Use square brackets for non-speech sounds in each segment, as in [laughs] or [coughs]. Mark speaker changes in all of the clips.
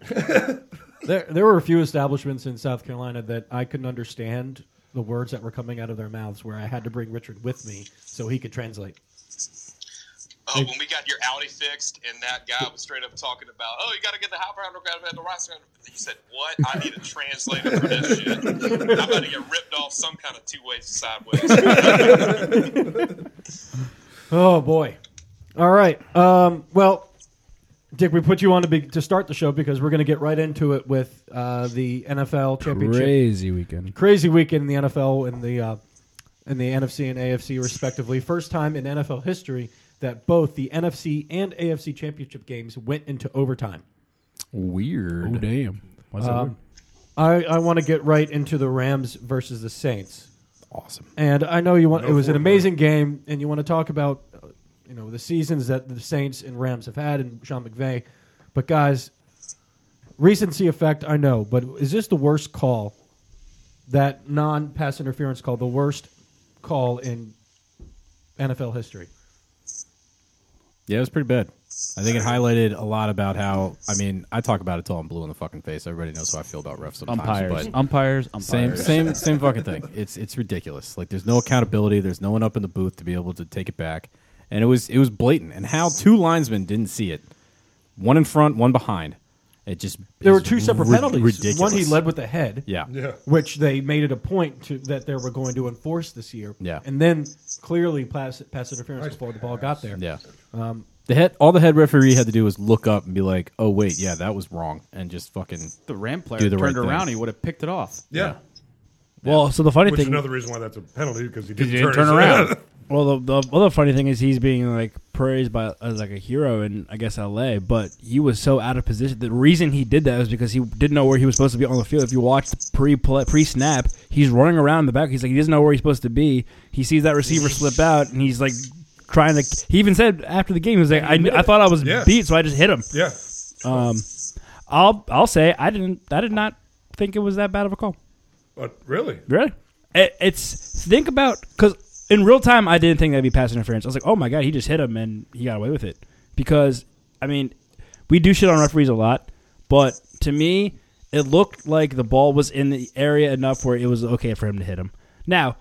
Speaker 1: There, there were a few establishments in South Carolina that I couldn't understand the words that were coming out of their mouths, where I had to bring Richard with me so he could translate.
Speaker 2: Oh, when we got your Audi fixed, and that guy was straight up talking about, "Oh, you got to get the hop around, got to get the right around." You said, "What? I need a translator for this shit. I'm about to get ripped off some kind of two ways sideways."
Speaker 1: Oh boy! All right. Um, well, Dick, we put you on to be, to start the show because we're going to get right into it with uh, the NFL championship
Speaker 3: Crazy weekend.
Speaker 1: crazy weekend in the NFL and the uh, in the NFC and AFC respectively. First time in NFL history that both the NFC and AFC championship games went into overtime.
Speaker 3: Weird. Oh damn. What's
Speaker 1: Um, I, I want to get right into the Rams versus the Saints.
Speaker 4: Awesome.
Speaker 1: And I know you want
Speaker 5: No
Speaker 1: it was an
Speaker 5: fourth
Speaker 1: amazing game, and you want to talk about uh, you know the seasons that the Saints and Rams have had and Sean McVay. But guys, recency effect, I know, but is this the worst call? That non-pass interference call, the worst call in NFL history.
Speaker 4: Yeah, it was pretty bad. I think it highlighted a lot about how. I mean, I talk about it till I'm blue in the fucking face. Everybody knows how I feel about refs sometimes.
Speaker 6: Umpires.
Speaker 4: but
Speaker 6: Umpires. Umpires.
Speaker 4: same, same, same fucking thing. It's it's ridiculous. Like there's no accountability. There's no one up in the booth to be able to take it back. And it was it was blatant. And how two linesmen didn't see it, one in front, one behind. It just
Speaker 1: There were
Speaker 4: is
Speaker 1: two separate
Speaker 4: ri-
Speaker 1: penalties.
Speaker 4: Ridiculous.
Speaker 1: One he led with the head.
Speaker 4: Yeah.
Speaker 5: Yeah.
Speaker 1: which they made it a point to, that they were going to enforce this year.
Speaker 4: Yeah.
Speaker 1: And then clearly pass, pass interference before the ball got there.
Speaker 4: Yeah.
Speaker 1: Um,
Speaker 4: the head, all the head referee had to do was look up and be like, "Oh wait, yeah, that was wrong," and just fucking
Speaker 6: The Ram player
Speaker 4: Do the
Speaker 6: turned
Speaker 4: right thing.
Speaker 6: around. He would have picked it off.
Speaker 5: Yeah.
Speaker 3: Well, so the funny
Speaker 5: Which is
Speaker 3: thing.
Speaker 5: another reason why that's a penalty because he didn't,
Speaker 6: you didn't
Speaker 5: turn,
Speaker 6: turn
Speaker 5: his-
Speaker 6: around.
Speaker 3: Well, the, the other funny thing is he's being like praised by as like a hero in I guess L.A., but he was so out of position. The reason he did that was because he didn't know where he was supposed to be on the field. If you watch pre pre snap, he's running around in the back. He's like he doesn't know where he's supposed to be. He sees that receiver slip out, and he's like trying to. He even said after the game, he was like, "I, I thought I was
Speaker 5: Yeah.
Speaker 3: beat, so I just hit him."
Speaker 5: [laughs] yeah.
Speaker 3: I'll I'll say I didn't. I did not think it was that bad of a call.
Speaker 5: But really,
Speaker 3: Really? It, it's think about because in real time, I didn't think that'd be pass interference. I was like, oh my god, he just hit him and he got away with it. Because I mean, we do shit on referees a lot, but to me, it looked like the ball was in the area enough where it was okay for him to hit him. Now,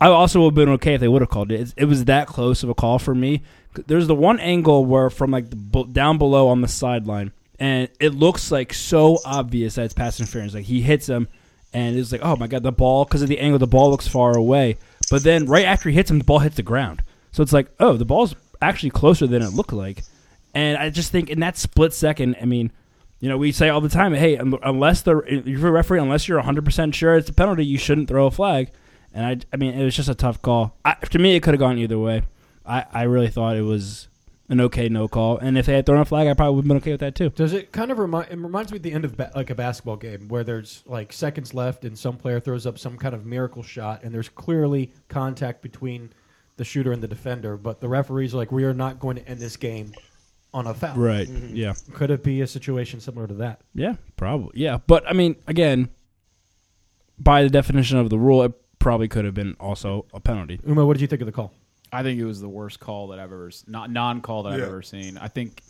Speaker 3: I also would have been okay if they would have called it. It's- It was that close of a call for me. There's the one angle where from like the, bu- down below on the sideline, and it looks like so obvious that it's pass interference. Like he hits him, and it's like, oh my god, the ball because of the angle, the ball looks far away. But then right after he hits him, the ball hits the ground. So it's like, oh, the ball's actually closer than it looked like. And I just think in that split second, I mean, you know, we say all the time, hey, un- unless the you're a referee, unless you're 100 percent sure it's a penalty, you shouldn't throw a flag. And I, I mean, it was just a tough call. I, to me, it could have gone either way. I, I really thought it was an okay no call. And if they had thrown a flag, I probably would have been okay with that too.
Speaker 1: Does it kind of remind? It reminds me of the end of ba- like a basketball game where there's like seconds left and some player throws up some kind of miracle shot and there's clearly contact between the shooter and the defender, but the referees like we are not going to end this game on a foul.
Speaker 3: Yeah.
Speaker 1: Could it be a situation similar to that?
Speaker 3: Yeah. Probably. Yeah. But I mean, again, by the definition of the rule, it probably could have been also a penalty.
Speaker 1: Uma, what did you think of the call?
Speaker 6: I think it was the worst call that I've ever s- not non call that I've
Speaker 5: Yeah.
Speaker 6: ever seen. I think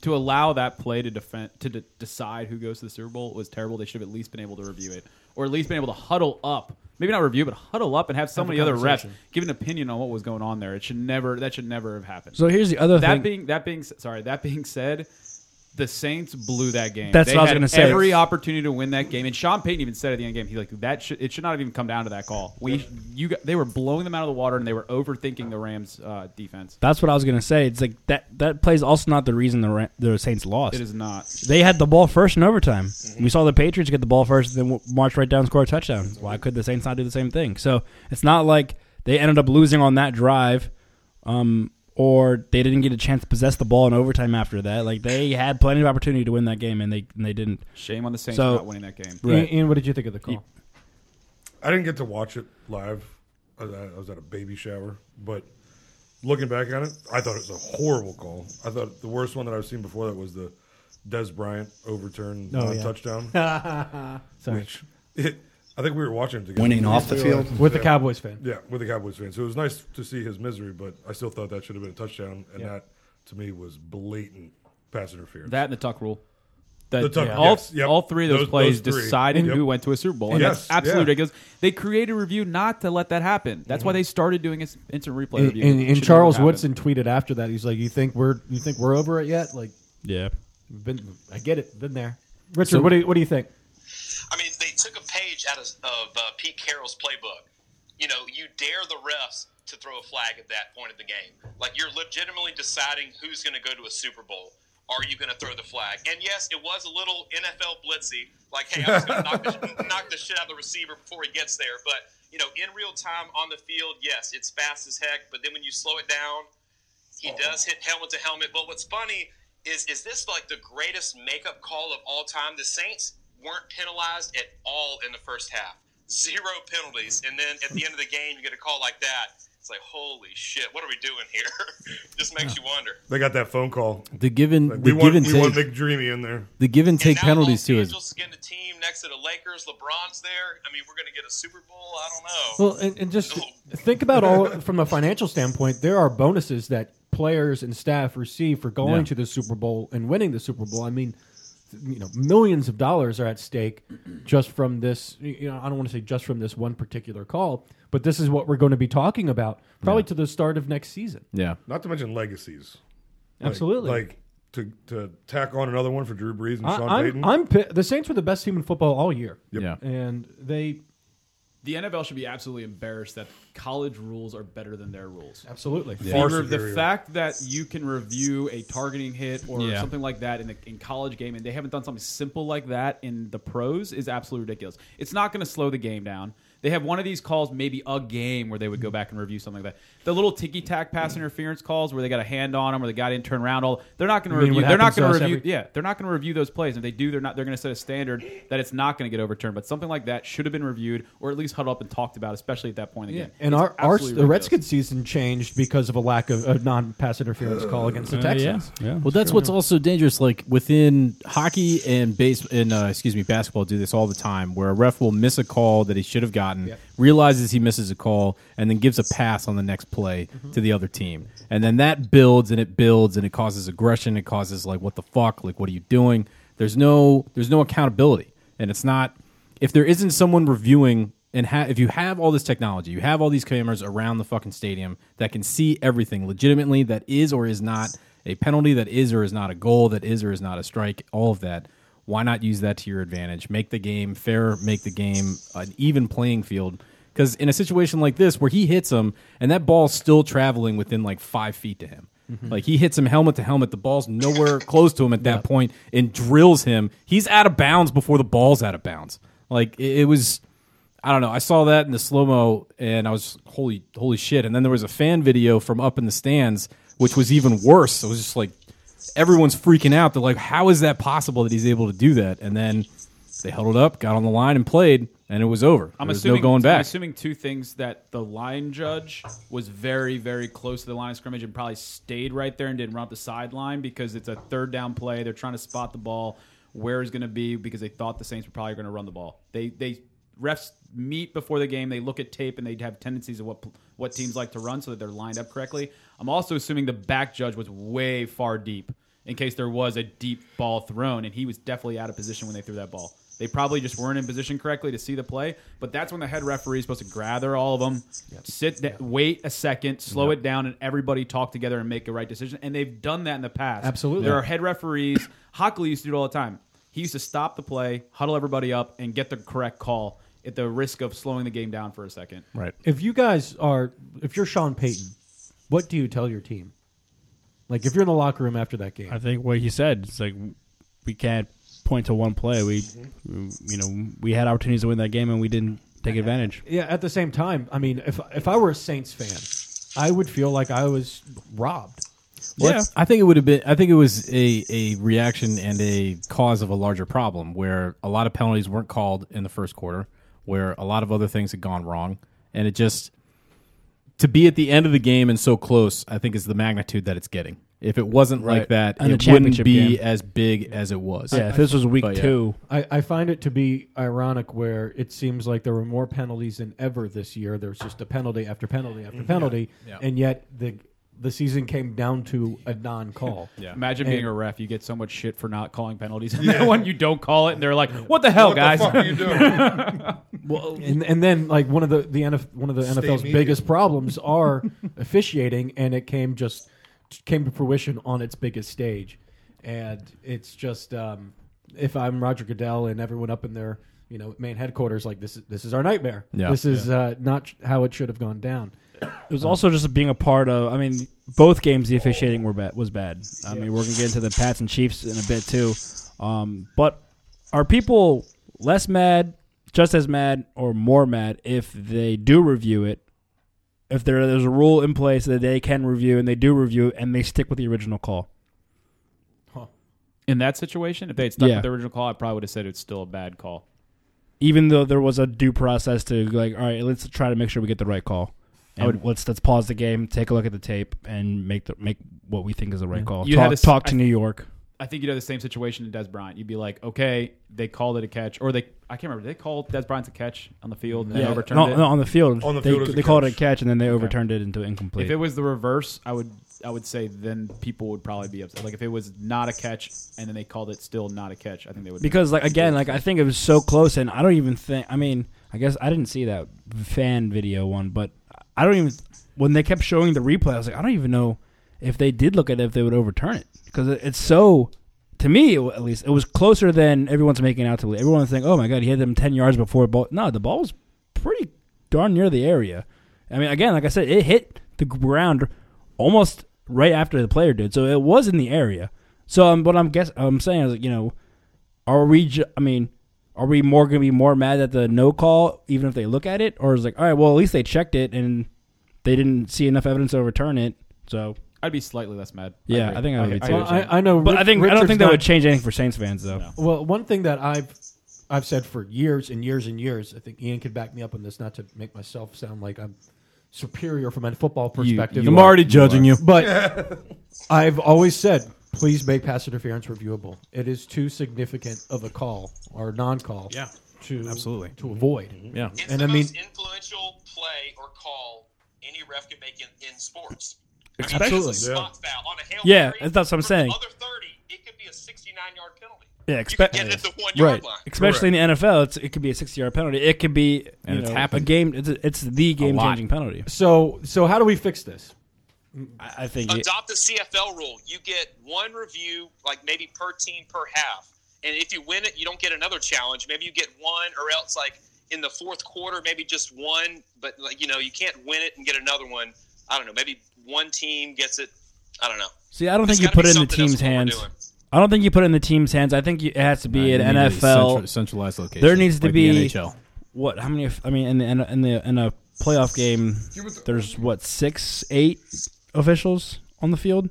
Speaker 6: to allow that play to defend to de- decide who goes to the Super Bowl was terrible. They should have at least been able to review it, or at least been able to huddle up. Maybe not review, but huddle up and have so
Speaker 1: Have a
Speaker 6: many other refs
Speaker 1: conversation.
Speaker 6: give an opinion on what was going on there. It should never that should never have happened.
Speaker 3: So here's the other
Speaker 6: that
Speaker 3: thing.
Speaker 6: being that being s- sorry that being said the saints blew that game
Speaker 3: That's
Speaker 6: They
Speaker 3: what I was
Speaker 6: had
Speaker 3: gonna say.
Speaker 6: every opportunity to win that game and sean payton even said at the end of the game he like that should, it should not have even come down to that call we you got- they were blowing them out of the water and they were overthinking the rams uh, defense
Speaker 3: That's what I was gonna say. It's like that. That plays also not the reason the Ra- the Saints lost.
Speaker 6: it is Mm-hmm. not
Speaker 3: They had the ball first in overtime. We saw the Patriots get the ball first, then w- march right down, and score a touchdown. Why could the Saints not do the same thing? So it's not like they ended up losing on that drive, um, or they didn't get a chance to possess the ball in overtime after that. Like they had plenty of opportunity to win that game, and they and they didn't.
Speaker 6: shame on the saints
Speaker 3: So-
Speaker 6: for not winning that game
Speaker 3: Right.
Speaker 1: Ian, Ian, what did you think of the call?
Speaker 5: I didn't get to watch it live. I was at- I was at a baby shower, but looking back on it, I thought it was a horrible call. I thought the worst one that I've seen before that was the Des Bryant overturned
Speaker 1: Oh,
Speaker 5: non
Speaker 1: yeah.
Speaker 5: touchdown.
Speaker 1: [laughs] Sorry.
Speaker 5: which it, I think we were watching it together.
Speaker 7: off the field.
Speaker 1: With the Cowboys fan.
Speaker 5: Yeah, with the Cowboys fan. So it was nice to see his misery, but I still thought that should have been a touchdown, and that to me was blatant pass interference.
Speaker 6: that and the tuck rule That-
Speaker 5: The tuck,
Speaker 6: all,
Speaker 5: yes, yep.
Speaker 6: all three of those,
Speaker 5: Those-
Speaker 6: plays
Speaker 5: those three.
Speaker 6: decided
Speaker 5: Yep.
Speaker 6: who went to a Super Bowl. And
Speaker 5: Yes,
Speaker 6: that's absolutely
Speaker 5: yeah.
Speaker 6: ridiculous. They created a review not to let that happen. That's
Speaker 3: Mm-hmm.
Speaker 6: why they started doing ins- instant replay
Speaker 1: And,
Speaker 6: review.
Speaker 1: and-
Speaker 6: It
Speaker 1: and
Speaker 6: should never
Speaker 1: Charles
Speaker 6: happen.
Speaker 1: Woodson tweeted after that. He's like, "You think we're you think we're over it yet? Like,
Speaker 3: Yeah,
Speaker 1: been I get it, been there." Richard, what do you, what do you think?
Speaker 2: I mean, they took a page out of, of uh, Pete Carroll's playbook. You know, you dare the refs to throw a flag at that point of the game. Like, you're legitimately deciding who's going to go to a Super Bowl. Are you going to throw the flag? And yes, it was a little NFL blitzy. Like, hey, I'm just going to knock, the- [laughs] knock the shit out of the receiver before he gets there. But, you know, in real time on the field, yes, it's fast as heck. But then when you slow it down, he does hit helmet to helmet. But what's funny is is this like the greatest makeup call of all time? The Saints weren't penalized at all in the first half. Zero penalties. And then at the end of the game you get a call like that. It's like, holy shit, what are we doing here? [laughs] Just makes you wonder.
Speaker 5: they got that phone call.
Speaker 4: The given,
Speaker 5: Like,
Speaker 4: the
Speaker 5: we
Speaker 4: give
Speaker 5: want,
Speaker 4: and
Speaker 5: we want
Speaker 4: take,
Speaker 5: McDreamy in there.
Speaker 4: the give and
Speaker 2: And
Speaker 4: take
Speaker 2: now
Speaker 4: penalties
Speaker 2: Los
Speaker 4: too is
Speaker 2: Angeles is getting a team next to the Lakers. LeBron's there. I mean, we're gonna get a Super Bowl. I don't know.
Speaker 1: Well, and, and just think about [laughs] all from a financial standpoint. There are bonuses that players and staff receive for going
Speaker 4: Yeah.
Speaker 1: to the Super Bowl and winning the Super Bowl. I mean, you know, millions of dollars are at stake just from this. You know, I don't want to say just from this one particular call, but this is what we're going to be talking about probably to the start of next season.
Speaker 4: yeah.
Speaker 5: Not to mention legacies. Like-
Speaker 1: Absolutely.
Speaker 5: Like, to, to tack on another one for Drew Brees and
Speaker 1: I,
Speaker 5: Sean Payton.
Speaker 1: I'm, I'm pi- the Saints were the best team in football all year,
Speaker 4: Yeah.
Speaker 1: and they
Speaker 6: The NFL should be absolutely embarrassed that college rules are better than their rules.
Speaker 1: absolutely.
Speaker 5: Far
Speaker 6: The- the
Speaker 5: superior.
Speaker 6: fact that you can review a targeting hit or
Speaker 3: Yeah.
Speaker 6: something like that in the in college game and they haven't done something simple like that in the pros is absolutely ridiculous. It's not going to slow the game down. They have one of these calls, maybe a game, where they would go back and review something like that. The little ticky tack pass
Speaker 1: Mm.
Speaker 6: interference calls where they got a hand on them or the guy didn't turn around. All they're not going to
Speaker 1: mean
Speaker 6: review.
Speaker 1: what
Speaker 6: They're not
Speaker 1: happens to
Speaker 6: going
Speaker 1: us
Speaker 6: to review.
Speaker 1: every-
Speaker 6: yeah, they're not going to review those plays. If they do, they're not. They're going to set a standard that it's not going to get overturned. But something like that should have been reviewed or at least huddled up and talked about, especially at that point in the game.
Speaker 1: And
Speaker 6: It's
Speaker 1: our, our
Speaker 6: absolutely
Speaker 1: the
Speaker 6: ridiculous.
Speaker 1: Redskins season changed because of a lack of a non-pass interference call against the Texans.
Speaker 3: Uh, yeah.
Speaker 4: Well, that's what's also dangerous. Like within hockey and base, and uh, excuse me, basketball do this all the time, where a ref will miss a call that he should have gotten, realizes he misses a call, and then gives a pass on the next play to the other team, and then that builds and it builds and it causes aggression. It causes like what the fuck, like what are you doing? There's no there's no accountability, and it's not if there isn't someone reviewing and ha- if you have all this technology, you have all these cameras around the fucking stadium that can see everything legitimately that is or is not a penalty, that is or is not a goal, that is or is not a strike, all of that. Why not use that to your advantage? Make the game fair, make the game an even playing field. Because in a situation like this, where he hits him and that ball's still traveling within like five feet to him,
Speaker 6: Mm-hmm.
Speaker 4: like he hits him helmet to helmet, the ball's
Speaker 6: [coughs]
Speaker 4: nowhere close to him at that point and drills him. He's out of bounds before the ball's out of bounds. Like it, it was, I don't know. I saw that in the slow mo, and I was holy, holy shit! And then there was a fan video from up in the stands, which was even worse. It was just like everyone's freaking out. They're like, "How is that possible that he's able to do that?" And then they huddled up, got on the line, and played, and it was over. there
Speaker 6: I'm
Speaker 4: was
Speaker 6: assuming
Speaker 4: no going back.
Speaker 6: I'm assuming two things that the line judge was very, very close to the line of scrimmage and probably stayed right there and didn't run up the sideline because it's a third down play. They're trying to spot the ball where it's going to be because they thought the Saints were probably going to run the ball. They they refs meet before the game. They look at tape and they have tendencies of what what teams like to run so that they're lined up correctly. I'm also assuming the back judge was way far deep in case there was a deep ball thrown, and he was definitely out of position when they threw that ball. They probably just weren't in position correctly to see the play, but that's when the head referee is supposed to gather all of them, sit, th- wait a second, slow it down, and everybody talk together and make a right decision. And they've done that in the past.
Speaker 1: Absolutely.
Speaker 6: there
Speaker 1: Yeah.
Speaker 6: are head referees. [coughs] Hockley used to do it all the time. He used to stop the play, huddle everybody up, and get the correct call at the risk of slowing the game down for a second.
Speaker 4: right.
Speaker 1: if you guys are if you're Sean Payton, what do you tell your team? Like if you're in the locker room after that game,
Speaker 3: I think what he said it's like we can't point to one play. We,
Speaker 6: Mm-hmm.
Speaker 3: you know, we had opportunities to win that game and we didn't take advantage.
Speaker 1: yeah. At the same time, I mean, if if I were a Saints fan, I would feel like I was robbed.
Speaker 4: Well, I think it would have been. I think it was a, a reaction and a cause of a larger problem where a lot of penalties weren't called in the first quarter, where a lot of other things had gone wrong, and it just to be at the end of the game and so close. I think is the magnitude that it's getting. If it wasn't like
Speaker 3: Right.
Speaker 4: that,
Speaker 3: And
Speaker 4: it
Speaker 3: the
Speaker 4: wouldn't
Speaker 3: championship
Speaker 4: be
Speaker 3: game.
Speaker 4: as big as it was.
Speaker 3: Yeah, if this was week
Speaker 4: but yeah.
Speaker 3: two,
Speaker 1: I, I find it to be ironic where it seems like there were more penalties than ever this year. There's just a penalty after penalty after penalty,
Speaker 4: Yeah.
Speaker 1: and yet the the season came down to a non-call.
Speaker 4: Yeah.
Speaker 6: Imagine being a ref. You get so much shit for not calling penalties. [laughs] And that one, you don't call it, and they're like, "What the hell,
Speaker 5: what
Speaker 6: guys?"
Speaker 5: the fuck are you doing?
Speaker 1: and and then like one of the the NF, one of the NFL's
Speaker 5: media.
Speaker 1: biggest problems are officiating, and it came just came to fruition on its biggest stage, and it's just um, if I'm Roger Goodell and everyone up in their you know main headquarters, like this is this is our nightmare.
Speaker 4: Yeah.
Speaker 1: This is uh, not sh- how it should have gone down.
Speaker 3: It was also just being a part of. I mean, both games the officiating were bad, was bad. I mean, we're gonna get into the Pats and Chiefs in a bit too. Um, but are people less mad, just as mad, or more mad if they do review it? If there, there's a rule in place that they can review and they do review and they stick with the original call.
Speaker 6: In that situation, if they had stuck
Speaker 3: Yeah.
Speaker 6: with the original call, I probably would have said it's still a bad call.
Speaker 3: even though there was a due process to like, all right, let's try to make sure we get the right call. And let's let's pause the game, take a look at the tape, and make the make what we think is the right call.
Speaker 6: You had
Speaker 3: talk
Speaker 6: a s-
Speaker 3: talk to
Speaker 6: I-
Speaker 3: New York.
Speaker 6: I think you'd have the same situation to Des Bryant. You'd be like, "Okay, they called it a catch, or they I can't remember. Did they called Des Bryant's a catch on the field and
Speaker 3: Yeah,
Speaker 6: overturned
Speaker 3: no,
Speaker 6: it.
Speaker 3: no, on the field.
Speaker 5: On the
Speaker 3: they
Speaker 5: field is a
Speaker 3: they called it a
Speaker 5: catch.
Speaker 3: catch, and then they overturned it into incomplete.
Speaker 6: If it was the reverse, I would I would say then people would probably be upset. Like if it was not a catch and then they called it still not a catch, I think they would
Speaker 3: because like again, like I think it was so close, and I don't even think. I mean, I guess I didn't see that fan video one, but I don't even when they kept showing the replay, I was like, I don't even know if they did look at it if they would overturn it because it, it's so. To me, it wa- at least, it was closer than everyone's making out to believe. Everyone's thinking, "Oh my god, he had them ten yards before the ball." No, the ball was pretty darn near the area. I mean, again, like I said, it hit the ground almost right after the player did, so it was in the area. So, um, what I'm guess I'm saying is, you know, are we? Ju- I mean, are we more going to be more mad at the no call, even if they look at it, or is like, all right, well, at least they checked it and they didn't see enough evidence to overturn it. So,
Speaker 6: I'd be slightly less mad.
Speaker 3: yeah, I think I would
Speaker 6: agree.
Speaker 3: be
Speaker 1: Well,
Speaker 3: too.
Speaker 1: I, I know,
Speaker 3: but
Speaker 1: Rich-
Speaker 3: I think I don't
Speaker 1: Richard's
Speaker 3: think that
Speaker 1: not-
Speaker 3: would change anything for Saints fans, though.
Speaker 1: Well, one thing that I've I've said for years and years and years, I think Ian could back me up on this, not to make myself sound like I'm superior from a football perspective.
Speaker 4: I'm already judging you.
Speaker 1: [laughs] But
Speaker 5: [laughs]
Speaker 1: I've always said, please make pass interference reviewable. It is too significant of a call or non-call.
Speaker 4: Yeah,
Speaker 1: to
Speaker 4: absolutely. Mm-hmm.
Speaker 1: to avoid.
Speaker 4: Yeah,
Speaker 2: It's
Speaker 1: And
Speaker 2: the
Speaker 1: I mean-
Speaker 2: most influential play or call any ref can make in, in sports. I mean,
Speaker 3: Especially.
Speaker 2: it's a spot foul on a hail
Speaker 3: Yeah,
Speaker 2: Mary
Speaker 3: that's what
Speaker 2: from
Speaker 3: I'm saying.
Speaker 2: the Other thirty, it could be a sixty-nine yard penalty. You
Speaker 3: Yeah,
Speaker 2: can
Speaker 3: expect.
Speaker 2: get it at the one
Speaker 3: Right,
Speaker 2: yard line.
Speaker 3: especially in the NFL, it's, it could be a sixty-yard penalty. It could be you
Speaker 4: And it's
Speaker 3: know, a
Speaker 4: happened.
Speaker 3: game. It's, it's the game-changing penalty.
Speaker 1: So, so how do we fix this?
Speaker 3: I, I think it-
Speaker 2: Adopt the CFL rule. You get one review, like maybe per team per half. And if you win it, you don't get another challenge. Maybe you get one, or else like in the fourth quarter, maybe just one. But like you know, you can't win it and get another one. I don't know. Maybe one team gets it. I don't know.
Speaker 3: See, I don't
Speaker 2: There's
Speaker 3: think you
Speaker 2: gotta
Speaker 3: put
Speaker 2: be
Speaker 3: it in the
Speaker 2: something else
Speaker 3: team's
Speaker 2: what we're
Speaker 3: hands.
Speaker 2: doing.
Speaker 3: I don't think you put it in the team's hands. I think you, it has to be
Speaker 4: Uh, You
Speaker 3: an
Speaker 4: need a central-
Speaker 3: NFL.
Speaker 4: centralized location.
Speaker 3: There needs to
Speaker 4: like
Speaker 3: be
Speaker 4: the NHL.
Speaker 3: What? How many? of- I mean, in the in a- in, the, in a playoff game, there's what six, eight officials on the field.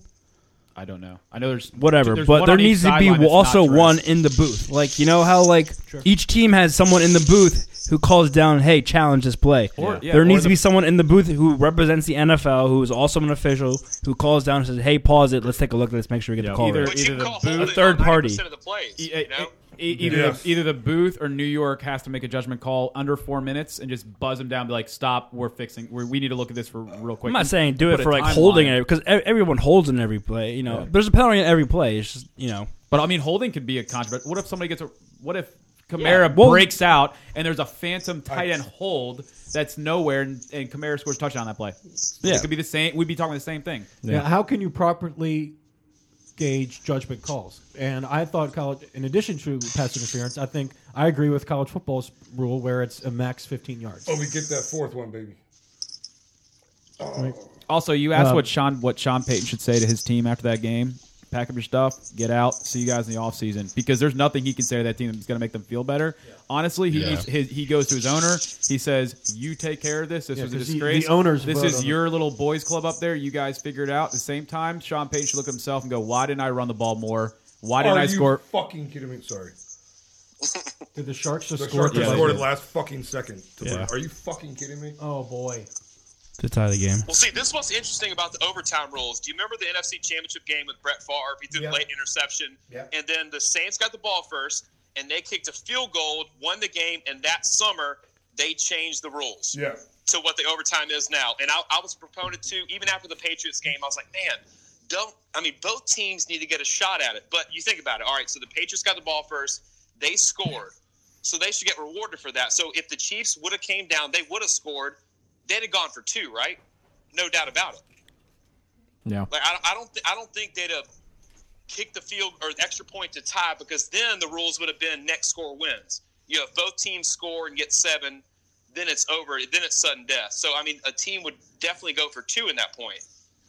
Speaker 6: I don't know. I know there's
Speaker 3: Whatever,
Speaker 6: there's
Speaker 3: but
Speaker 6: one
Speaker 3: there
Speaker 6: on each
Speaker 3: needs to be
Speaker 6: sideline that's
Speaker 3: also
Speaker 6: not dressed.
Speaker 3: one in the booth. Like you know how like each team has someone in the booth who calls down, "Hey, challenge this play."
Speaker 6: Or- yeah,
Speaker 3: there
Speaker 6: or
Speaker 3: needs to
Speaker 6: the-
Speaker 3: be someone in the booth who represents the NFL, who is also an official, who calls down and says, "Hey, pause it. Let's take a look at this. Make sure we get the call."
Speaker 6: Either-
Speaker 3: right."
Speaker 2: But you
Speaker 6: the
Speaker 2: can call
Speaker 6: booth-
Speaker 2: holding
Speaker 3: A third
Speaker 2: 100%
Speaker 3: party.
Speaker 2: of the plays.
Speaker 6: E-
Speaker 2: You know.
Speaker 6: e- e- either,
Speaker 5: Yes.
Speaker 6: the, either the booth or New York has to make a judgment call under four minutes and just buzz them down, be like, "Stop, we're fixing. We're, we need to look at this for real quick."
Speaker 3: I'm not saying do
Speaker 6: Put
Speaker 3: it
Speaker 6: a
Speaker 3: for like
Speaker 6: timeline.
Speaker 3: holding it because everyone holds in every play. You know, there's a penalty in every play. It's just you know,
Speaker 6: But I mean, holding could be a controversial. What if somebody gets a? What if Kamara
Speaker 3: Yeah, well-
Speaker 6: breaks out and there's a phantom tight end hold that's nowhere, and, and Kamara scores a touchdown that play?
Speaker 3: Yeah.
Speaker 6: it could be the same. We'd be talking the same thing.
Speaker 1: Now, how can you properly gauge judgment calls? And I thought college, in addition to pass interference, I think I agree with college football's rule where it's a max 15 yards.
Speaker 5: Oh, we get that fourth one, baby.
Speaker 6: Also, you asked
Speaker 1: Um,
Speaker 6: what Sean what Sean Payton should say to his team after that game. Pack up your stuff, get out. See you guys in the offseason. because there's nothing he can say to that team that's going to make them feel better. Honestly, he needs, his, he goes to his owner. He says, "You take care of this. This
Speaker 1: Yeah,
Speaker 6: was a
Speaker 1: 'cause the-
Speaker 6: disgrace.
Speaker 1: the owners
Speaker 6: This
Speaker 1: vote
Speaker 6: is
Speaker 1: on
Speaker 6: your little boys' club up there. You guys figure it out." At the same time, Sean Payton should look at himself and go, "Why didn't I run the ball more? Why didn't
Speaker 5: Are
Speaker 6: I
Speaker 5: you
Speaker 6: score?"
Speaker 5: fucking kidding me? Sorry.
Speaker 1: Did the Sharks just
Speaker 5: The
Speaker 1: score?
Speaker 5: Sharks just
Speaker 6: Yeah.
Speaker 5: scored the last fucking second. To
Speaker 3: Yeah.
Speaker 5: Are you fucking kidding me?
Speaker 1: Oh, boy.
Speaker 3: to tie the game.
Speaker 2: Well, see, this was interesting about the overtime rules. Do you remember the NFC Championship game with Brett Favre? He threw a
Speaker 1: Yeah.
Speaker 2: late interception,
Speaker 1: Yeah.
Speaker 2: and then the Saints got the ball first, and they kicked a field goal, won the game, and that summer they changed the rules
Speaker 5: Yeah.
Speaker 2: to what the overtime is now. And I, I was a proponent to even after the Patriots game. I was like, man, don't. I mean, both teams need to get a shot at it. But you think about it. All right, so the Patriots got the ball first. They scored, so they should get rewarded for that. So if the Chiefs would have came down, they would have scored. They'd have gone for two, right? No doubt about it.
Speaker 4: Yeah.
Speaker 2: Like I, I don't, th- I don't think they'd have kicked the field or the extra point to tie because then the rules would have been next score wins. You know, if both teams score and get seven, then it's over. Then it's sudden death. So I mean, a team would definitely go for two in that point.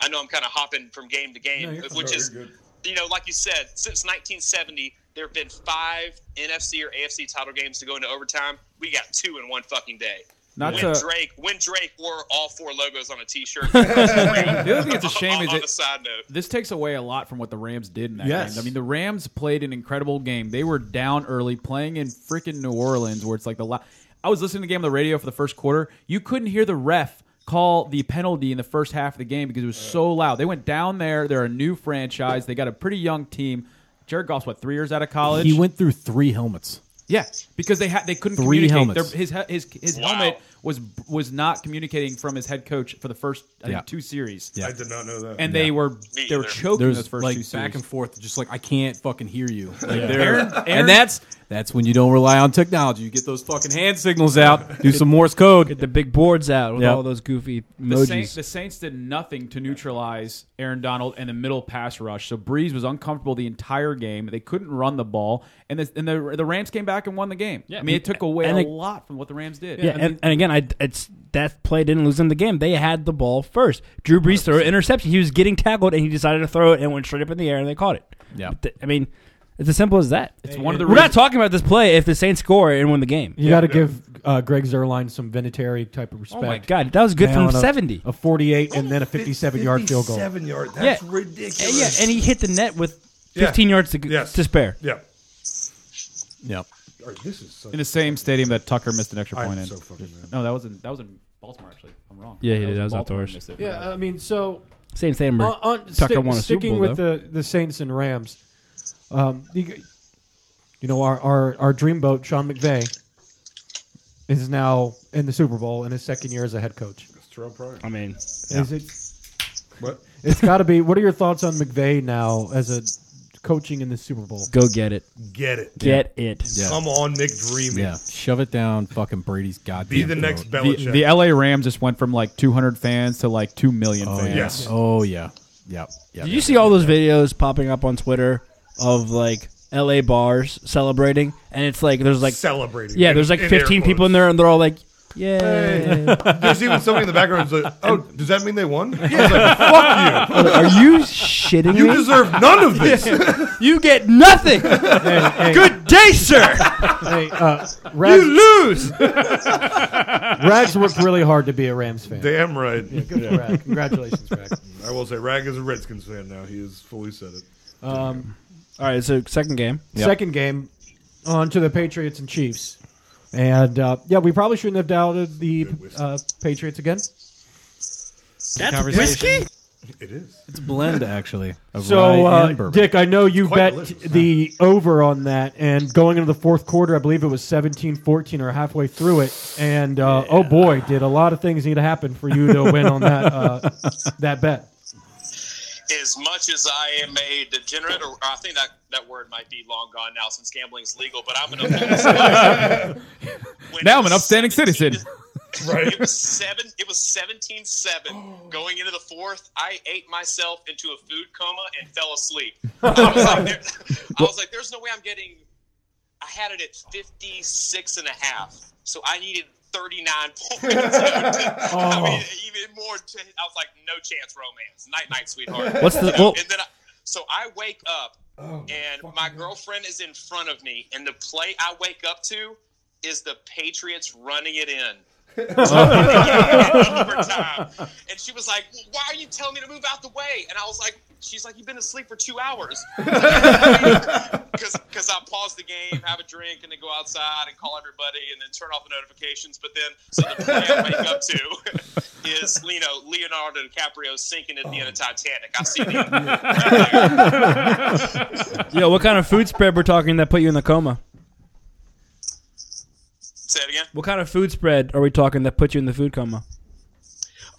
Speaker 2: I know I'm kind of hopping from game to
Speaker 1: No,
Speaker 2: game,
Speaker 1: you're fine.
Speaker 2: which
Speaker 5: No,
Speaker 2: is,
Speaker 5: you're good.
Speaker 2: you know, like you said, since 1970, there have been five NFC or AFC title games to go into overtime. We got two in one fucking day.
Speaker 6: Not
Speaker 2: when
Speaker 6: to-
Speaker 2: [laughs] Drake, when Drake wore all four logos on a T-shirt.
Speaker 6: The other thing that's a
Speaker 2: [laughs]
Speaker 6: shame
Speaker 2: on,
Speaker 6: is
Speaker 2: on
Speaker 6: that
Speaker 2: a side note.
Speaker 6: this takes away a lot from what the Rams did in that
Speaker 1: Yes.
Speaker 6: game. I mean, the Rams played an incredible game. They were down early, playing in freaking New Orleans, where it's like the. La- I was listening to the game on the radio for the first quarter. You couldn't hear the ref call the penalty in the first half of the game because it was so loud. They went down there. They're a new franchise. They got a pretty young team. Jared Goff's what three years out of college?
Speaker 4: He went through three helmets.
Speaker 6: Yeah, because they had they couldn't
Speaker 4: Three
Speaker 6: communicate.
Speaker 4: helmets.
Speaker 6: Their- his he- his his
Speaker 2: Wow.
Speaker 6: helmet was was not communicating from his head coach for the first I think,
Speaker 4: Yeah.
Speaker 6: two series.
Speaker 4: Yeah.
Speaker 5: I did not know that.
Speaker 6: And they were they were
Speaker 2: either.
Speaker 6: choking
Speaker 4: There's
Speaker 6: those first
Speaker 4: like
Speaker 6: two
Speaker 4: back
Speaker 6: series.
Speaker 4: and forth, just like I can't fucking hear you. Like, they're-
Speaker 6: Aaron- Aaron-
Speaker 4: and that's that's when you don't rely on technology. You get those fucking hand signals out, do some Morse code.
Speaker 3: Get the big boards out with
Speaker 4: Yep.
Speaker 3: all those goofy
Speaker 6: the,
Speaker 3: emojis.
Speaker 6: Saints, the Saints did nothing to neutralize Aaron Donald and the middle pass rush. So Breeze was uncomfortable the entire game. They couldn't run the ball, and the, and the the Rams came back and won the game. I mean, it took away
Speaker 3: And
Speaker 6: a
Speaker 3: it-
Speaker 6: lot from what the Rams did.
Speaker 3: yeah,
Speaker 6: I mean,
Speaker 3: and, and again, I it's that play didn't lose them the game. They had the ball first. Drew Brees threw an interception. He was getting tackled, and he decided to throw it and went straight up in the air, and they caught it.
Speaker 4: Yeah.
Speaker 3: But th- I mean, it's as simple as that. It's
Speaker 6: one of the
Speaker 3: We're not
Speaker 6: reasons-
Speaker 3: talking about this play if the Saints score and win the game.
Speaker 1: You got to give uh, Greg Zerline some Vinatieri type of respect.
Speaker 3: Oh my god, that was good
Speaker 1: Now
Speaker 3: from
Speaker 1: on a-
Speaker 3: seventy.
Speaker 1: A 48 and then a 57 yard field goal.
Speaker 5: Seven yard. That's ridiculous.
Speaker 3: And yeah, and he hit the net with
Speaker 5: Yeah.
Speaker 3: fifteen yards to,
Speaker 5: Yes.
Speaker 3: to spare.
Speaker 5: Yeah.
Speaker 4: Yep.
Speaker 5: All right, this is such.
Speaker 6: in the same stadium that Tucker missed an extra
Speaker 5: I'm
Speaker 6: point in.
Speaker 5: so fucking mad.
Speaker 6: no, that was in that was in Baltimore actually. if I'm wrong.
Speaker 3: Yeah, he
Speaker 6: that
Speaker 3: did. That was
Speaker 6: in
Speaker 3: out the
Speaker 6: Baltimore
Speaker 3: worst.
Speaker 6: missed it.
Speaker 1: Yeah, I mean, so
Speaker 3: Same
Speaker 1: on,
Speaker 3: thing.
Speaker 1: on
Speaker 3: Tucker
Speaker 1: stick-
Speaker 3: won a Super
Speaker 1: Uh, sticking
Speaker 3: Bowl
Speaker 1: with
Speaker 3: though.
Speaker 1: the the Saints and Rams. Um, you, you know our, our our dreamboat Sean McVay is now in the Super Bowl in his second year as a head coach.
Speaker 5: It's Terrell Pryor.
Speaker 3: I mean,
Speaker 1: Is it?
Speaker 5: What?
Speaker 1: It's got to be. What are your thoughts on McVay now as a coaching in the Super Bowl.
Speaker 3: Go get it.
Speaker 5: Get it.
Speaker 3: Get it.
Speaker 4: Yeah.
Speaker 5: Come on, Nick Dreamy.
Speaker 4: Yeah, shove it down, fucking Brady's goddamn.
Speaker 5: Be the
Speaker 4: throat.
Speaker 5: next
Speaker 6: The,
Speaker 5: Belichick.
Speaker 6: the LA Rams just went from like 200 fans to like 2 million
Speaker 4: Oh,
Speaker 6: fans.
Speaker 5: Yes.
Speaker 4: Oh yeah, yeah, yeah.
Speaker 3: Did you see all those videos popping up on Twitter of like LA bars celebrating? And it's like there's like
Speaker 5: Celebrating.
Speaker 3: yeah,
Speaker 5: In-
Speaker 3: there's like
Speaker 5: in
Speaker 3: 15
Speaker 5: air
Speaker 3: people in
Speaker 5: quotes.
Speaker 3: there, and they're all like, "Yeah,
Speaker 5: There's even somebody in the background
Speaker 1: [laughs]
Speaker 5: who's like, "Oh, does that mean they won?" I was like, "Fuck you!
Speaker 3: are you
Speaker 1: [laughs]
Speaker 3: shitting
Speaker 5: You
Speaker 3: me?
Speaker 5: deserve none of this."
Speaker 3: you get nothing. Good day, sir.
Speaker 1: Hey, uh, Rags, [laughs]
Speaker 3: Lose."
Speaker 1: Rags worked really hard to be a Rams fan.
Speaker 5: [laughs] Damn right.
Speaker 1: Good for Rag. Congratulations, Rag.
Speaker 5: I will say, Rag is a Redskins fan now. He has fully said it.
Speaker 1: Um,
Speaker 3: All right, so second game.
Speaker 1: Second game, on to the Patriots and Chiefs. And uh, yeah, we probably shouldn't have doubted the uh, Patriots again.
Speaker 4: whiskey?
Speaker 5: It is.
Speaker 4: It's a blend [laughs] actually. Of
Speaker 1: So,
Speaker 4: rye
Speaker 1: uh,
Speaker 4: and bourbon.
Speaker 1: Dick, I know you
Speaker 5: Quite
Speaker 1: bet
Speaker 5: delicious, huh?
Speaker 1: the over on that, and going into the fourth quarter, I believe it was 17-14 or halfway through it, and uh, oh boy, did a lot of things need to happen for you to win on that uh, that bet.
Speaker 2: as much as I am a degenerate, or I think that, that word might be long gone now since gambling is legal, but I'm an When it
Speaker 6: Now I'm an
Speaker 2: was
Speaker 6: upstanding
Speaker 2: 17
Speaker 6: citizen.
Speaker 5: Right.
Speaker 2: It was seven. It was 17-7 going into the fourth. I ate myself into a food coma and fell asleep. I was like, there, [laughs] I was like there's no way I'm getting. I had it at 56 and a half, so I needed 39 [laughs] points. I mean, even more. T- I was like, no chance, romance. Night, night, sweetheart.
Speaker 3: What's the-
Speaker 2: You know,
Speaker 3: well-
Speaker 2: and then I, so I wake up, and my girlfriend is in front of me, and the play I wake up to is the Patriots running it in. overtime. And she was like, "Why are you telling me to move out the way?" And I was like, "She's like, you've been asleep for two hours." Because I pause the game, have a drink, and then go outside and call everybody, and then turn off the notifications. But then, so the play I wake up to [laughs] is you know Leonardo DiCaprio sinking at the end of Titanic. I see the
Speaker 3: Yo, what kind of food spread we're talking that put you in the coma?
Speaker 2: say it again.
Speaker 3: What kind of food spread are we talking that put you in the food coma?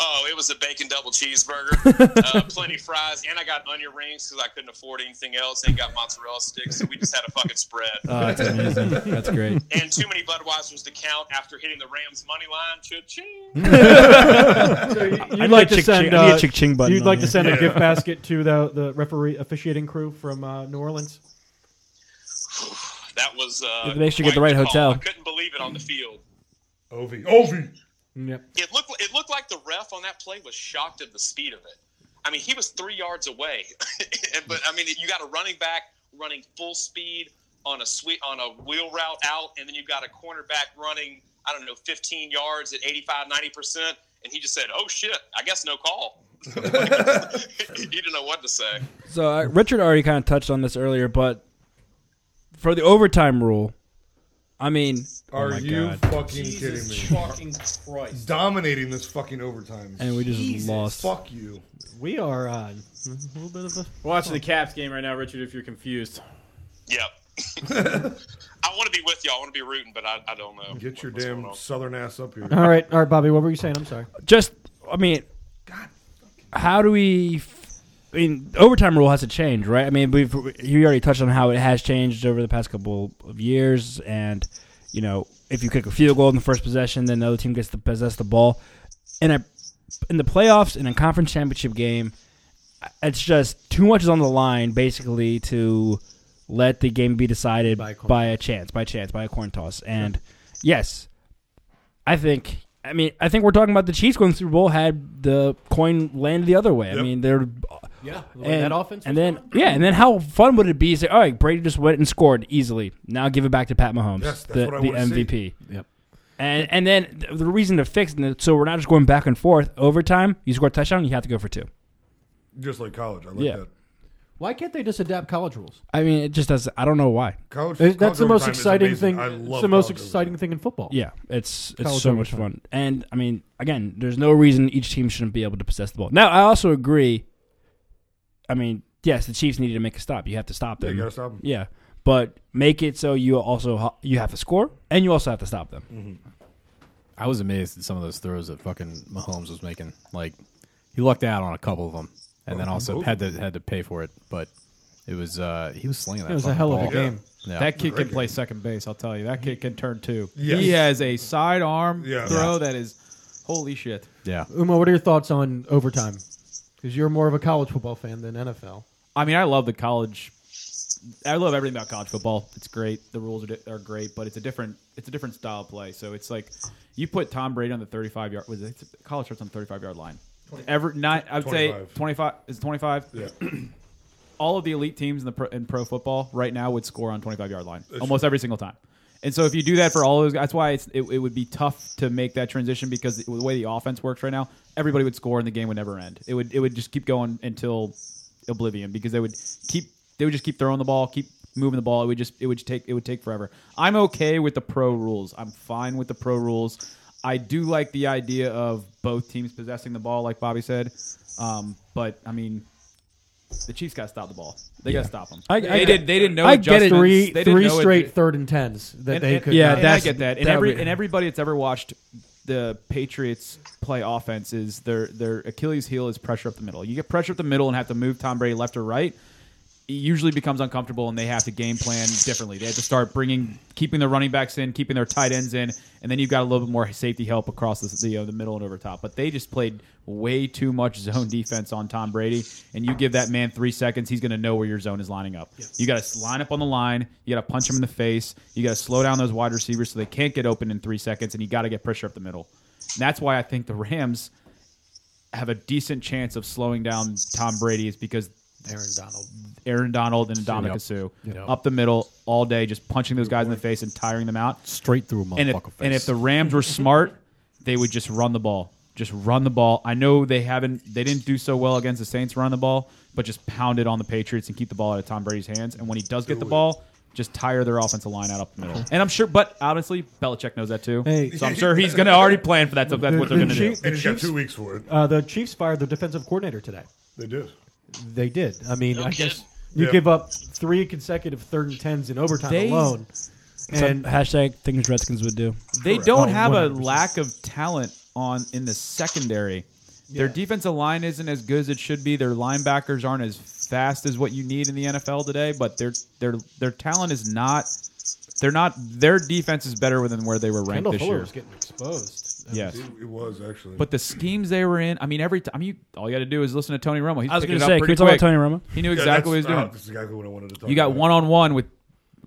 Speaker 2: Oh, it was a bacon double
Speaker 3: [laughs]
Speaker 2: cheeseburger, uh, plenty fries, and I got onion rings because I couldn't afford anything else. And got mozzarella sticks, so we just had a fucking spread.
Speaker 3: Oh, that's amazing. that's great.
Speaker 2: and too many Budweisers to count after hitting the Rams money line. Cha-ching.
Speaker 3: Hmm. I
Speaker 1: You'd
Speaker 3: need
Speaker 1: like
Speaker 3: a
Speaker 1: to
Speaker 3: chick-
Speaker 1: send
Speaker 3: I need a
Speaker 1: uh,
Speaker 3: chick ching button
Speaker 1: You'd
Speaker 3: on
Speaker 1: like to
Speaker 3: here.
Speaker 1: send a gift basket to the the referee officiating crew from uh, New Orleans.
Speaker 2: That was. Uh,
Speaker 3: They should get the
Speaker 2: quite
Speaker 3: right
Speaker 2: call.
Speaker 3: hotel.
Speaker 2: I couldn't believe it on the field.
Speaker 5: Ovi. Ovi.
Speaker 1: Yep.
Speaker 2: It looked. It looked like the ref on that play was shocked at the speed of it. I mean, he was three yards away, [laughs] And- but I mean, you got a running back running full speed on a sweep on a wheel route out, and then you've got a cornerback running. I don't know, 15 yards at 85, 90 percent, and he just said, "Oh shit, I guess no call." [laughs] he didn't know what to say.
Speaker 3: So uh, Richard already kind of touched on this earlier, but for the overtime rule, I mean,
Speaker 1: Oh
Speaker 5: Are you fucking kidding me?
Speaker 7: fucking Christ.
Speaker 5: Dominating this fucking overtime.
Speaker 3: and we just lost.
Speaker 5: Fuck you.
Speaker 1: We are uh, a little bit of a
Speaker 4: watching the Caps game right now, Richard. If you're confused,
Speaker 2: Yep. [laughs] I want to be with you. I want to be rooting, but I, I don't know.
Speaker 5: Get your
Speaker 2: what's going
Speaker 5: damn
Speaker 2: on.
Speaker 5: southern ass up here.
Speaker 1: All right, all right, Bobby. What were you saying? I'm sorry.
Speaker 3: Just, I mean, how do we? f- I mean, overtime rule has to change, right? I mean, we've you already touched on how it has changed over the past couple of years, and you know, if you kick a field goal in the first possession, then the other team gets to possess the ball. In a in the playoffs, in a conference championship game, it's just too much is on the line, basically, to let the game be decided by
Speaker 1: By
Speaker 3: a,
Speaker 1: a coin
Speaker 3: chance, by chance, by a coin toss. And yes, I think. I mean, I think we're talking about the Chiefs going to the Super Bowl had the coin landed the other way. I mean, they're
Speaker 1: Yeah,
Speaker 3: and, and then yeah, and then how fun would it be? to Say, all right, Brady just went and scored easily. Now give it back to Pat Mahomes,
Speaker 5: Yes, that's
Speaker 3: the,
Speaker 5: what I
Speaker 3: the
Speaker 5: wanna see.
Speaker 3: MVP.
Speaker 4: Yep.
Speaker 3: And and then the reason to fix it, so we're not just going back and forth overtime. You score a touchdown, you have to go for two.
Speaker 5: Just like college. I like
Speaker 3: Yeah.
Speaker 5: that.
Speaker 1: Why can't they just adapt college rules?
Speaker 3: I mean, it just does. I don't know why.
Speaker 5: College. college
Speaker 1: That's the most
Speaker 5: overtime is
Speaker 1: exciting
Speaker 5: amazing.
Speaker 1: thing.
Speaker 5: I
Speaker 1: It's
Speaker 5: love
Speaker 1: the most
Speaker 5: college
Speaker 1: exciting
Speaker 5: overtime.
Speaker 1: thing in football.
Speaker 3: Yeah, it's it's
Speaker 1: College
Speaker 3: so much
Speaker 1: overtime.
Speaker 3: fun. And I mean, again, there's no reason each team shouldn't be able to possess the ball. Now, I also agree. I mean, yes, the Chiefs needed to make a stop. You have to stop
Speaker 5: Yeah,
Speaker 3: them.
Speaker 5: you gotta stop 'em.
Speaker 3: Yeah, but make it so you also ha- you have to score and you also have to stop them.
Speaker 5: Mm-hmm.
Speaker 4: I was amazed at some of those throws that fucking Mahomes was making.
Speaker 5: Oh,
Speaker 4: Like he lucked out on a couple of them, and then also had to had to pay for it. But It was uh, he was slinging that.
Speaker 1: It was a
Speaker 4: fucking
Speaker 1: hell of a
Speaker 4: ball.
Speaker 1: game.
Speaker 4: Yeah.
Speaker 6: That kid can play second base. I'll tell you, that kid can turn two.
Speaker 5: Yes.
Speaker 6: He has a sidearm
Speaker 5: Yeah.
Speaker 6: throw
Speaker 5: Yeah.
Speaker 6: that is holy shit.
Speaker 4: Yeah.
Speaker 1: Uma, what are your thoughts on overtime? Because you're more of a college football fan than NFL.
Speaker 6: I mean, I love the college. I love everything about college football. It's great. The rules are, di- are great, but it's a different it's a different style of play. So it's like you put Tom Brady on the thirty five yard. Was it college starts on the thirty five yard line? Every nine, I would say
Speaker 5: 25.
Speaker 6: twenty five is twenty five.
Speaker 5: [clears throat] Yeah.
Speaker 6: all of the elite teams in the pro, in pro football right now would score on 25 yard line almost every single time. And so if you do that for all those, that's why it's, it, it would be tough to make that transition because the way the offense works right now, everybody would score and the game would never end. It would it would just keep going until oblivion because they would keep they would just keep throwing the ball, keep moving the ball. It would just it would take it would take forever. I'm okay with the pro rules. I'm fine with the pro rules. I do like the idea of both teams possessing the ball, like Bobby said. Um, but I mean, the Chiefs got to stop the ball. They got to stop them.
Speaker 3: I-
Speaker 6: they
Speaker 3: I-
Speaker 6: did. They didn't know.
Speaker 3: I get it.
Speaker 6: adjustments.
Speaker 1: Three,
Speaker 6: They didn't
Speaker 1: three
Speaker 6: know it-
Speaker 1: straight third and tens that
Speaker 6: and-
Speaker 1: they
Speaker 6: and-
Speaker 1: could.
Speaker 3: Yeah,
Speaker 1: not-
Speaker 6: and I
Speaker 3: that's-
Speaker 6: get that. And
Speaker 3: that
Speaker 6: every
Speaker 3: would-
Speaker 6: and everybody that's ever watched the Patriots play offense is their their Achilles heel is pressure up the middle. You get pressure up the middle and have to move Tom Brady left or right. It usually becomes uncomfortable, and they have to game plan differently. They have to start bringing, keeping their running backs in, keeping their tight ends in, and then you've got a little bit more safety help across the the, uh, the middle and over top. But they just played way too much zone [laughs] defense on Tom Brady, and you give that man three seconds, he's going to know where your zone is lining up. You got to line up on the line, you got to punch him in the face, you got to slow down those wide receivers so they can't get open in three seconds, and you got to get pressure up the middle. And that's why I think the Rams have a decent chance of slowing down Tom Brady is because
Speaker 1: Aaron Donald.
Speaker 6: Aaron Donald and Dominic
Speaker 4: Yep.
Speaker 6: Sue up the middle all day, just punching those guys in the face and tiring them out.
Speaker 4: Straight through a motherfucker
Speaker 6: And if,
Speaker 4: face.
Speaker 6: and if the Rams were smart, they would just run the ball. Just run the ball. I know they haven't they didn't do so well against the Saints run the ball, but just pound it on the Patriots and keep the ball out of Tom Brady's hands. And when he does get the ball, just tire their offensive line out up the middle. And I'm sure but honestly, Belichick knows that too.
Speaker 1: Hey.
Speaker 6: So I'm sure he's gonna already plan for that. So that's what they're gonna do.
Speaker 1: Chief-
Speaker 5: And he's got
Speaker 1: Chiefs-
Speaker 5: two weeks for it.
Speaker 1: Uh, the Chiefs fired their defensive coordinator today.
Speaker 5: They did.
Speaker 1: They did. I mean, I
Speaker 2: kidding.
Speaker 1: guess you
Speaker 5: Yeah.
Speaker 1: give up three consecutive third and tens in overtime
Speaker 6: They-
Speaker 1: alone.
Speaker 3: And
Speaker 1: And
Speaker 3: hashtag things Redskins would do.
Speaker 6: They don't
Speaker 1: Oh,
Speaker 6: have a
Speaker 1: 100%.
Speaker 6: lack of talent on in the secondary. Their
Speaker 1: Yeah.
Speaker 6: defensive line isn't as good as it should be. Their linebackers aren't as fast as what you need in the NFL today, but their their their talent is not they're not their defense is better than where they were ranked
Speaker 1: Kendall
Speaker 6: this
Speaker 1: Fuller
Speaker 6: year.
Speaker 1: was getting exposed.
Speaker 6: Yes.
Speaker 5: It, it was actually.
Speaker 6: But the schemes they were in, I mean every time I mean, you all you got to do is listen to Tony Romo. He's
Speaker 3: I was going
Speaker 6: picking it
Speaker 3: to
Speaker 6: up
Speaker 3: say, can
Speaker 6: pretty
Speaker 3: we talk about
Speaker 6: quick.
Speaker 3: Tony Romo?
Speaker 6: He knew
Speaker 5: Yeah,
Speaker 6: exactly what he was
Speaker 5: that's-
Speaker 6: doing.
Speaker 5: ah, that's exactly what I wanted to talk.
Speaker 6: You got
Speaker 5: about.
Speaker 6: one on one with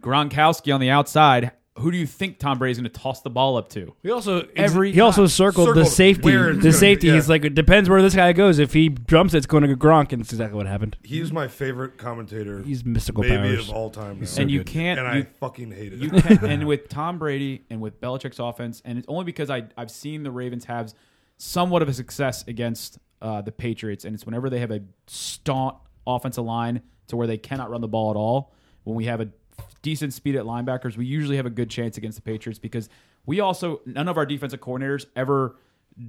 Speaker 6: Gronkowski on the outside. Who do you think Tom Brady's going to toss the ball up to?
Speaker 3: He also
Speaker 6: Every-
Speaker 3: he also circled, the
Speaker 5: Circled
Speaker 3: safety.
Speaker 5: where it's
Speaker 3: The
Speaker 5: gonna be,
Speaker 3: safety.
Speaker 5: yeah.
Speaker 3: He's like, it depends where this guy goes. If he jumps, it's going to go Gronk, and that's exactly what happened.
Speaker 5: He's my favorite commentator.
Speaker 3: He's mystical
Speaker 5: maybe
Speaker 3: powers.
Speaker 5: of all time. now.
Speaker 6: and you
Speaker 4: good.
Speaker 6: can't
Speaker 5: and
Speaker 6: you
Speaker 5: I fucking hate it.
Speaker 6: You can, and with Tom Brady and with Belichick's offense, and it's only because I I've seen the Ravens have somewhat of a success against uh, the Patriots, and it's whenever they have a staunch offensive line to where they cannot run the ball at all. When we have a decent speed at linebackers, we usually have a good chance against the Patriots because we also none of our defensive coordinators ever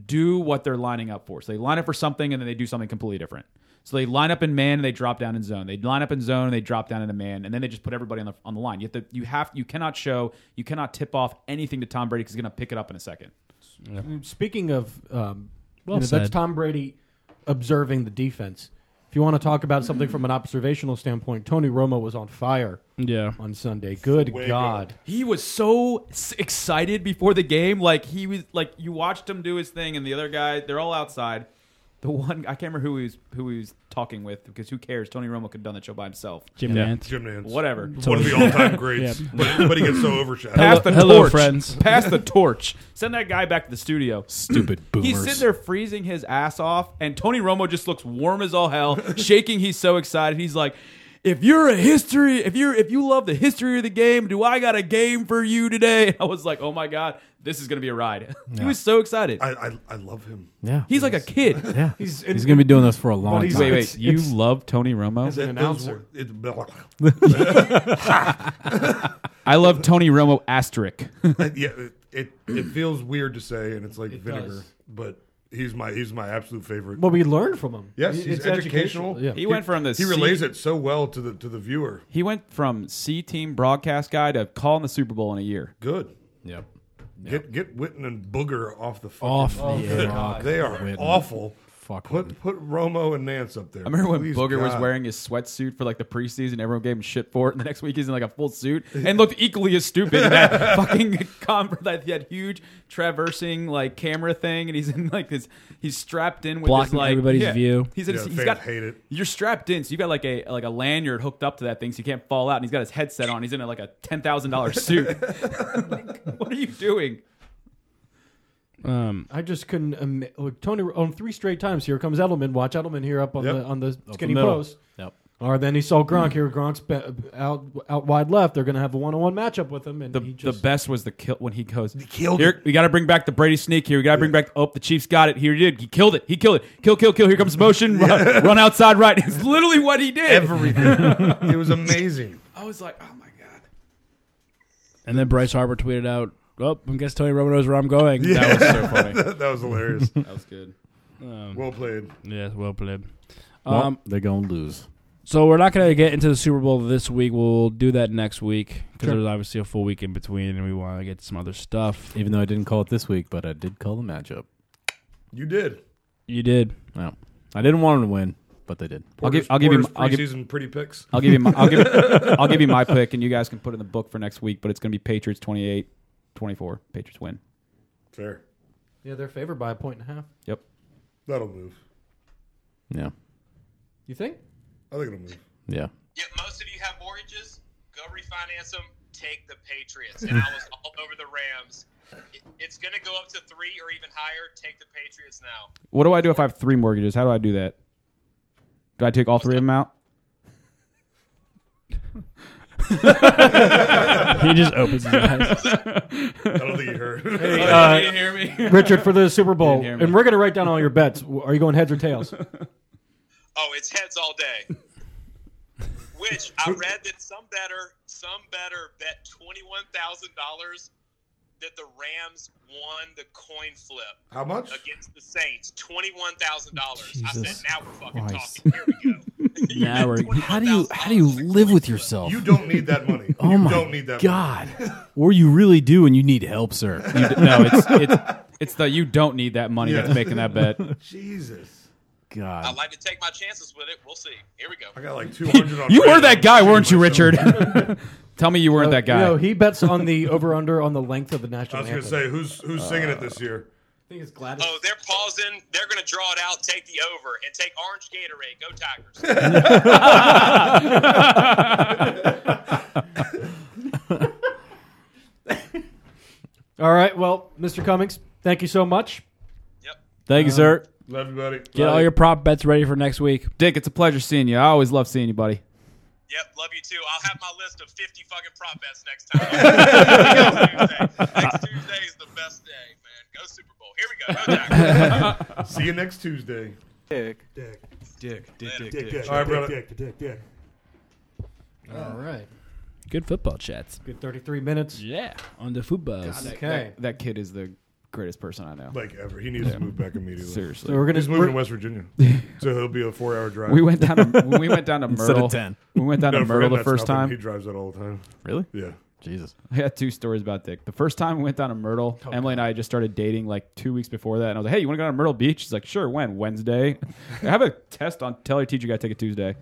Speaker 6: do what they're lining up for. So they line up for something and then they do something completely different. So they line up in man and they drop down in zone. They line up in zone and they drop down in a man, and then they just put everybody on the on the line. You have to, you have you cannot show you cannot tip off anything to Tom Brady because he's going to pick it up in a second.
Speaker 1: Speaking of, um,
Speaker 3: Well
Speaker 1: you know, that's
Speaker 3: said.
Speaker 1: Tom Brady observing the defense. If you want to talk about something from an observational standpoint, Tony Romo was on fire
Speaker 3: Yeah.
Speaker 1: on Sunday. Good God.
Speaker 6: He was so s- excited before the game, like he was like you watched him do his thing, and the other guy they're all outside. The one I can't remember who he was who he was talking with because who cares? Tony Romo could have done that show by himself.
Speaker 3: Jim Nance.
Speaker 5: [laughs] Jim Nance.
Speaker 6: Whatever.
Speaker 5: One
Speaker 6: [laughs]
Speaker 5: of the all-time greats,
Speaker 3: Yeah.
Speaker 5: but everybody gets so overshadowed.
Speaker 6: Pass the
Speaker 3: hello,
Speaker 6: torch.
Speaker 3: friends.
Speaker 6: Pass the torch. Send that guy back to the studio.
Speaker 4: stupid boomers.
Speaker 6: He's sitting there freezing his ass off, and Tony Romo just looks warm as
Speaker 5: [laughs]
Speaker 6: all hell, shaking. He's so excited. He's like, "If you're a history, if you're if you love the history of the game, do I got a game for you today?" [laughs] I was like, "Oh my god, this is gonna be a ride." [laughs] he was so excited.
Speaker 5: I, I I love him.
Speaker 4: Yeah.
Speaker 6: he's like a kid.
Speaker 4: yeah. He's, gonna be doing this for a long
Speaker 1: he's-
Speaker 4: time.
Speaker 6: Wait, wait,
Speaker 1: It's-
Speaker 6: you
Speaker 1: it's-
Speaker 6: love Tony Romo?
Speaker 5: That- those
Speaker 1: announcer.
Speaker 5: were- It's blah, blah,
Speaker 6: I love Tony Romo
Speaker 5: [laughs]
Speaker 6: asterisk.
Speaker 5: blah. yeah, it, it it feels weird to say, and it's like vinegar.
Speaker 1: does.
Speaker 5: But he's my he's my absolute favorite.
Speaker 1: What we learned from him.
Speaker 5: yes,
Speaker 1: It-
Speaker 5: he's educational.
Speaker 1: Yeah.
Speaker 6: He went from the
Speaker 5: he relays it so well to the to the viewer.
Speaker 6: He went from C team broadcast guy to calling the Super Bowl in a year.
Speaker 5: Good.
Speaker 4: Yep. Oh,
Speaker 5: Get get Witten and Booger off the fucking.
Speaker 4: Off the
Speaker 5: they are awful.
Speaker 4: fuck.
Speaker 5: Put put Romo and Nance up there.
Speaker 6: I remember when
Speaker 5: Please,
Speaker 6: Booger was
Speaker 5: God.
Speaker 6: wearing his sweatsuit for like the preseason. Everyone gave him shit for it, and the next week he's in like a
Speaker 5: [laughs]
Speaker 6: full suit and looked equally as stupid. in that [laughs] fucking com- that, that huge traversing like camera thing, and he's in like this. He's strapped in with
Speaker 3: Blocking
Speaker 6: his, like
Speaker 3: everybody's
Speaker 6: yeah,
Speaker 3: view.
Speaker 6: He's in,
Speaker 5: Yeah,
Speaker 6: he's
Speaker 5: fans
Speaker 6: got
Speaker 5: hate it.
Speaker 6: You're strapped in, so you got like a like a lanyard hooked up to that thing, so you can't fall out. And he's got his headset on. He's in a, like a ten thousand dollar
Speaker 5: [laughs]
Speaker 6: suit. [laughs] like, what are you doing?
Speaker 3: Um,
Speaker 1: I just couldn't. Im- look, Tony on three straight times here comes Edelman. Watch Edelman here up on
Speaker 5: Yep.
Speaker 1: the on the skinny
Speaker 4: middle.
Speaker 1: post.
Speaker 4: Yep.
Speaker 1: Or then he saw Gronk here. Gronk's be- out out wide left. They're going to have a one on one matchup with him, and
Speaker 6: The,
Speaker 1: he just
Speaker 6: the best was the kill when he goes. here, we got to bring back the Brady sneak. Here we got to bring back. Oh, the Chiefs got it. Here he did. He killed it. He killed it. Kill, kill, kill. Here comes motion. Run, run outside right. [laughs] It's literally what he did.
Speaker 5: everything.
Speaker 6: [laughs]
Speaker 5: it was amazing. [laughs]
Speaker 6: I was like, oh my god.
Speaker 3: and then Bryce Harper tweeted out, "Well, I guess Tony Romo knows where I'm going." Yeah,
Speaker 6: That was so funny.
Speaker 5: that was hilarious.
Speaker 6: [laughs] That was good. Um,
Speaker 5: well played.
Speaker 3: well played.
Speaker 4: Um,
Speaker 3: Um,
Speaker 4: they're gonna lose.
Speaker 3: so we're not going to get into the Super Bowl this week. We'll do that next week because there's obviously a full week in between, and we want to get some other stuff.
Speaker 4: Even though I didn't call it this week, but I did call the matchup.
Speaker 5: You did.
Speaker 3: You did.
Speaker 4: No, I didn't want them to win, but they did.
Speaker 6: I'll
Speaker 5: Porter's-
Speaker 6: give. I'll give you.
Speaker 5: Porter's
Speaker 6: I'll give.
Speaker 5: preseason pretty picks.
Speaker 6: I'll give you. My, I'll give. I'll give you my pick, and you guys can put it in the book for next week. But it's going to be Patriots 28, 24. Patriots win.
Speaker 5: Fair.
Speaker 1: yeah, they're favored by a point and a half.
Speaker 6: Yep.
Speaker 5: That'll move.
Speaker 4: Yeah,
Speaker 1: You think?
Speaker 5: I think it'll
Speaker 6: [laughs]
Speaker 5: move.
Speaker 4: yeah.
Speaker 2: Yeah, most of you have mortgages. Go refinance them. Take the Patriots. And I
Speaker 4: [laughs]
Speaker 2: was all over the Rams. It- It's going to go up to three or even higher. Take the Patriots now.
Speaker 6: What do I do if I have three mortgages? How do I do that? Do I take all three of them out?
Speaker 3: He just opens his eyes.
Speaker 5: I don't think you heard.
Speaker 6: you hear me?
Speaker 1: Richard for the Super Bowl,
Speaker 6: hear me.
Speaker 1: and we're going to write down all your bets. W- Are you going heads or
Speaker 6: [laughs]
Speaker 1: tails?
Speaker 2: Oh, it's heads all
Speaker 4: [laughs]
Speaker 2: day. Which I read that some better, some better bet twenty-one thousand dollars that the Rams won the coin flip
Speaker 5: [laughs] How much?
Speaker 2: against the Saints. Twenty-one thousand dollars. I
Speaker 4: Jesus
Speaker 2: said, now we're fucking
Speaker 4: Christ.
Speaker 2: talking. Here we go. You
Speaker 3: Now
Speaker 2: bet
Speaker 3: we're-
Speaker 2: $21,000
Speaker 4: How do you how do you
Speaker 2: on the
Speaker 4: live
Speaker 2: coin
Speaker 4: with
Speaker 2: flip.
Speaker 4: yourself?
Speaker 5: You don't need that
Speaker 6: [laughs]
Speaker 5: money.
Speaker 4: oh
Speaker 5: you
Speaker 4: my
Speaker 5: don't need that
Speaker 4: god, or you really do, and you need help, sir.
Speaker 6: You d- no, it's it's it's the you don't need that money that's
Speaker 5: Yeah.
Speaker 6: making that bet.
Speaker 5: money. Jesus.
Speaker 2: I
Speaker 4: God,
Speaker 2: like to take my chances with it. We'll see. Here we go.
Speaker 5: I got like 200 on
Speaker 6: [laughs] You were
Speaker 5: Brady.
Speaker 6: that guy,
Speaker 5: I'm
Speaker 6: weren't you,
Speaker 5: shitting
Speaker 6: Richard?
Speaker 5: myself.
Speaker 6: [laughs] Tell me you weren't that guy.
Speaker 1: Uh, You know, he bets on the over under on the length of the
Speaker 5: I
Speaker 1: national
Speaker 5: was going to
Speaker 1: anthem.
Speaker 5: say, who's who's singing it this year?
Speaker 1: I think it's Gladys.
Speaker 2: Oh, they're pausing. They're going to draw it out, take the over, and take orange Gatorade. Go Tigers.
Speaker 1: All right, well, Mr. Cummings, thank you so much.
Speaker 2: yep.
Speaker 4: thank you, sir.
Speaker 5: Love you, buddy.
Speaker 3: Get all your prop bets ready for next week.
Speaker 6: Dick, it's a pleasure seeing you. I always love seeing you, buddy.
Speaker 2: Yep, love you too. I'll have my list of 50 fucking prop bets next time. next, Tuesday. next Tuesday is the best day, man. Go Super Bowl. Here we go. Go Jaguars.
Speaker 5: See you next Tuesday.
Speaker 2: Later.
Speaker 5: All right, brother.
Speaker 1: All right.
Speaker 3: Good football chats.
Speaker 1: Good 33 minutes.
Speaker 3: Yeah, on the football.
Speaker 1: Okay.
Speaker 6: That kid is the greatest person I know.
Speaker 5: Like ever. He needs to move back immediately.
Speaker 1: [laughs]
Speaker 6: Seriously.
Speaker 1: So we're
Speaker 5: He's
Speaker 1: going
Speaker 5: moving
Speaker 1: to
Speaker 5: to West Virginia. So he'll be a four hour drive.
Speaker 6: we went down to when we went down to
Speaker 4: Instead of
Speaker 6: Myrtle.
Speaker 4: 10.
Speaker 6: We went down to
Speaker 5: No, for him,
Speaker 6: Myrtle the
Speaker 5: that's
Speaker 6: first
Speaker 5: nothing. He
Speaker 6: time.
Speaker 5: drives that all the time.
Speaker 4: Really?
Speaker 5: Yeah.
Speaker 4: Jesus.
Speaker 6: I had two stories about Dick. The first time we went down to Myrtle, Emily and I just started dating like two weeks before that, and I was like, "Hey, you want to go down to Myrtle Beach?" She's like, "Sure." When Wednesday, [laughs] I have a test on. Tell your teacher you got to take it Tuesday.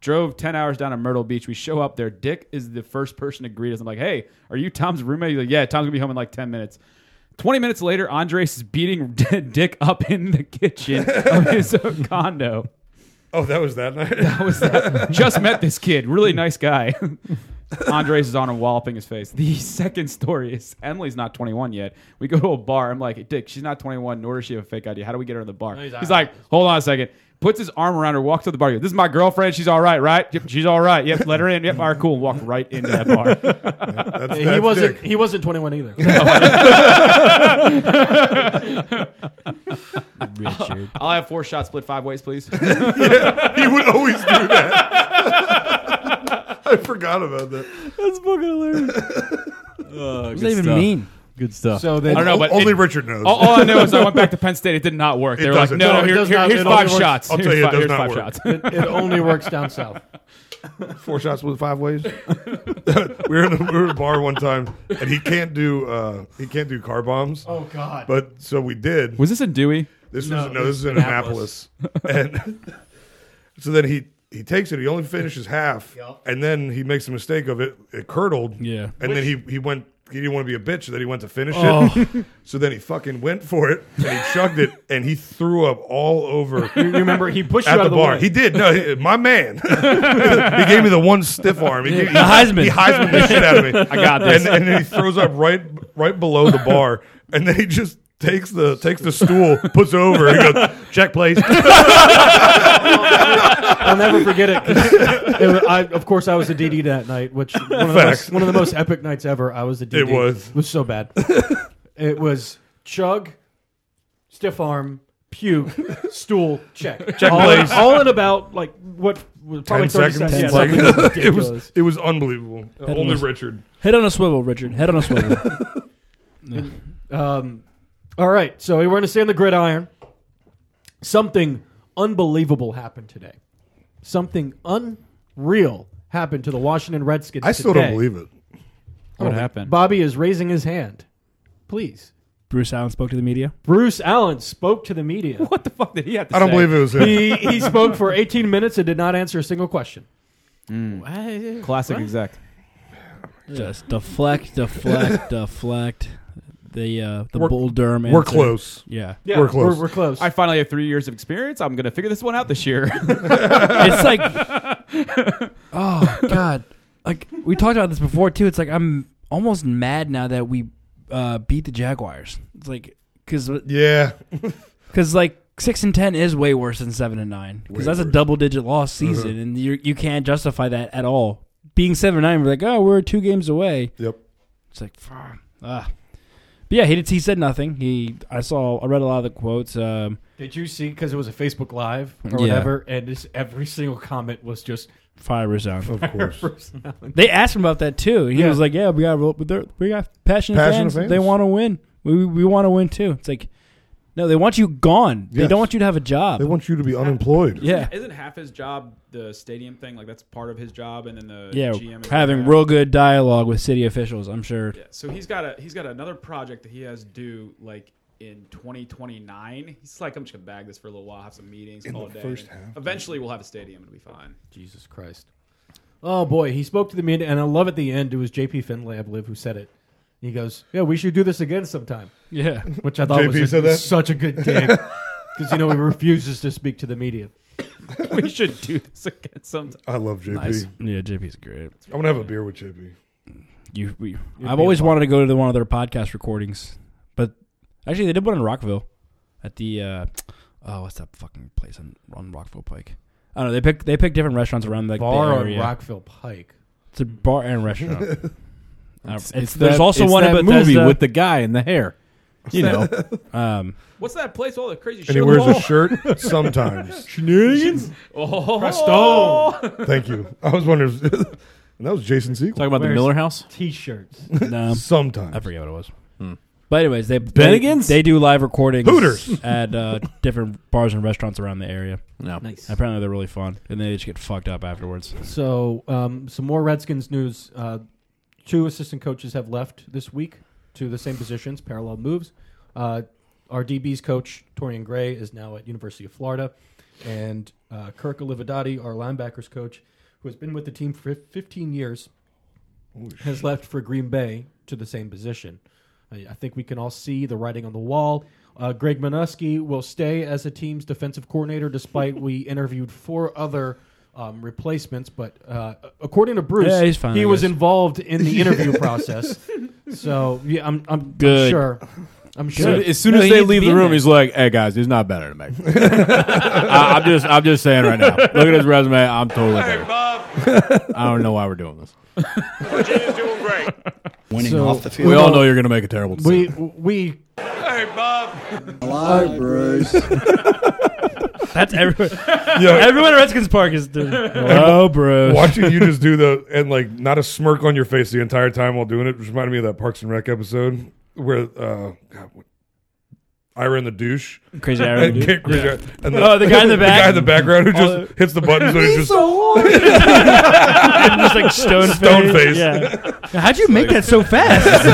Speaker 6: Drove ten hours down to Myrtle Beach. We show up there. Dick is the first person to greet us. I'm like, "Hey, are you Tom's roommate?" He's like, "Yeah, Tom's gonna be home in like ten minutes." 20 minutes later, Andres is beating [laughs] Dick up in the kitchen of his [laughs] condo.
Speaker 5: Oh, that was that night?
Speaker 6: What was [laughs]
Speaker 5: [laughs]
Speaker 6: that? Just met this kid, really nice guy. [laughs] Andres is on him, walloping his face. The second story is Emily's not 21 yet. We go to a bar. I'm like, Dick, she's not 21, nor does she have a fake idea. How do we get her in the bar? he's like, hold on a second. Puts his arm around her, walks to the bar. He goes, This is my girlfriend. She's all right, right? Yep, she's all right. Yep, let her in. Yep, all right, cool. And walked right into that bar.
Speaker 5: That's,
Speaker 1: he
Speaker 5: that's
Speaker 1: wasn't
Speaker 5: Dick.
Speaker 1: he wasn't 21 either.
Speaker 4: [laughs]
Speaker 3: Richard.
Speaker 6: [laughs] I'll have four shots split five ways, [laughs] please.
Speaker 5: [laughs] He would always do that. [laughs] I forgot about that.
Speaker 4: That's fucking hilarious. what
Speaker 3: does that even mean?
Speaker 4: Good stuff.
Speaker 1: so then
Speaker 6: I don't know, but
Speaker 5: Only
Speaker 6: it-
Speaker 5: Richard knows.
Speaker 6: All, all I know is I went back to Penn State. It did not work.
Speaker 5: It
Speaker 6: They were like,
Speaker 5: doesn't.
Speaker 6: no,
Speaker 5: No, it
Speaker 6: here-
Speaker 1: does
Speaker 6: here-
Speaker 1: not-
Speaker 6: here's
Speaker 1: it only
Speaker 6: five
Speaker 1: works.
Speaker 6: shots.
Speaker 5: I'll tell
Speaker 6: Here's
Speaker 5: you, it
Speaker 6: fi-
Speaker 5: does
Speaker 6: here's
Speaker 5: not
Speaker 6: five
Speaker 5: work.
Speaker 6: shots.
Speaker 1: it only works down south.
Speaker 5: four shots with five [laughs] ways. we were in a, we were at a bar one time, and he can't do uh, he can't do car bombs.
Speaker 1: Oh God.
Speaker 5: But so we did.
Speaker 6: Was this in Dewey?
Speaker 5: This
Speaker 1: No,
Speaker 5: was no, this
Speaker 1: it's
Speaker 5: is in Annapolis,
Speaker 1: Annapolis.
Speaker 5: and [laughs] so then he he takes it. He only finishes half, and then he makes a mistake of it. It curdled,
Speaker 3: Yeah.
Speaker 5: and then he he went. He didn't want to be a bitch, so then he went to finish
Speaker 1: Oh.
Speaker 5: it. [laughs] so then he fucking went for it and he chugged it and he threw up all over
Speaker 1: You remember he pushed you
Speaker 5: at
Speaker 1: out
Speaker 5: the
Speaker 1: of the
Speaker 5: bar.
Speaker 1: way.
Speaker 5: He did. No, he- my man. [laughs] he gave me the one stiff arm. He gave, he,
Speaker 3: The Heisman.
Speaker 5: He Heisman the shit out of me. [laughs] I
Speaker 4: got this.
Speaker 5: And, and then he throws up right right below the bar, and then he just takes the takes the stool, puts it over, and goes check
Speaker 1: [laughs]
Speaker 5: place.
Speaker 1: I'll never forget
Speaker 5: [laughs]
Speaker 1: it. 'cause it wa- I, of course, I was the DD that night, which one of, the
Speaker 5: Facts.
Speaker 1: most, one of the most epic nights ever. I was the DD.
Speaker 5: It was.
Speaker 1: It was so
Speaker 5: [laughs]
Speaker 1: bad. it was chug, stiff arm, puke, stool,
Speaker 5: [laughs]
Speaker 1: check, check all,
Speaker 5: please.
Speaker 1: all in about like what was probably
Speaker 5: Ten
Speaker 1: thirty seconds.
Speaker 5: seconds.
Speaker 3: Ten
Speaker 1: Yeah,
Speaker 3: seconds.
Speaker 5: [laughs]
Speaker 1: something
Speaker 5: it was
Speaker 1: ridiculous.
Speaker 5: it was unbelievable. Only
Speaker 3: was-
Speaker 5: Richard.
Speaker 3: Head on a swivel, Richard. Head on a swivel. [laughs]
Speaker 1: Um, all right, so we're going to stay on the gridiron. Something unbelievable happened today. Something unreal happened to the Washington Redskins.
Speaker 5: I still don't
Speaker 1: today.
Speaker 5: believe it.
Speaker 6: What happened?
Speaker 1: Bobby is raising his hand. Please.
Speaker 3: Bruce Allen spoke to the media.
Speaker 1: Bruce Allen spoke to the media.
Speaker 6: what the fuck did he have to
Speaker 5: I don't
Speaker 6: say?
Speaker 5: believe it was him.
Speaker 1: He, he spoke for 18 minutes and did not answer a single question.
Speaker 6: Classic exec.
Speaker 3: Just deflect, deflect, deflect. The uh, the
Speaker 5: We're-
Speaker 3: Bull Durham.
Speaker 5: We're
Speaker 3: answer.
Speaker 5: close.
Speaker 3: Yeah,
Speaker 1: Yeah,
Speaker 5: We're close.
Speaker 1: We're, close.
Speaker 6: I finally have three years of experience. I'm gonna figure this one out this year.
Speaker 3: it's like, [laughs] oh god, like we talked about this before too. It's like I'm almost mad now that we uh, beat the Jaguars. It's like because
Speaker 5: Yeah,
Speaker 3: Because like six and ten is way worse than seven and nine. Because that's a double digit loss
Speaker 5: Uh-huh.
Speaker 3: season, and you you can't justify that at all. Being seven and nine, we're like, oh, we're two games away.
Speaker 5: Yep.
Speaker 3: It's like, fuck, ah. But yeah, he did, he said nothing. He I saw I read a lot of the quotes. Um,
Speaker 1: Did you see, because it was a Facebook Live or
Speaker 3: Yeah.
Speaker 1: whatever, and this, every single comment was just [laughs]
Speaker 3: fire resound.
Speaker 5: of course.
Speaker 1: Bruce Allen.
Speaker 3: They asked him about that too. He
Speaker 1: Yeah.
Speaker 3: was like, yeah, we got real- but they're- we got passionate,
Speaker 5: Passionate
Speaker 3: fans.
Speaker 5: fans.
Speaker 3: They want to win. We we want to win too. It's like, no, they want you gone. They
Speaker 5: Yes.
Speaker 3: don't want you to have a job.
Speaker 5: They want you to be
Speaker 3: [laughs]
Speaker 5: unemployed.
Speaker 6: [laughs]
Speaker 3: yeah.
Speaker 6: Isn't half his job the stadium thing? Like that's part of his job, and then the
Speaker 3: Yeah,
Speaker 6: GM and
Speaker 3: having
Speaker 6: that.
Speaker 3: real good dialogue with city officials, I'm sure.
Speaker 6: Yeah, so he's got a he's got another project that he has due like in 2029. He's like, I'm just gonna bag this for a little while, have some meetings all
Speaker 5: the
Speaker 6: day.
Speaker 5: first half.
Speaker 6: Eventually, we'll have a stadium. It'll be fine.
Speaker 1: Jesus Christ. Oh, boy. He spoke to the media, and I love at the end, it was JP Finlay, I believe, who said it. He goes, Yeah, we should do this again sometime,
Speaker 3: Yeah.
Speaker 1: which I thought
Speaker 5: JP
Speaker 1: was a-
Speaker 5: said that?
Speaker 1: such a
Speaker 5: [laughs]
Speaker 1: good thing. Because, you know, he refuses to speak to the media.
Speaker 6: [laughs] we should do this again sometime.
Speaker 5: I love JP. [laughs]
Speaker 3: Yeah, JP's great.
Speaker 5: I'm gonna have a beer with JP.
Speaker 3: You, we, I've always wanted to go to one of their podcast recordings, but actually they did one in Rockville at the uh, oh what's that fucking place on, on Rockville Pike? I don't know. They pick they pick different restaurants around like
Speaker 1: Bar
Speaker 3: the
Speaker 1: on
Speaker 3: area.
Speaker 1: Rockville Pike.
Speaker 3: It's a bar and
Speaker 5: [laughs]
Speaker 3: restaurant. Uh, it's,
Speaker 4: that-
Speaker 3: there's also
Speaker 4: it's
Speaker 3: one in
Speaker 4: that
Speaker 3: Bethesda.
Speaker 4: movie with the guy and the hair.
Speaker 1: [laughs]
Speaker 4: You know,
Speaker 3: um,
Speaker 6: What's that place? with All the crazy shit.
Speaker 5: And he wears
Speaker 6: on
Speaker 5: a [laughs] shirt sometimes.
Speaker 4: shenanigans.
Speaker 6: the [laughs] wall?
Speaker 1: Presto.
Speaker 6: Oh,
Speaker 5: Thank you. I was wondering. if- [laughs] and that was Jason
Speaker 4: Talking
Speaker 5: Siegel.
Speaker 4: about the
Speaker 1: Where's-
Speaker 4: Miller House.
Speaker 1: T-shirts.
Speaker 3: [laughs] no,
Speaker 5: Sometimes.
Speaker 3: I forget what it was.
Speaker 5: Hmm.
Speaker 3: But anyways, they
Speaker 4: Bennigan's?
Speaker 3: They, they do live recordings
Speaker 5: Hooters.
Speaker 3: [laughs] at uh, different bars and restaurants around the area.
Speaker 4: No,
Speaker 3: Apparently, they're really fun, and they just get fucked up
Speaker 5: [laughs]
Speaker 3: afterwards.
Speaker 1: So, um, some more Redskins news. Uh, two assistant coaches have left this week to the same positions, parallel moves. Uh, our DB's coach, Torian Gray, is now at University of Florida, and uh, Kirk Olivadotti, our linebackers coach, who has been with the team for 15 years, has left for Green Bay to the same position. I, I think we can all see the writing on the wall. Uh, Greg Minuski will stay as the team's defensive coordinator, despite
Speaker 3: [laughs]
Speaker 1: we interviewed four other um, replacements. But uh, according to Bruce,
Speaker 3: Yeah, he's fine,
Speaker 1: he
Speaker 3: I
Speaker 1: was
Speaker 3: guess.
Speaker 1: involved in the interview process. So yeah, I'm, I'm, I'm
Speaker 3: Good.
Speaker 1: sure. I'm sure.
Speaker 4: Soon- as soon
Speaker 3: No,
Speaker 4: as
Speaker 3: he
Speaker 4: they
Speaker 3: needs to
Speaker 4: leave
Speaker 3: be
Speaker 4: the
Speaker 3: in
Speaker 4: room,
Speaker 3: there.
Speaker 4: he's like, "Hey guys, he's not better than me." [laughs] I, I'm just, I'm just saying right now. Look at his resume. I'm totally better.
Speaker 2: Bob,
Speaker 4: I don't know why we're doing this.
Speaker 2: Virginia's doing great.
Speaker 7: Winning
Speaker 1: So-
Speaker 7: off the field.
Speaker 4: We all know you're going to make a terrible
Speaker 1: We
Speaker 4: decision.
Speaker 1: we
Speaker 2: Hey, Bob.
Speaker 7: Hello, Bruce.
Speaker 3: That's everyone.
Speaker 5: Yeah.
Speaker 3: everyone at Redskins Park is doing.
Speaker 5: [laughs]
Speaker 3: Oh, bro.
Speaker 5: Watching you just do the and like not a smirk on your face the entire time while doing it just reminded me of that Parks and Rec episode where uh God, what, Ira in the douche
Speaker 3: Crazy
Speaker 5: and,
Speaker 3: Aaron.
Speaker 5: Kate Krieger- and
Speaker 3: Oh, the guy in the back? Oh,
Speaker 5: guy in [laughs] the background who
Speaker 3: All
Speaker 5: just hits the buttons and he's just
Speaker 3: just like stone face.
Speaker 5: Stone face. [laughs]
Speaker 3: Yeah. How'd you make that so fast?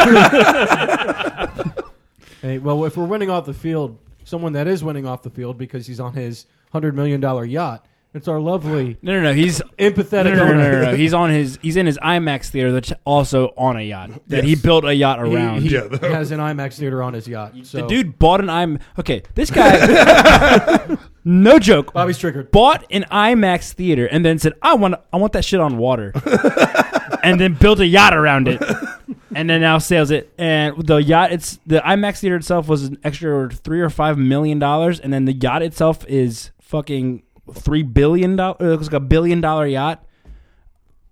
Speaker 1: hey, well if we're winning off the field, someone that is winning off the field because he's on his hundred million dollar yacht. It's our lovely
Speaker 3: No, no, no.
Speaker 5: [laughs]
Speaker 3: He's
Speaker 1: Empathetic
Speaker 3: No, no, no, no,
Speaker 1: owner.
Speaker 3: no, no. He's on his. He's in his IMAX theater that's also on a yacht. That he
Speaker 5: Yes.
Speaker 3: built a yacht around.
Speaker 1: [laughs] He, he
Speaker 5: Yeah, that-
Speaker 1: has an IMAX theater on his yacht. So
Speaker 3: the dude bought an IMAX. Okay, this guy. [laughs] no joke.
Speaker 1: Bobby's triggered.
Speaker 3: Bought an IMAX theater and then said, "I want. I want that shit on water." and then built a yacht around it. And then now sells it, and the yacht. It's the IMAX theater itself was an extra three or five million dollars, and then the yacht itself is fucking three billion dollars. It looks like a billion dollar yacht.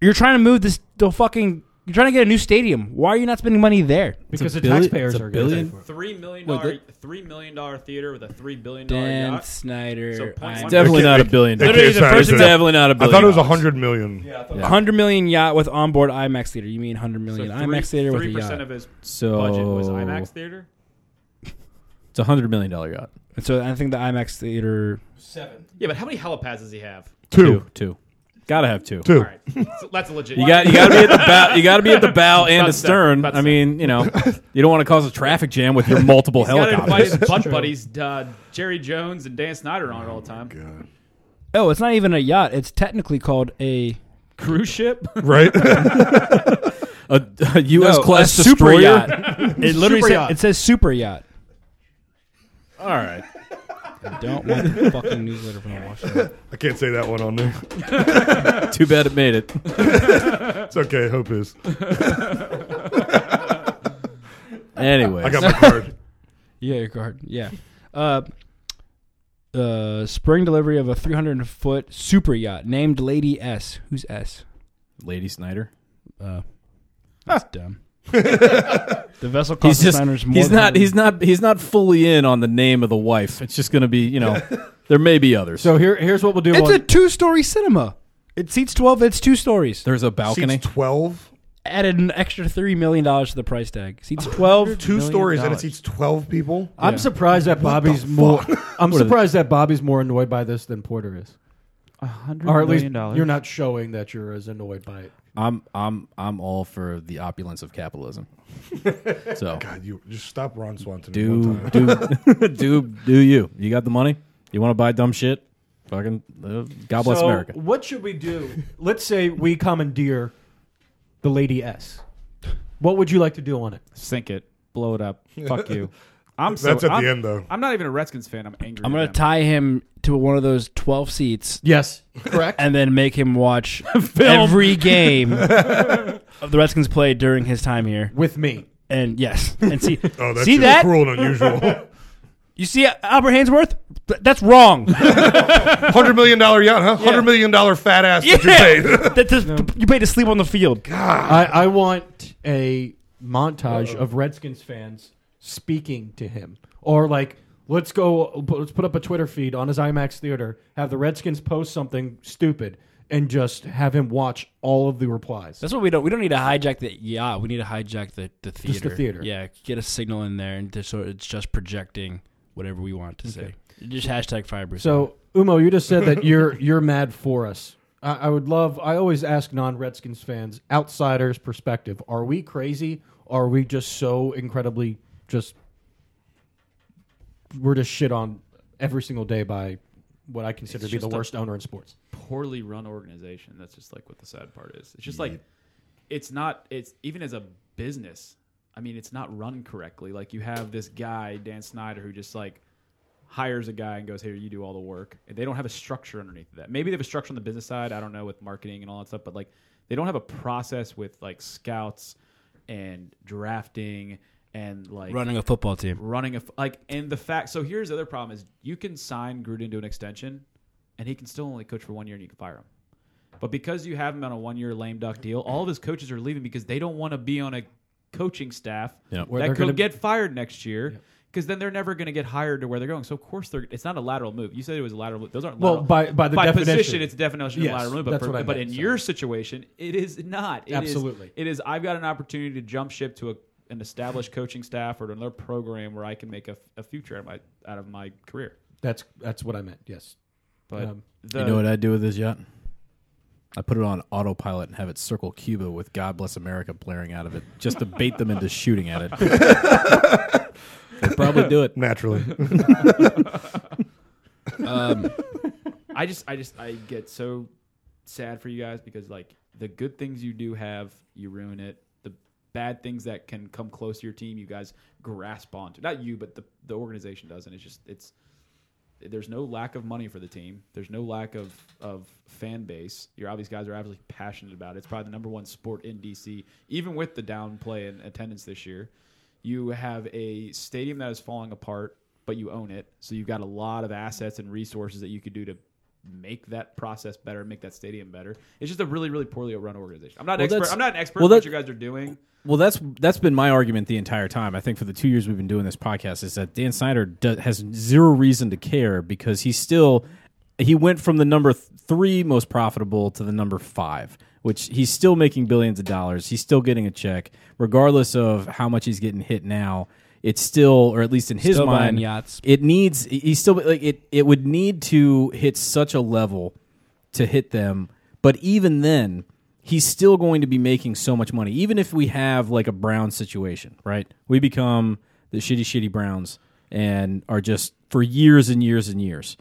Speaker 3: You're trying to move this the fucking. You're trying to get a new stadium. Why are you not spending money there?
Speaker 1: because
Speaker 4: a
Speaker 1: the
Speaker 4: billion-
Speaker 1: taxpayers
Speaker 4: it's a
Speaker 1: are going to pay
Speaker 4: billion?
Speaker 1: for it.
Speaker 6: Three million
Speaker 4: Well,
Speaker 6: dollar
Speaker 4: they-
Speaker 6: three million dollar theater with a three billion dollar
Speaker 3: Dan
Speaker 6: yacht.
Speaker 3: Snyder,
Speaker 6: So point
Speaker 3: I'm-
Speaker 6: one-
Speaker 4: Definitely
Speaker 5: It
Speaker 4: not
Speaker 5: can't-
Speaker 4: a billion.
Speaker 5: it can't-
Speaker 3: Literally the
Speaker 5: sorry,
Speaker 3: first
Speaker 5: it's
Speaker 3: example-
Speaker 4: Definitely not a
Speaker 5: I
Speaker 4: billion.
Speaker 5: thought it was a
Speaker 4: dollars.
Speaker 5: hundred million.
Speaker 4: Yeah.
Speaker 3: hundred million yacht with onboard IMAX theater. You mean hundred million IMAX theater with a
Speaker 6: three percent
Speaker 3: yacht?
Speaker 6: of his
Speaker 4: So
Speaker 6: budget
Speaker 3: Oh.
Speaker 6: was IMAX theater.
Speaker 4: It's a hundred million dollar yacht.
Speaker 3: And so I think the IMAX theater.
Speaker 6: Yeah, but how many helipads does he have?
Speaker 5: Two.
Speaker 4: two. Gotta have two.
Speaker 5: Two.
Speaker 6: All right, so that's a legit.
Speaker 4: You got you got to be at the bow. You got to be at the bow and the
Speaker 6: About to say,
Speaker 4: stern.
Speaker 6: about to
Speaker 4: I mean, you know, you don't want to cause a traffic jam with your multiple
Speaker 6: got to invite his
Speaker 4: helicopters.
Speaker 6: butt buddies, uh, Jerry Jones and Dan Snyder, on it all the time.
Speaker 3: Oh, it's not even a yacht. It's technically called a.
Speaker 5: [laughs]
Speaker 6: Cruise ship.
Speaker 5: Right?
Speaker 4: A, a U.S.
Speaker 3: No,
Speaker 4: class
Speaker 3: a super
Speaker 4: destroyer. [laughs]
Speaker 3: yacht. It literally
Speaker 1: Super
Speaker 3: said-
Speaker 1: yacht.
Speaker 3: it says super yacht.
Speaker 4: All right.
Speaker 3: I don't want the fucking newsletter from Washington.
Speaker 5: I can't say that one on there.
Speaker 4: Too bad it made it.
Speaker 5: It's okay. Hope is.
Speaker 4: Anyway,
Speaker 5: I got my card.
Speaker 3: Yeah, your card. Yeah. Uh, uh, spring delivery of a 300 foot super yacht named Lady S. Who's S?
Speaker 4: Lady Snyder.
Speaker 3: Uh, that's dumb. the vessel cost
Speaker 4: He's just
Speaker 3: Snyder's more.
Speaker 4: he's
Speaker 3: than-
Speaker 4: not he's not he's not fully in on the name of the wife. It's just going to be you know there may be others.
Speaker 1: So here, here's what we'll do.
Speaker 3: It's
Speaker 1: on,
Speaker 3: a two story cinema. It seats 12. It's two stories.
Speaker 4: There's a balcony.
Speaker 5: Seats 12.
Speaker 3: added an extra three million dollars to the price tag. [laughs] Seats twelve.
Speaker 5: Two stories and it seats 12 people.
Speaker 1: I'm surprised that Bobby's more. I'm surprised that Bobby's more annoyed by this than Porter is,
Speaker 8: hundred
Speaker 1: or at least you're not showing that you're as annoyed by it.
Speaker 4: I'm I'm I'm all for the opulence of capitalism. So
Speaker 5: God, you just stop Ron Swanson.
Speaker 4: do
Speaker 5: One time.
Speaker 4: do do [laughs] do you? You got the money? You want to buy dumb shit? Fucking uh, God bless
Speaker 1: so
Speaker 4: America.
Speaker 1: What should we do? Let's say we commandeer the Lady S. What would you like to do on it?
Speaker 8: Sink it, blow it up.
Speaker 5: [laughs]
Speaker 8: Fuck you. I'm so,
Speaker 5: That's at
Speaker 8: I'm-
Speaker 5: the end, though.
Speaker 8: I'm not even a Redskins fan. I'm angry.
Speaker 3: I'm gonna
Speaker 8: at them.
Speaker 3: tie him to one of those twelve seats
Speaker 1: Yes, correct.
Speaker 3: and then make him [laughs] watch every [laughs] game of the Redskins play during his time here.
Speaker 1: [laughs] With me,
Speaker 3: And yes, and [laughs] see,
Speaker 5: Oh, that's
Speaker 3: see
Speaker 5: just
Speaker 3: that
Speaker 5: cruel and unusual.
Speaker 3: you see Albert Hainsworth. Th- [laughs] That's wrong.
Speaker 5: Hundred million dollar yacht, huh? Hundred million dollar fat ass
Speaker 3: yeah,
Speaker 5: that you
Speaker 3: [laughs]
Speaker 5: paid.
Speaker 3: That just- you paid to sleep on the field.
Speaker 1: I, I want a montage of Redskins fans speaking to him, or like let's go, let's put up a Twitter feed on his IMAX theater, have the Redskins post something stupid, and just have him watch all of the replies.
Speaker 3: That's what we don't. We don't need to hijack the yeah. We need to hijack the the theater.
Speaker 1: Just the theater.
Speaker 3: Yeah, get a signal in there, and just, so it's just projecting whatever we want to say. Just hashtag fire Bruce.
Speaker 1: So, Umo, you just said that you're you're mad for us. I, I would love. I always ask non-Redskins fans, outsiders' perspective: Are we crazy? Are we just so incredibly just? We're just shit on every single day by what I consider
Speaker 6: It's
Speaker 1: to be the
Speaker 6: just a-
Speaker 1: worst owner in sports.
Speaker 6: poorly run organization. That's just like what the sad part is. It's just like it's not it's even as a business, I mean it's not run correctly. Like you have this guy, Dan Snyder, who just like hires a guy and goes, Here, you do all the work. And they don't have a structure underneath that. Maybe they have a structure on the business side, I don't know, with marketing and all that stuff, but like they don't have a process with like scouts and drafting and like
Speaker 3: running a football team.
Speaker 6: running a f- like and the fact so here's the other problem is you can sign Gruden to an extension and he can still only coach for one year and you can fire him. But because you have him on a one year lame duck deal, all of his coaches are leaving because they don't want to be on a coaching staff
Speaker 4: Yeah. Where
Speaker 1: they're
Speaker 6: that could
Speaker 1: gonna-
Speaker 6: get fired next year. Because then they're never going to get hired to where they're going. So of course they're. It's not a lateral move. You said it was a lateral move. Those aren't
Speaker 1: Well,
Speaker 6: lateral-
Speaker 1: by- by the
Speaker 6: position,
Speaker 1: definition.
Speaker 6: it's definition
Speaker 1: Yes,
Speaker 6: of lateral move. But,
Speaker 1: that's
Speaker 6: for-
Speaker 1: what I
Speaker 6: but
Speaker 1: meant,
Speaker 6: in
Speaker 1: sorry.
Speaker 6: your situation, it is not. It is-
Speaker 1: Absolutely.
Speaker 6: it is I've got an opportunity to jump ship to a, an established coaching staff or to another program where I can make a, a future out of my, out of my career.
Speaker 1: That's that's what I meant. Yes.
Speaker 6: But
Speaker 1: Um,
Speaker 6: the,
Speaker 4: you know what I do with this yacht? I put it on autopilot and have it circle Cuba with "God Bless America" blaring out of it, just to bait them into shooting at it. They probably do it
Speaker 5: [laughs] naturally.
Speaker 6: um, I just, I just, I get so sad for you guys because like the good things you do have, you ruin it. The bad things that can come close to your team, you guys grasp onto. Not you, but the the organization doesn't. It's just, it's there's no lack of money for the team. There's no lack of of fan base. Your obvious guys are obviously passionate about it. It's probably the number one sport in DC, even with the downplay in attendance this year. You have a stadium that is falling apart, but you own it. So you've got a lot of assets and resources that you could do to make that process better, make that stadium better. It's just a really, really poorly run organization. I'm not an
Speaker 4: Well,
Speaker 6: expert.
Speaker 4: that's-
Speaker 6: I'm not an expert
Speaker 4: well,
Speaker 6: on what
Speaker 4: that-
Speaker 6: you guys are doing.
Speaker 4: Well, that's that's been my argument the entire time. I think for the two years we've been doing this podcast is that Dan Snyder do, has zero reason to care because he still he went from the number th- three most profitable to the number five, which he's still making billions of dollars. He's still getting a check, regardless of how much he's getting hit now. It's still, or at least in his
Speaker 3: Still buying
Speaker 4: mind,
Speaker 3: yachts.
Speaker 4: it needs. He's still like it. It would need to hit such a level to hit them. But even then, he's still going to be making so much money. Even if we have like a Brown situation, right? We become the shitty, shitty Browns and are just for years and years and years.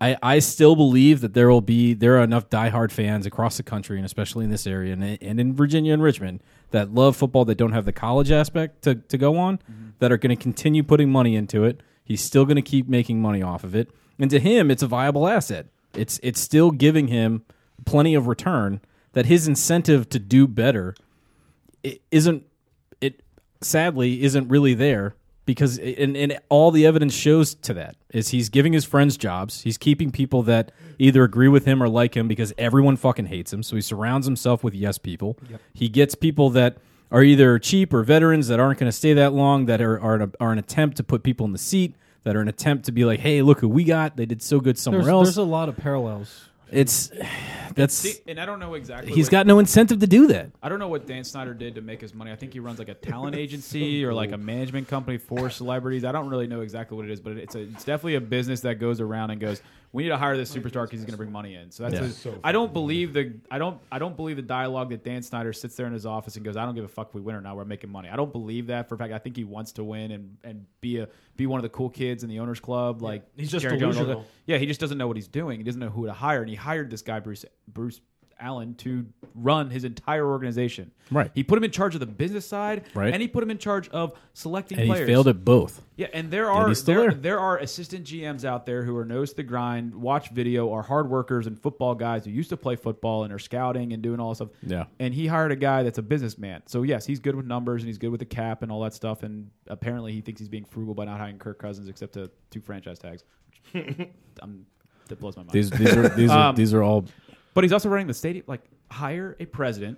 Speaker 4: I, I still believe that there will be there are enough diehard fans across the country and especially in this area and, and in Virginia and Richmond that love football that don't have the college aspect to, to go on that are going to continue putting money into it. He's still going to keep making money off of it, and to him, it's a viable asset. It's it's still giving him plenty of return. That his incentive to do better it isn't it sadly isn't really there because and, and all the evidence shows to that is he's giving his friends jobs he's keeping people that either agree with him or like him because everyone fucking hates him so he surrounds himself with yes people he gets people that are either cheap or veterans that aren't going to stay that long that are, are, an, are an attempt to put people in the seat that are an attempt to be like hey look who we got they did so good somewhere
Speaker 1: There's,
Speaker 4: else
Speaker 1: there's a lot of parallels.
Speaker 4: it's [sighs] that's
Speaker 6: See, and I don't know exactly.
Speaker 4: he's
Speaker 6: what-
Speaker 4: got no incentive to do that
Speaker 6: I don't know what Dan Snyder did to make his money. I think he runs like a talent agency or like a management company for celebrities. I don't really know exactly what it is, but it's a, it's definitely a business that goes around and goes. We need to hire this superstar because he's going to bring money in. So that's.
Speaker 4: Yeah.
Speaker 6: a- I don't believe the I don't I don't believe the dialogue that Dan Snyder sits there in his office and goes, I don't give a fuck if we win or not. We're making money. I don't believe that for a fact. I think he wants to win and and be a be one of the cool kids in the owners club. Like
Speaker 1: He's just
Speaker 6: Jerry Jones.
Speaker 1: delusional.
Speaker 6: Yeah, he just doesn't know what he's doing. He doesn't know who to hire, and he hired this guy Bruce Bruce Allen to run his entire organization.
Speaker 4: Right.
Speaker 6: He put him in charge of the business side,
Speaker 4: Right.
Speaker 6: and he put him in charge of selecting
Speaker 4: and he
Speaker 6: players.
Speaker 4: failed at both
Speaker 6: Yeah, and there
Speaker 4: And
Speaker 6: are
Speaker 4: he's still
Speaker 6: there,
Speaker 4: there.
Speaker 6: there are assistant GMs out there who are nose to the grind, watch video, are hard workers and football guys who used to play football and are scouting and doing all this stuff.
Speaker 4: Yeah.
Speaker 6: And he hired a guy that's a businessman. So yes, he's good with numbers and he's good with the cap and all that stuff. And apparently he thinks he's being frugal by not hiring Kirk Cousins except to two franchise tags.
Speaker 4: [laughs]
Speaker 6: Which I'm, that blows my mind.
Speaker 4: these these are these are,
Speaker 6: Um,
Speaker 4: these are all
Speaker 6: But he's also running the stadium. Like, hire a president.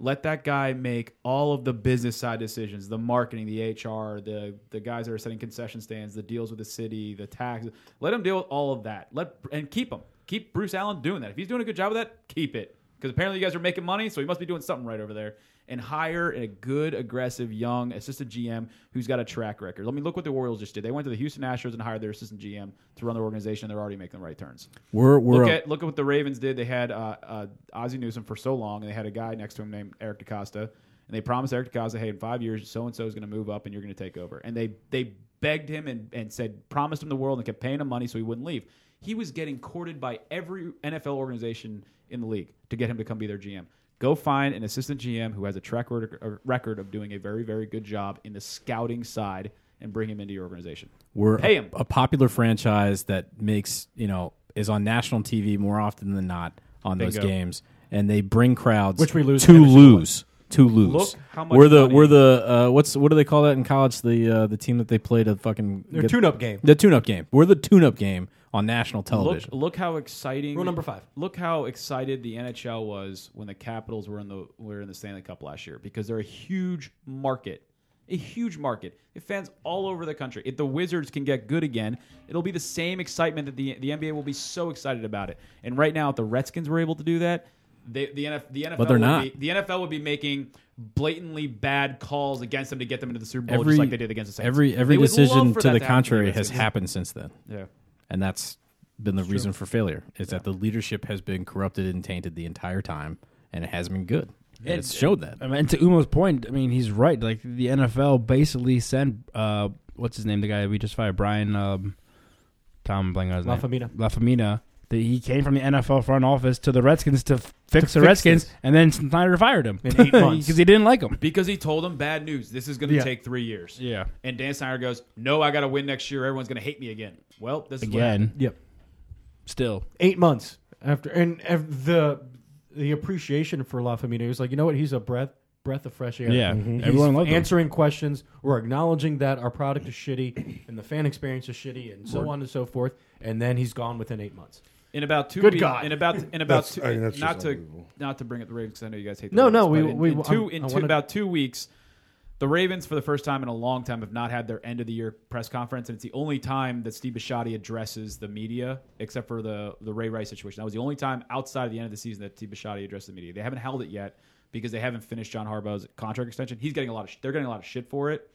Speaker 6: Let that guy make all of the business side decisions, the marketing, the HR, the the guys that are setting concession stands, the deals with the city, the taxes. Let him deal with all of that. Let and keep him. Keep Bruce Allen doing that. If he's doing a good job of that, keep it. Because apparently you guys are making money, so he must be doing something right over there. And hire a good, aggressive, young assistant GM who's got a track record. Let me look what the Orioles just did. They went to the Houston Astros and hired their assistant GM to run their organization. and They're already making the right turns.
Speaker 4: we're we're
Speaker 6: Look
Speaker 4: a-
Speaker 6: at look at what the Ravens did. They had uh, uh, Ozzie Newsome for so long, and they had a guy next to him named Eric DaCosta, and they promised Eric DaCosta, "Hey, in five years, so and so is going to move up, and you're going to take over." And they they begged him and, and said, promised him the world, and kept paying him money so he wouldn't leave. He was getting courted by every NFL organization in the league to get him to come be their GM. Go find an assistant GM who has a track record, a record of doing a very very good job in the scouting side, and bring him into your organization.
Speaker 4: We're
Speaker 6: Pay
Speaker 4: a,
Speaker 6: 'em.
Speaker 4: a popular franchise that makes you know is on national TV more often than not on those
Speaker 6: Bingo.
Speaker 4: games, and they bring crowds
Speaker 1: Which we lose
Speaker 4: to
Speaker 1: every single
Speaker 4: lose to lose.
Speaker 6: Look how much
Speaker 4: we're the
Speaker 6: money-
Speaker 4: we're the uh, what's what do they call that in college? The uh, the team that they played a fucking
Speaker 1: Their tune-up game.
Speaker 4: The tune up game. We're the tune up game on national television.
Speaker 6: Look, look how exciting.
Speaker 1: Rule number five.
Speaker 6: Look how excited the NHL was when the Capitals were in the were in the Stanley Cup last year because they're a huge market, a huge market. It fans all over the country. If the Wizards can get good again, it'll be the same excitement that the the NBA will be so excited about it. And right now, if the Redskins were able to do that. They, the, NF, the NFL,
Speaker 4: they're
Speaker 6: would
Speaker 4: not.
Speaker 6: Be, the NFL would be making blatantly bad calls against them to get them into the Super Bowl,
Speaker 4: every
Speaker 6: just like they did against the Saints.
Speaker 4: every
Speaker 6: They
Speaker 4: every
Speaker 6: would love
Speaker 4: decision
Speaker 6: for
Speaker 4: to
Speaker 6: that
Speaker 4: the
Speaker 6: happen
Speaker 4: contrary has
Speaker 6: Redskins.
Speaker 4: happened since then.
Speaker 6: Yeah.
Speaker 4: and that's been the reason for failure is that the leadership has been corrupted and tainted the entire time, and it hasn't been good. And it's showed that.
Speaker 3: I mean, to Umo's point, I mean, he's right. Like the NFL basically sent uh, what's his name? The guy we just fired, Brian. Um, Tom blanking on his
Speaker 1: La
Speaker 3: name.
Speaker 1: Famina.
Speaker 3: La Famina. That he came from the NFL front office to the Redskins to f- fix the
Speaker 1: fix
Speaker 3: Redskins,
Speaker 1: this.
Speaker 3: and then Snyder fired him
Speaker 1: In
Speaker 3: [laughs]
Speaker 1: eight months.
Speaker 3: because he didn't like him.
Speaker 6: because he told them bad news. This is going to
Speaker 1: Yeah.
Speaker 6: take three years.
Speaker 3: Yeah.
Speaker 6: And Dan Snyder goes, "No, I got to win next year. Everyone's going to hate me again." Well, this is what happened.
Speaker 3: Again,
Speaker 1: Yep.
Speaker 3: still
Speaker 1: Eight months after, and, and the the appreciation for La Famina he was like, you know what? He's a breath breath of fresh air. Mm-hmm.
Speaker 3: Yeah. Mhm.
Speaker 1: He's
Speaker 3: Everyone loved him.
Speaker 1: answering questions. We're acknowledging that our product is shitty and the fan experience is shitty, and so on and so forth. And then he's gone within eight months.
Speaker 6: In about two
Speaker 1: Good
Speaker 6: weeks.
Speaker 1: God.
Speaker 6: In about
Speaker 5: [laughs]
Speaker 6: in about
Speaker 5: That's-
Speaker 6: two,
Speaker 5: I mean, that's
Speaker 6: not
Speaker 5: just
Speaker 6: to
Speaker 5: unbelievable.
Speaker 6: not to bring up the Ravens because I know you guys hate. The
Speaker 1: No,
Speaker 6: Ravens,
Speaker 1: no, we-
Speaker 6: but in,
Speaker 1: we-
Speaker 6: in two
Speaker 1: I'm-
Speaker 6: in
Speaker 1: I
Speaker 6: 2
Speaker 1: wanna-
Speaker 6: about two weeks. The Ravens, for the first time in a long time, have not had their end of the year press conference, and it's the only time that Steve Bisciotti addresses the media, except for the the Ray Rice situation. That was the only time outside of the end of the season that Steve Bisciotti addressed the media. They haven't held it yet because they haven't finished John Harbaugh's contract extension. He's getting a lot of sh- they're getting a lot of shit for it,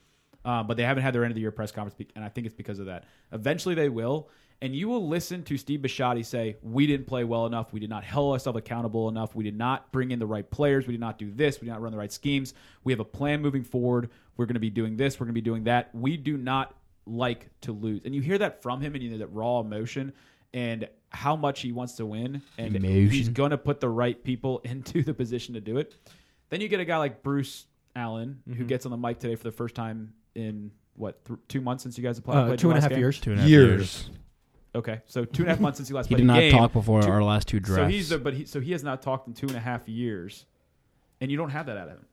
Speaker 6: um, but they haven't had their end of the year press conference, be- and I think it's because of that. Eventually, they will, and you will listen to Steve Bisciotti say, "We didn't play well enough. We did not hold ourselves accountable enough. We did not bring in the right players. We did not do this. We did not run the right schemes. We have a plan moving forward. We're going to be doing this. We're going to be doing that. We do not like to lose." And you hear that from him, and you know that raw emotion and how much he wants to win, and he's going to put the right people [laughs] into the position to do it. Then you get a guy like Bruce Allen
Speaker 1: Mm-hmm.
Speaker 6: who gets on the mic today for the first time in what th- two months since you guys applied,
Speaker 1: Uh,
Speaker 6: played
Speaker 1: two
Speaker 6: your
Speaker 1: and a
Speaker 6: last
Speaker 1: half
Speaker 6: game?
Speaker 1: years.
Speaker 3: two and a half
Speaker 5: Years.
Speaker 3: years.
Speaker 6: Okay, so two and a half months since he last
Speaker 3: He
Speaker 6: played
Speaker 3: did not
Speaker 6: a game.
Speaker 3: talk before
Speaker 6: Two-
Speaker 3: our last two drafts.
Speaker 6: So he's the but he so he has not talked in two and a half years, and you don't have that out of him.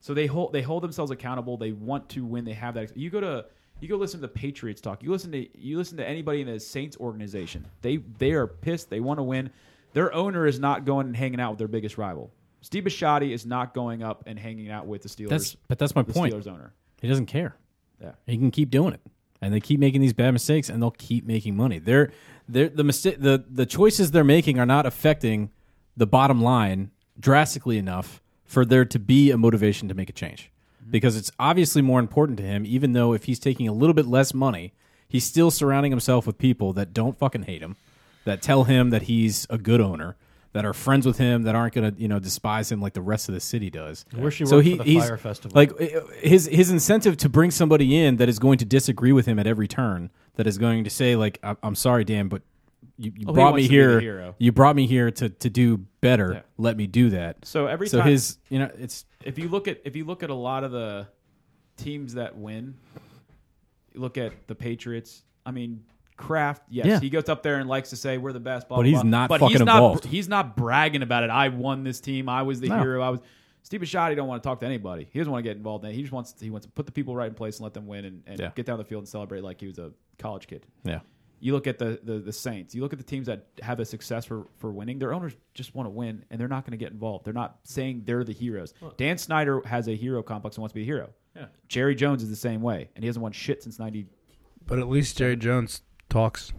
Speaker 6: So they hold they hold themselves accountable. They want to win. They have that. You go to you go listen to the Patriots talk. You listen to you listen to anybody in the Saints organization. They they are pissed. They want to win. Their owner is not going and hanging out with their biggest rival. Steve Bisciotti is not going up and hanging out with the Steelers.
Speaker 4: That's but that's my
Speaker 6: the
Speaker 4: point.
Speaker 6: Steelers owner.
Speaker 4: He doesn't care.
Speaker 6: Yeah.
Speaker 4: He can keep doing it. And they keep making these bad mistakes and they'll keep making money. They're, they're the mistake the, the choices they're making are not affecting the bottom line drastically enough for there to be a motivation to make a change.
Speaker 1: Mm-hmm.
Speaker 4: Because it's obviously more important to him, even though if he's taking a little bit less money, he's still surrounding himself with people that don't fucking hate him, that tell him that he's a good owner, that are friends with him, that aren't gonna, you know, despise him like the rest of the city does.
Speaker 1: wish he
Speaker 4: so
Speaker 1: worked
Speaker 4: he,
Speaker 1: for the
Speaker 4: he's
Speaker 1: Fire Festival.
Speaker 4: like uh, his his incentive to bring somebody in that is going to disagree with him at every turn, that is going to say like, "I- "I'm sorry, Dan, but you, you
Speaker 6: Oh, he
Speaker 4: brought
Speaker 6: wants
Speaker 4: me
Speaker 6: to be
Speaker 4: here.
Speaker 6: the hero."
Speaker 4: You brought me here to to do better.
Speaker 6: Yeah.
Speaker 4: Let me do that."
Speaker 6: So every
Speaker 4: so
Speaker 6: time-
Speaker 4: his you know it's
Speaker 6: if you look at if you look at a lot of the teams that win, you look at the Patriots. I mean, Kraft. Yes,
Speaker 4: Yeah.
Speaker 6: he goes up there and likes to say we're the best. Blah,
Speaker 4: But
Speaker 6: blah,
Speaker 4: he's
Speaker 6: blah.
Speaker 4: not
Speaker 6: But
Speaker 4: fucking
Speaker 6: he's not,
Speaker 4: involved.
Speaker 6: He's not bragging about it. I won this team. I was the
Speaker 4: No.
Speaker 6: hero. I was. Steve Bisciotti don't want to talk to anybody. He doesn't want to get involved in it. He just wants he wants to put the people right in place and let them win and, and
Speaker 4: Yeah.
Speaker 6: get down the field and celebrate like he was a college kid.
Speaker 4: yeah.
Speaker 6: You look at the, the the Saints. You look at the teams that have a success for, for winning. Their owners just want to win, and they're not going to get involved. They're not saying they're the heroes. Dan Snyder has a hero complex and wants to be a hero. Yeah. Jerry Jones is the same way, and he hasn't won shit since ninety.
Speaker 3: but at least Jerry Jones talks.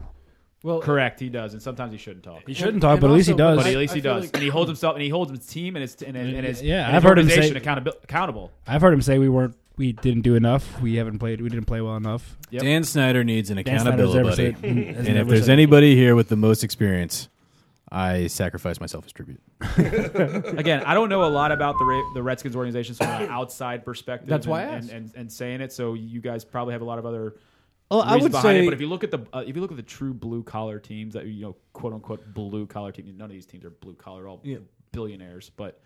Speaker 1: Well,
Speaker 6: Correct, he does, and sometimes he shouldn't talk.
Speaker 3: He
Speaker 6: He
Speaker 3: shouldn't
Speaker 1: And-
Speaker 3: talk,
Speaker 1: and
Speaker 3: but at least he
Speaker 1: also-
Speaker 3: does.
Speaker 6: but at least
Speaker 1: I- I
Speaker 6: he
Speaker 1: feel
Speaker 6: does,
Speaker 1: like-
Speaker 6: and he holds himself, and he holds his team and his and, his- and his
Speaker 3: Yeah,
Speaker 6: and his
Speaker 3: I've heard him say-
Speaker 6: organization accountable. accountable.
Speaker 3: I've heard him say we weren't, we didn't do enough. We haven't played, we didn't play well enough.
Speaker 6: Yep.
Speaker 4: Dan Snyder needs an
Speaker 3: Dan Snyder's
Speaker 4: accountability
Speaker 3: never
Speaker 4: [laughs] buddy.
Speaker 3: said- has
Speaker 4: and if
Speaker 3: never
Speaker 4: there's
Speaker 3: said-
Speaker 4: anybody here with the most experience, I sacrifice myself as tribute.
Speaker 6: Again, I don't know a lot about the Ra- the Redskins organization from an outside perspective.
Speaker 1: That's
Speaker 6: and,
Speaker 1: why I
Speaker 6: and,
Speaker 1: asked.
Speaker 6: and, and, saying it. So you guys probably have a lot of other.
Speaker 4: Well, I
Speaker 6: reasons
Speaker 4: would
Speaker 6: behind
Speaker 4: say-
Speaker 6: it, but if you look at the uh, if you look at the true blue collar teams that you know quote unquote blue collar teams, none of these teams are blue collar, all
Speaker 1: Yeah.
Speaker 6: billionaires. But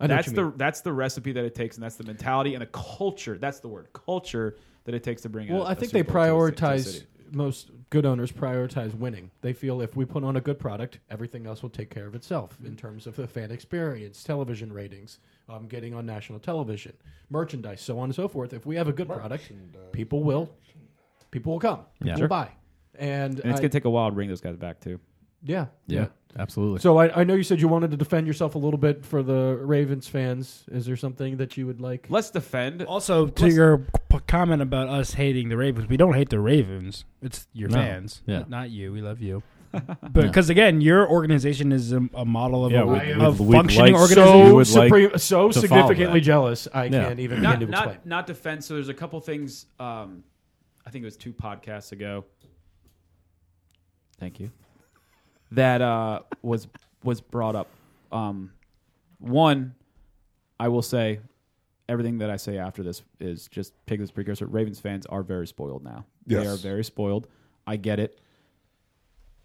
Speaker 1: I know what
Speaker 6: that's
Speaker 1: you
Speaker 6: the
Speaker 1: mean.
Speaker 6: that's the recipe that it takes, and that's the mentality and the culture. That's the word culture that it takes to bring. a-
Speaker 1: Well, I
Speaker 6: a
Speaker 1: think they
Speaker 6: Super Bowl to the ci- to the
Speaker 1: prioritize
Speaker 6: city.
Speaker 1: most good owners prioritize winning. They feel if we put on a good product, everything else will take care of itself in terms of the fan experience, television ratings, um, getting on national television, merchandise, so on and so forth. If we have a good product, people will, people will come, people will
Speaker 4: Sure.
Speaker 1: buy, and,
Speaker 6: And it's
Speaker 1: I-
Speaker 6: gonna take a while to bring those guys back too.
Speaker 1: yeah,
Speaker 4: absolutely.
Speaker 1: So I, I know you said you wanted to defend yourself a little bit for the Ravens fans. Is there something that you would like?
Speaker 6: Let's defend.
Speaker 3: Also, to your p- comment about us hating the Ravens, we don't hate the Ravens. It's your
Speaker 4: No.
Speaker 3: fans,
Speaker 4: Yeah.
Speaker 3: not you. We love [laughs] you. But because again, your organization is a, a model of
Speaker 4: Yeah,
Speaker 3: a,
Speaker 4: we-
Speaker 3: of
Speaker 4: we-
Speaker 3: of
Speaker 4: we'd
Speaker 3: functioning
Speaker 4: like-
Speaker 3: organization.
Speaker 4: We would like
Speaker 1: supreme- so
Speaker 4: to follow
Speaker 1: significantly
Speaker 4: that.
Speaker 1: jealous, I
Speaker 4: Yeah.
Speaker 1: can't even
Speaker 6: not
Speaker 1: begin to
Speaker 6: not
Speaker 1: explain.
Speaker 6: not defense. So there's a couple things. Um, I think it was two podcasts ago. Thank you. That uh, was was brought up. Um, one, I will say, everything that I say after this is just take this precursor. Ravens fans are very spoiled now. They
Speaker 5: Yes.
Speaker 6: are very spoiled. I get it.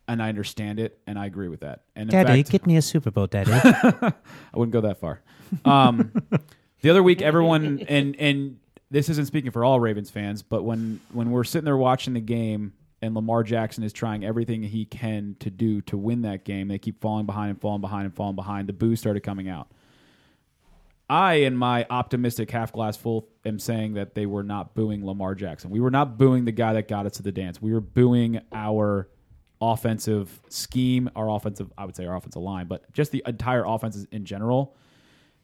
Speaker 6: And I understand it, and I agree with that. And in
Speaker 9: Daddy,
Speaker 6: fact,
Speaker 9: get me a Super Bowl, Daddy.
Speaker 6: [laughs] I wouldn't go that far. Um, the other week, everyone and and this isn't speaking for all Ravens fans, but when when we're sitting there watching the game and Lamar Jackson is trying everything he can to do to win that game, they keep falling behind and falling behind and falling behind. The boo started coming out. I, in my optimistic half glass full, am saying that they were not booing Lamar Jackson. We were not booing the guy that got us to the dance. We were booing our offensive scheme, our offensive, I would say our offensive line, but just the entire offenses in general.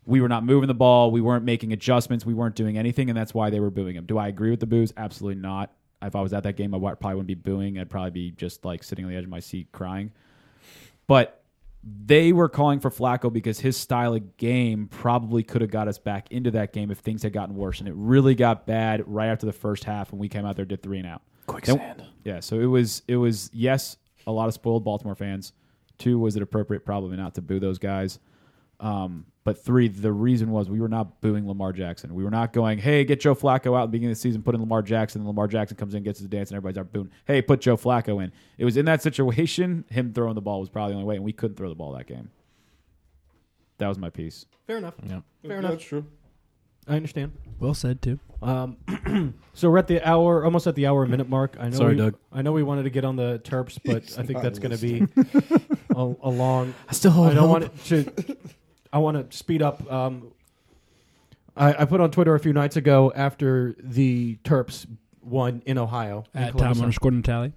Speaker 6: We were not moving the ball. We weren't making adjustments. We weren't doing anything, and that's why they were booing him. Do I agree with the boos? Absolutely not. If I was at that game, I wa- probably wouldn't be booing. I'd probably be just like sitting on the edge of my seat crying. But they were calling for Flacco because his style of game probably could have got us back into that game if things had gotten worse. And it really got bad right after the first half when we came out there, did three and out. Quicksand. yeah. So it was it was yes, a lot of spoiled Baltimore fans. Two, was it appropriate? Probably not to boo those guys. Um, but three, the reason was we were not booing Lamar Jackson. We were not going, hey, get Joe Flacco out at the beginning of the season, put in Lamar Jackson. And Lamar Jackson comes in, gets his dance, and everybody's out booing, hey, put Joe Flacco in. It was in that situation, him throwing the ball was probably the only way, and we couldn't throw the ball that game. That was my piece.
Speaker 1: Fair enough.
Speaker 4: Yeah.
Speaker 1: Fair enough.
Speaker 5: That's true.
Speaker 1: I understand.
Speaker 3: Well said, too.
Speaker 1: Um, so we're at the hour, almost at the hour and minute mark. I know.
Speaker 4: Sorry,
Speaker 1: we,
Speaker 4: Doug.
Speaker 1: I know we wanted to get on the Terps, but I think
Speaker 5: not
Speaker 1: that's going to be
Speaker 5: listening.
Speaker 1: [laughs] a, a long.
Speaker 4: I still hold
Speaker 1: I don't
Speaker 4: hope.
Speaker 1: want it to. I want to speed up. Um, I, I put on Twitter a few nights ago after the Terps won in Ohio. in
Speaker 3: At Tom
Speaker 1: Columbus.
Speaker 3: underscore Natali.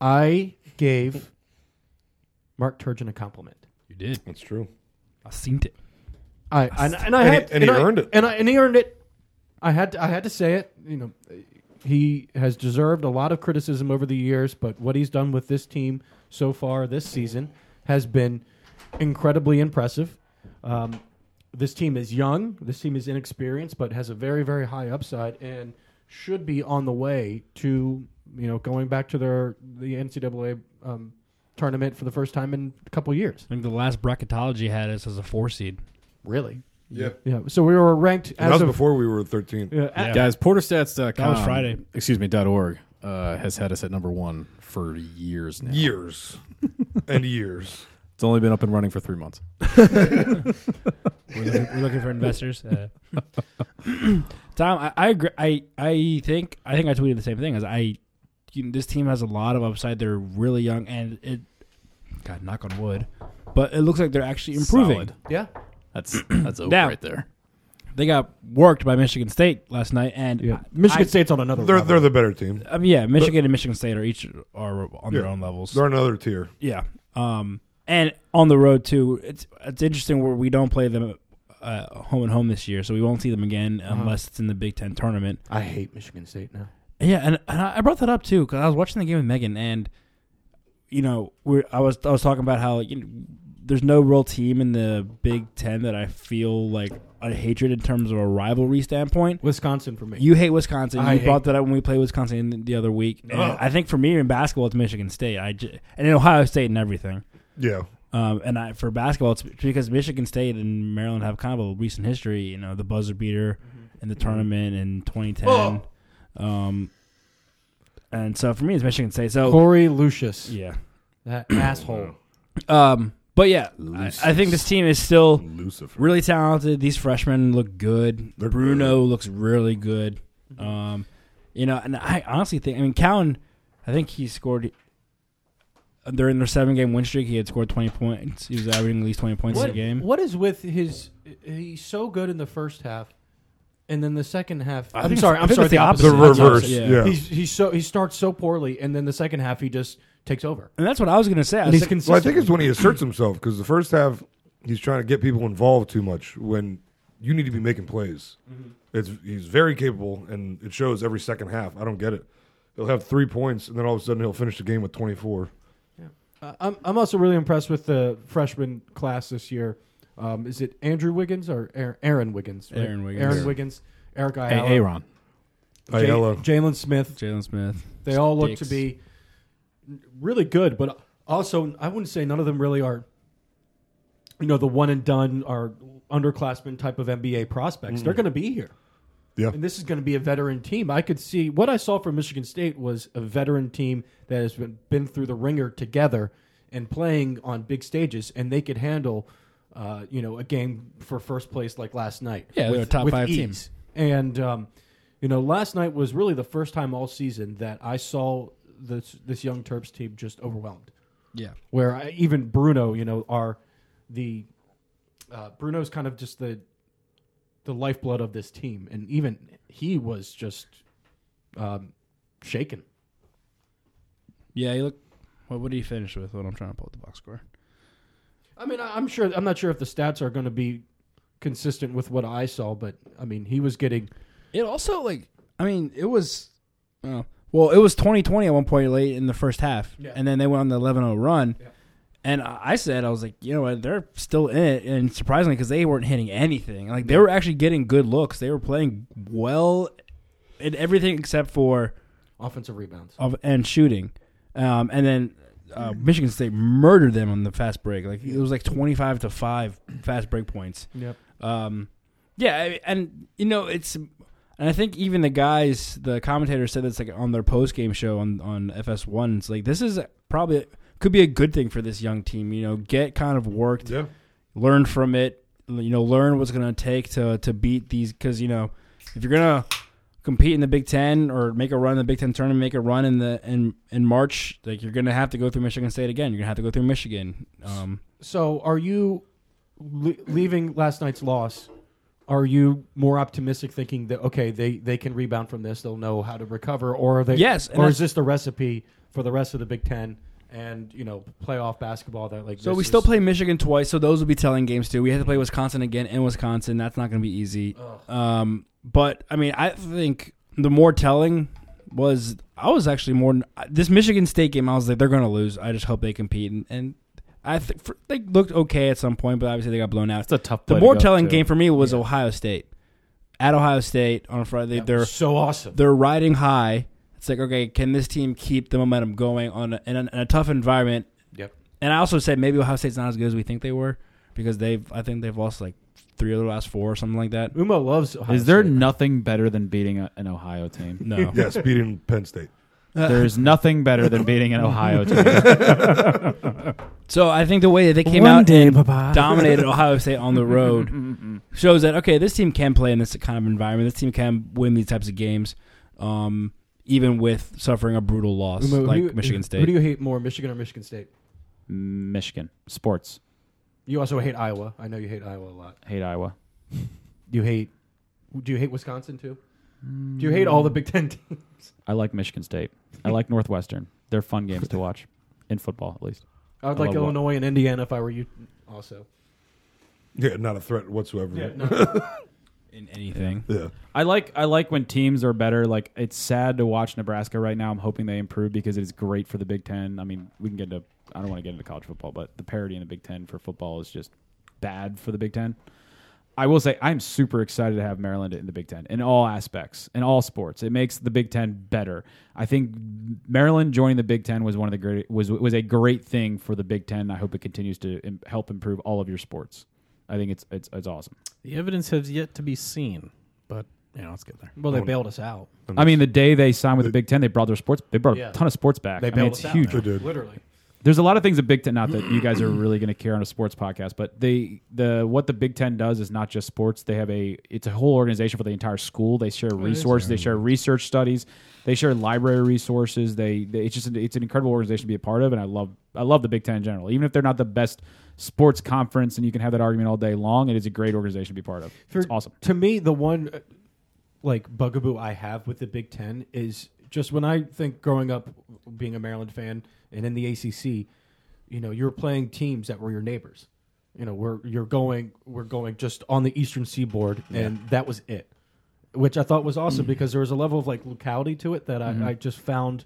Speaker 1: I gave Mark Turgeon a compliment.
Speaker 3: You did.
Speaker 5: That's true.
Speaker 3: I seen it.
Speaker 1: I and, and I
Speaker 5: And he-
Speaker 1: had
Speaker 5: and he
Speaker 1: I-
Speaker 5: earned it.
Speaker 1: and I and he earned it. I had to, I had to say it. You know, he has deserved a lot of criticism over the years, but what he's done with this team so far this season has been incredibly impressive. Um, this team is young. This team is inexperienced, but has a very very high upside and should be on the way to you know going back to their the NCAA um, tournament for the first time in a couple years.
Speaker 3: I think the last bracketology had us as a four seed.
Speaker 1: Really.
Speaker 5: Yeah.
Speaker 1: Yeah, so we were ranked
Speaker 5: That was
Speaker 1: as of
Speaker 5: before we were 13.
Speaker 1: yeah, a-
Speaker 4: Guys, porterstats.com.
Speaker 3: That was Friday.
Speaker 4: Excuse me, dot .org uh, has had us at number one for years now.
Speaker 5: Years and years.
Speaker 4: It's only been up and running for three months.
Speaker 3: We're looking, we're looking for investors. Uh, Tom, I, I agree. I I think I think I tweeted the same thing. As I, you know, this team has a lot of upside. They're really young, and it. God, knock on wood, but it looks like they're actually improving.
Speaker 4: Solid.
Speaker 1: yeah. [clears throat]
Speaker 4: That's that's oak
Speaker 3: Now-
Speaker 4: right there.
Speaker 3: They got worked by Michigan State last night, and
Speaker 1: Yeah.
Speaker 3: Michigan
Speaker 1: Michigan
Speaker 3: State.
Speaker 1: State's on another.
Speaker 5: They're,
Speaker 1: level.
Speaker 5: they're the better team.
Speaker 3: I mean, yeah, Michigan and Michigan State are each are on their
Speaker 5: Yeah.
Speaker 3: own levels.
Speaker 5: They're another tier.
Speaker 3: Yeah. Um, and on the road too. It's it's interesting where we don't play them uh, home and home this year, so we won't see them again unless it's in the Big Ten tournament.
Speaker 1: Uh-huh. I hate Michigan State now.
Speaker 3: Yeah, and, and I I brought that up too because I was watching the game with Megan, and you know, we're I was I was talking about how you know, there's no real team in the Big Ten that I feel like a hatred in terms of a rivalry standpoint.
Speaker 1: Wisconsin for me.
Speaker 3: You hate Wisconsin.
Speaker 1: I
Speaker 3: you
Speaker 1: hate-
Speaker 3: brought that up when we played Wisconsin the other week. And I think for me in basketball, it's Michigan State. I j- and in Ohio State and everything.
Speaker 5: Yeah.
Speaker 3: Um, and I, for basketball, it's because Michigan State and Maryland have kind of a recent history. You know, the buzzer beater
Speaker 1: Mm-hmm.
Speaker 3: in the tournament in 2010. Um, and so for me, it's Michigan State.
Speaker 1: [coughs]
Speaker 3: So
Speaker 1: Corey Lucius,
Speaker 3: yeah.
Speaker 1: that asshole.
Speaker 3: Um, but yeah, I, I think this team is still
Speaker 5: Lucifer.
Speaker 3: really talented. These freshmen look good.
Speaker 5: They're
Speaker 3: Bruno looks really good. Um, you know, and I honestly think I mean Cowan. I think he scored. They're in their seven game win streak. He had scored twenty points. He was averaging at least twenty points a
Speaker 1: What,
Speaker 3: game.
Speaker 1: what is with his? He's so good in the first half, and then the second half.
Speaker 3: I
Speaker 1: I'm
Speaker 3: think
Speaker 1: sorry.
Speaker 3: it's- I
Speaker 1: I'm
Speaker 3: think
Speaker 1: sorry.
Speaker 3: it's the
Speaker 5: The
Speaker 3: opposite.
Speaker 1: I'm sorry.
Speaker 5: reverse.
Speaker 3: Yeah.
Speaker 5: Yeah.
Speaker 1: He's he's so he starts so poorly, and then the second half he just takes over.
Speaker 3: And that's what I was gonna say. I
Speaker 1: And
Speaker 3: was
Speaker 1: he's
Speaker 3: like,
Speaker 1: consistent.
Speaker 5: Well, I think it's when he asserts himself because the first half, he's trying to get people involved too much when you need to be making plays. It's He's very capable, and it shows every second half. I don't get it. He'll have three points, and then all of a sudden he'll finish the game with 24.
Speaker 1: Uh, I'm I'm also really impressed with the freshman class this year. Um, is it Andrew Wiggins or Aaron, Aaron Wiggins? right?
Speaker 3: Aaron Wiggins.
Speaker 1: Aaron Wiggins. Eric
Speaker 4: Hey,
Speaker 1: Ayala.
Speaker 4: hey, Ron.
Speaker 1: Ja-
Speaker 5: Ayala.
Speaker 1: Jalen Smith.
Speaker 3: Jalen Smith.
Speaker 1: They all look to
Speaker 3: Dicks.
Speaker 1: be really good, but also I wouldn't say none of them really are you know, the one and done or underclassmen type of NBA prospects. They're
Speaker 10: Mm.
Speaker 1: going to be here.
Speaker 10: Yeah.
Speaker 1: And this is going to be a veteran team. I could see what I saw from Michigan State was a veteran team that has been, been through the ringer together and playing on big stages, and they could handle, uh, you know, a game for first place like last night.
Speaker 3: Yeah, they're a top five team.
Speaker 1: ease. And um, you know, last night was really the first time all season that I saw this this young Terps team just overwhelmed.
Speaker 3: Yeah.
Speaker 1: where I, even Bruno, you know, are the uh, Bruno's kind of just the the lifeblood of this team, and even he was just um, shaken.
Speaker 3: Yeah, you look. What, what did he finish with? What I'm trying to pull up the box score.
Speaker 1: I mean, I- I'm sure. I'm not sure if the stats are going to be consistent with what I saw, but I mean, he was getting.
Speaker 3: It also like I mean it was, uh, well it was 2020 at one point late in the first half,
Speaker 1: Yeah.
Speaker 3: and then they went on the 11-0 run, and I I said I was like you know what they're still in it, and surprisingly because they weren't hitting anything like they were actually getting good looks, they were playing well in everything except for
Speaker 1: offensive rebounds
Speaker 3: of and shooting, um, and then. Uh, Michigan State murdered them on the fast break. Like it was like twenty five to five fast break points.
Speaker 1: Yep.
Speaker 3: Um, yeah, I- and you know it's, and I think even the guys, the commentators said this like on their post game show on on FS1. It's like this is probably could be a good thing for this young team. You know, get kind of worked, learn from it. You know, learn what's going to take to to beat these because you know if you're gonna compete in the Big Ten or make a run in the Big Ten tournament, make a run in the in in March, like you're gonna have to go through Michigan State again. You're gonna have to go through Michigan. Um,
Speaker 1: So, are you le- leaving last night's loss? Are you more optimistic, thinking that okay, they they can rebound from this, they'll know how to recover, or are they?
Speaker 3: Yes, and
Speaker 1: Or is
Speaker 3: that's-
Speaker 1: this the recipe for the rest of the Big Ten and you know playoff basketball that like?
Speaker 3: So
Speaker 1: this
Speaker 3: we
Speaker 1: is-
Speaker 3: still play Michigan twice. So those will be telling games too. We have to play Wisconsin again and Wisconsin. That's not going to be easy. Um, but I mean, I think the more telling was I was actually more this Michigan State game. I was like, they're going to lose. I just hope they compete and. and I think for- they looked okay at some point, but obviously they got blown out. It's a tough. The
Speaker 11: play to
Speaker 3: more
Speaker 11: go
Speaker 3: telling
Speaker 11: to.
Speaker 3: game for me was Ohio State at Ohio State on Friday. They're
Speaker 1: so awesome.
Speaker 3: They're riding high. It's like okay, can this team keep the momentum going on a, in, a, in a tough environment?
Speaker 1: Yep.
Speaker 3: And I also said maybe Ohio State's not as good as we think they were because they've I think they've lost like three of the last four or something like that.
Speaker 1: Umo loves.
Speaker 6: Is there nothing better than beating a, an Ohio team?
Speaker 1: [laughs]
Speaker 3: No.
Speaker 5: Yes, beating Penn State.
Speaker 1: Uh.
Speaker 6: There's nothing better than beating an
Speaker 1: [laughs]
Speaker 6: Ohio team.
Speaker 3: So I think the way that they came
Speaker 6: One
Speaker 3: out
Speaker 6: day,
Speaker 3: and
Speaker 6: Papa.
Speaker 3: dominated Ohio State on the road shows that okay, this team can play in this kind of environment. This team can win these types of games, um, even with suffering a brutal loss
Speaker 1: Umo, who
Speaker 3: like
Speaker 1: do you-
Speaker 3: Michigan
Speaker 1: Who
Speaker 3: State.
Speaker 1: do you hate more, Michigan or Michigan State?
Speaker 6: Michigan sports.
Speaker 1: You also hate Iowa. I know you hate Iowa a lot.
Speaker 6: Hate Iowa.
Speaker 1: You hate. Do you hate Wisconsin too? Do you hate all the Big Ten teams?
Speaker 6: I like Michigan State. I like Northwestern. They're fun games to watch in football, at least.
Speaker 1: I would like
Speaker 6: love wa-
Speaker 1: Illinois and Indiana if I were you. Also,
Speaker 5: Yeah, not a threat whatsoever.
Speaker 1: Yeah, no.
Speaker 3: In
Speaker 1: [laughs]
Speaker 3: anything.
Speaker 5: Yeah.
Speaker 6: I like I like when teams are better. Like it's sad to watch Nebraska right now. I'm hoping they improve because it is great for the Big Ten. I mean, we can get into I don't want to get into college football, but the parity in the Big Ten for football is just bad for the Big Ten. I will say I'm super excited to have Maryland in the Big Ten in all aspects, in all sports. It makes the Big Ten better. I think Maryland joining the Big Ten was one of the great was was a great thing for the Big Ten. I hope it continues to im- help improve all of your sports. I think it's it's it's awesome.
Speaker 11: The evidence has yet to be seen, but you know, let's get there.
Speaker 1: Well, they bailed us out.
Speaker 6: I mean, the day they signed with the Big Ten, they brought their sports. They brought
Speaker 1: Yeah.
Speaker 6: a ton of sports back.
Speaker 1: They
Speaker 6: I mean,
Speaker 1: bailed
Speaker 6: it's
Speaker 1: us out,
Speaker 6: huge.
Speaker 1: They did. literally.
Speaker 6: There's a lot of things the Big Ten. Not that you
Speaker 1: [clears throat]
Speaker 6: guys are really going to care on a sports podcast, but they the what the Big Ten does is not just sports. They have a it's a whole organization for the entire school. They share
Speaker 1: Oh,
Speaker 11: it is.
Speaker 6: resources. They share research studies. They share library resources. They, they it's just an, it's an incredible organization to be a part of, and I love I love the Big Ten in general. Even if they're not the best sports conference, and you can have that argument all day long, it is a great organization to be part of.
Speaker 1: For-
Speaker 6: it's awesome.
Speaker 1: To me, the one uh, like bugaboo I have with the Big Ten is just when I think growing up being a Maryland fan and in the ACC, you know, you're playing teams that were your neighbors. You know, we're you're going we're going just on the Eastern Seaboard, and that was it, which I thought was awesome
Speaker 6: Mm.
Speaker 1: because there was a level of like locality to it that I,
Speaker 6: Mhm.
Speaker 1: I just found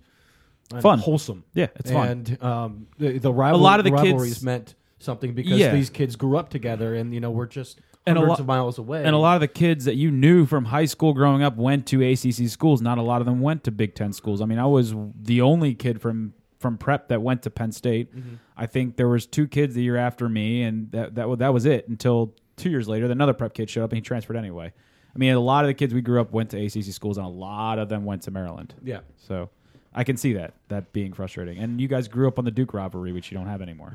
Speaker 1: uh,
Speaker 6: Fun.
Speaker 1: wholesome.
Speaker 6: Yeah, it's fun.
Speaker 1: and, Um, the, the rival,
Speaker 6: lot of the
Speaker 1: rivalries
Speaker 6: kids-
Speaker 1: meant something because
Speaker 6: Yeah.
Speaker 1: these kids grew up together, and you know, we're just
Speaker 6: and a
Speaker 1: hundreds
Speaker 6: lot
Speaker 1: of miles away.
Speaker 6: And a lot of the kids that you knew from high school growing up went to ACC schools. Not a lot of them went to Big Ten schools. I mean, I was the only kid from from prep that went to Penn State. I think there was two kids the year after me, and that that wa- that was it until two years later. Then another prep kid showed up and he transferred anyway. I mean, a lot of the kids we grew up went to ACC schools, and a lot of them went to Maryland.
Speaker 1: Yeah.
Speaker 6: so. I can see that that being frustrating, and you guys grew up on the Duke rivalry, which you don't have anymore.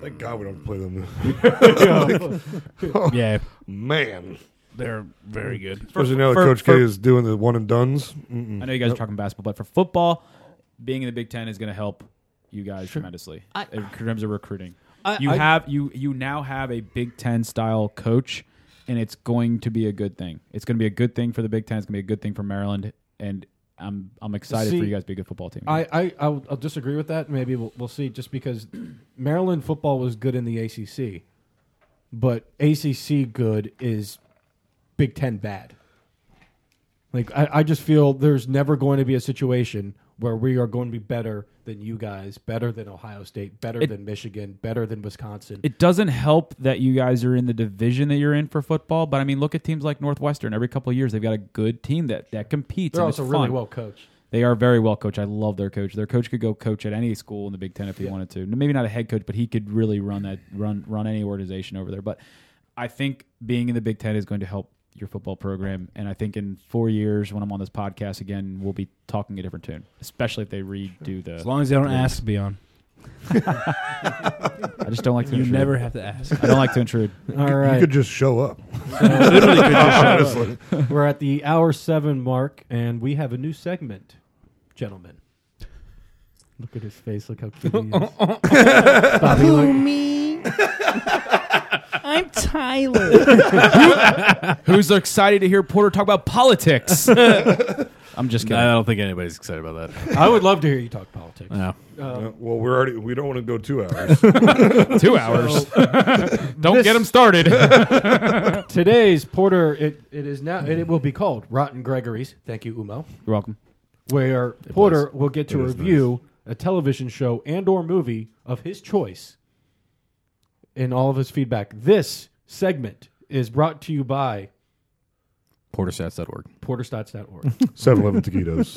Speaker 5: Thank God we don't play them.
Speaker 1: Oh.
Speaker 3: Yeah.
Speaker 5: man,
Speaker 3: They're very good.
Speaker 5: Especially now that
Speaker 6: for-
Speaker 5: Coach
Speaker 6: for-
Speaker 5: K is doing the one and duns. Mm-mm.
Speaker 6: I know you
Speaker 1: Mm-hmm.
Speaker 6: guys are talking basketball, but for football, being in the Big Ten is going to help you guys tremendously
Speaker 12: I-
Speaker 6: in terms of recruiting.
Speaker 12: I-
Speaker 6: you
Speaker 12: I-
Speaker 6: have you you now have a Big Ten style coach, and it's going to be a good thing. It's going to be a good thing for the Big Ten. It's going to be a good thing for Maryland, and I'm I'm excited
Speaker 1: See,
Speaker 6: for you guys to be a good football team.
Speaker 1: I, I I'll, I'll disagree with that. Maybe we'll, we'll see. Just because Maryland football was good in the ACC, but ACC good is Big Ten bad. Like I, I just feel there's never going to be a situation where we are going to be better than you guys, better than Ohio State, better
Speaker 6: It-
Speaker 1: than Michigan, better than Wisconsin.
Speaker 6: it doesn't help that you guys are in the division that you're in for football, but I mean, look at teams like Northwestern. Every couple of years, they've got a good team that that competes.
Speaker 1: They're
Speaker 6: and it's
Speaker 1: also really
Speaker 6: fun.
Speaker 1: well coached.
Speaker 6: They are very well coached. I love their coach. Their coach could go coach at any school in the Big Ten if he wanted to. Maybe not a head coach, but he could really run that run run any organization over there. But I think being in the Big Ten is going to help your football program. And I think in four years, when I'm on this podcast again, we'll be talking a different tune. Especially if they redo the.
Speaker 3: As long as they don't ask to be on.
Speaker 6: I just don't like to.
Speaker 3: You
Speaker 6: intrude.
Speaker 3: never have to ask.
Speaker 6: I don't like to intrude.
Speaker 1: All
Speaker 5: You
Speaker 1: right,
Speaker 5: could just show up.
Speaker 3: Literally could just show up.
Speaker 5: Honestly.
Speaker 1: we're at the hour seven mark, and we have a new segment, gentlemen. Look at his face. Look how cute he is. [laughs] Bobby, look,
Speaker 9: me. I'm Tyler.
Speaker 6: Who's excited to hear Porter talk about [laughs] politics? [laughs] I'm just kidding.
Speaker 4: I don't think anybody's excited about that. [laughs]
Speaker 1: I would love to hear you talk politics.
Speaker 4: No.
Speaker 5: Yeah, well, we're already. We don't want to go two hours.
Speaker 6: Two hours. [laughs] don't
Speaker 1: This-
Speaker 6: get him [laughs] started.
Speaker 1: Today's Porter, it, it is now, it, it will be called Rotten Gregory's. Thank you, Umo.
Speaker 6: You're welcome.
Speaker 1: Where Porter
Speaker 4: was.
Speaker 1: will get to
Speaker 4: It is
Speaker 1: review a television show and or movie of his choice in all of his feedback. This segment is brought to you by
Speaker 4: Porterstats.org.
Speaker 1: porterstats.org.
Speaker 5: 7-Eleven taquitos.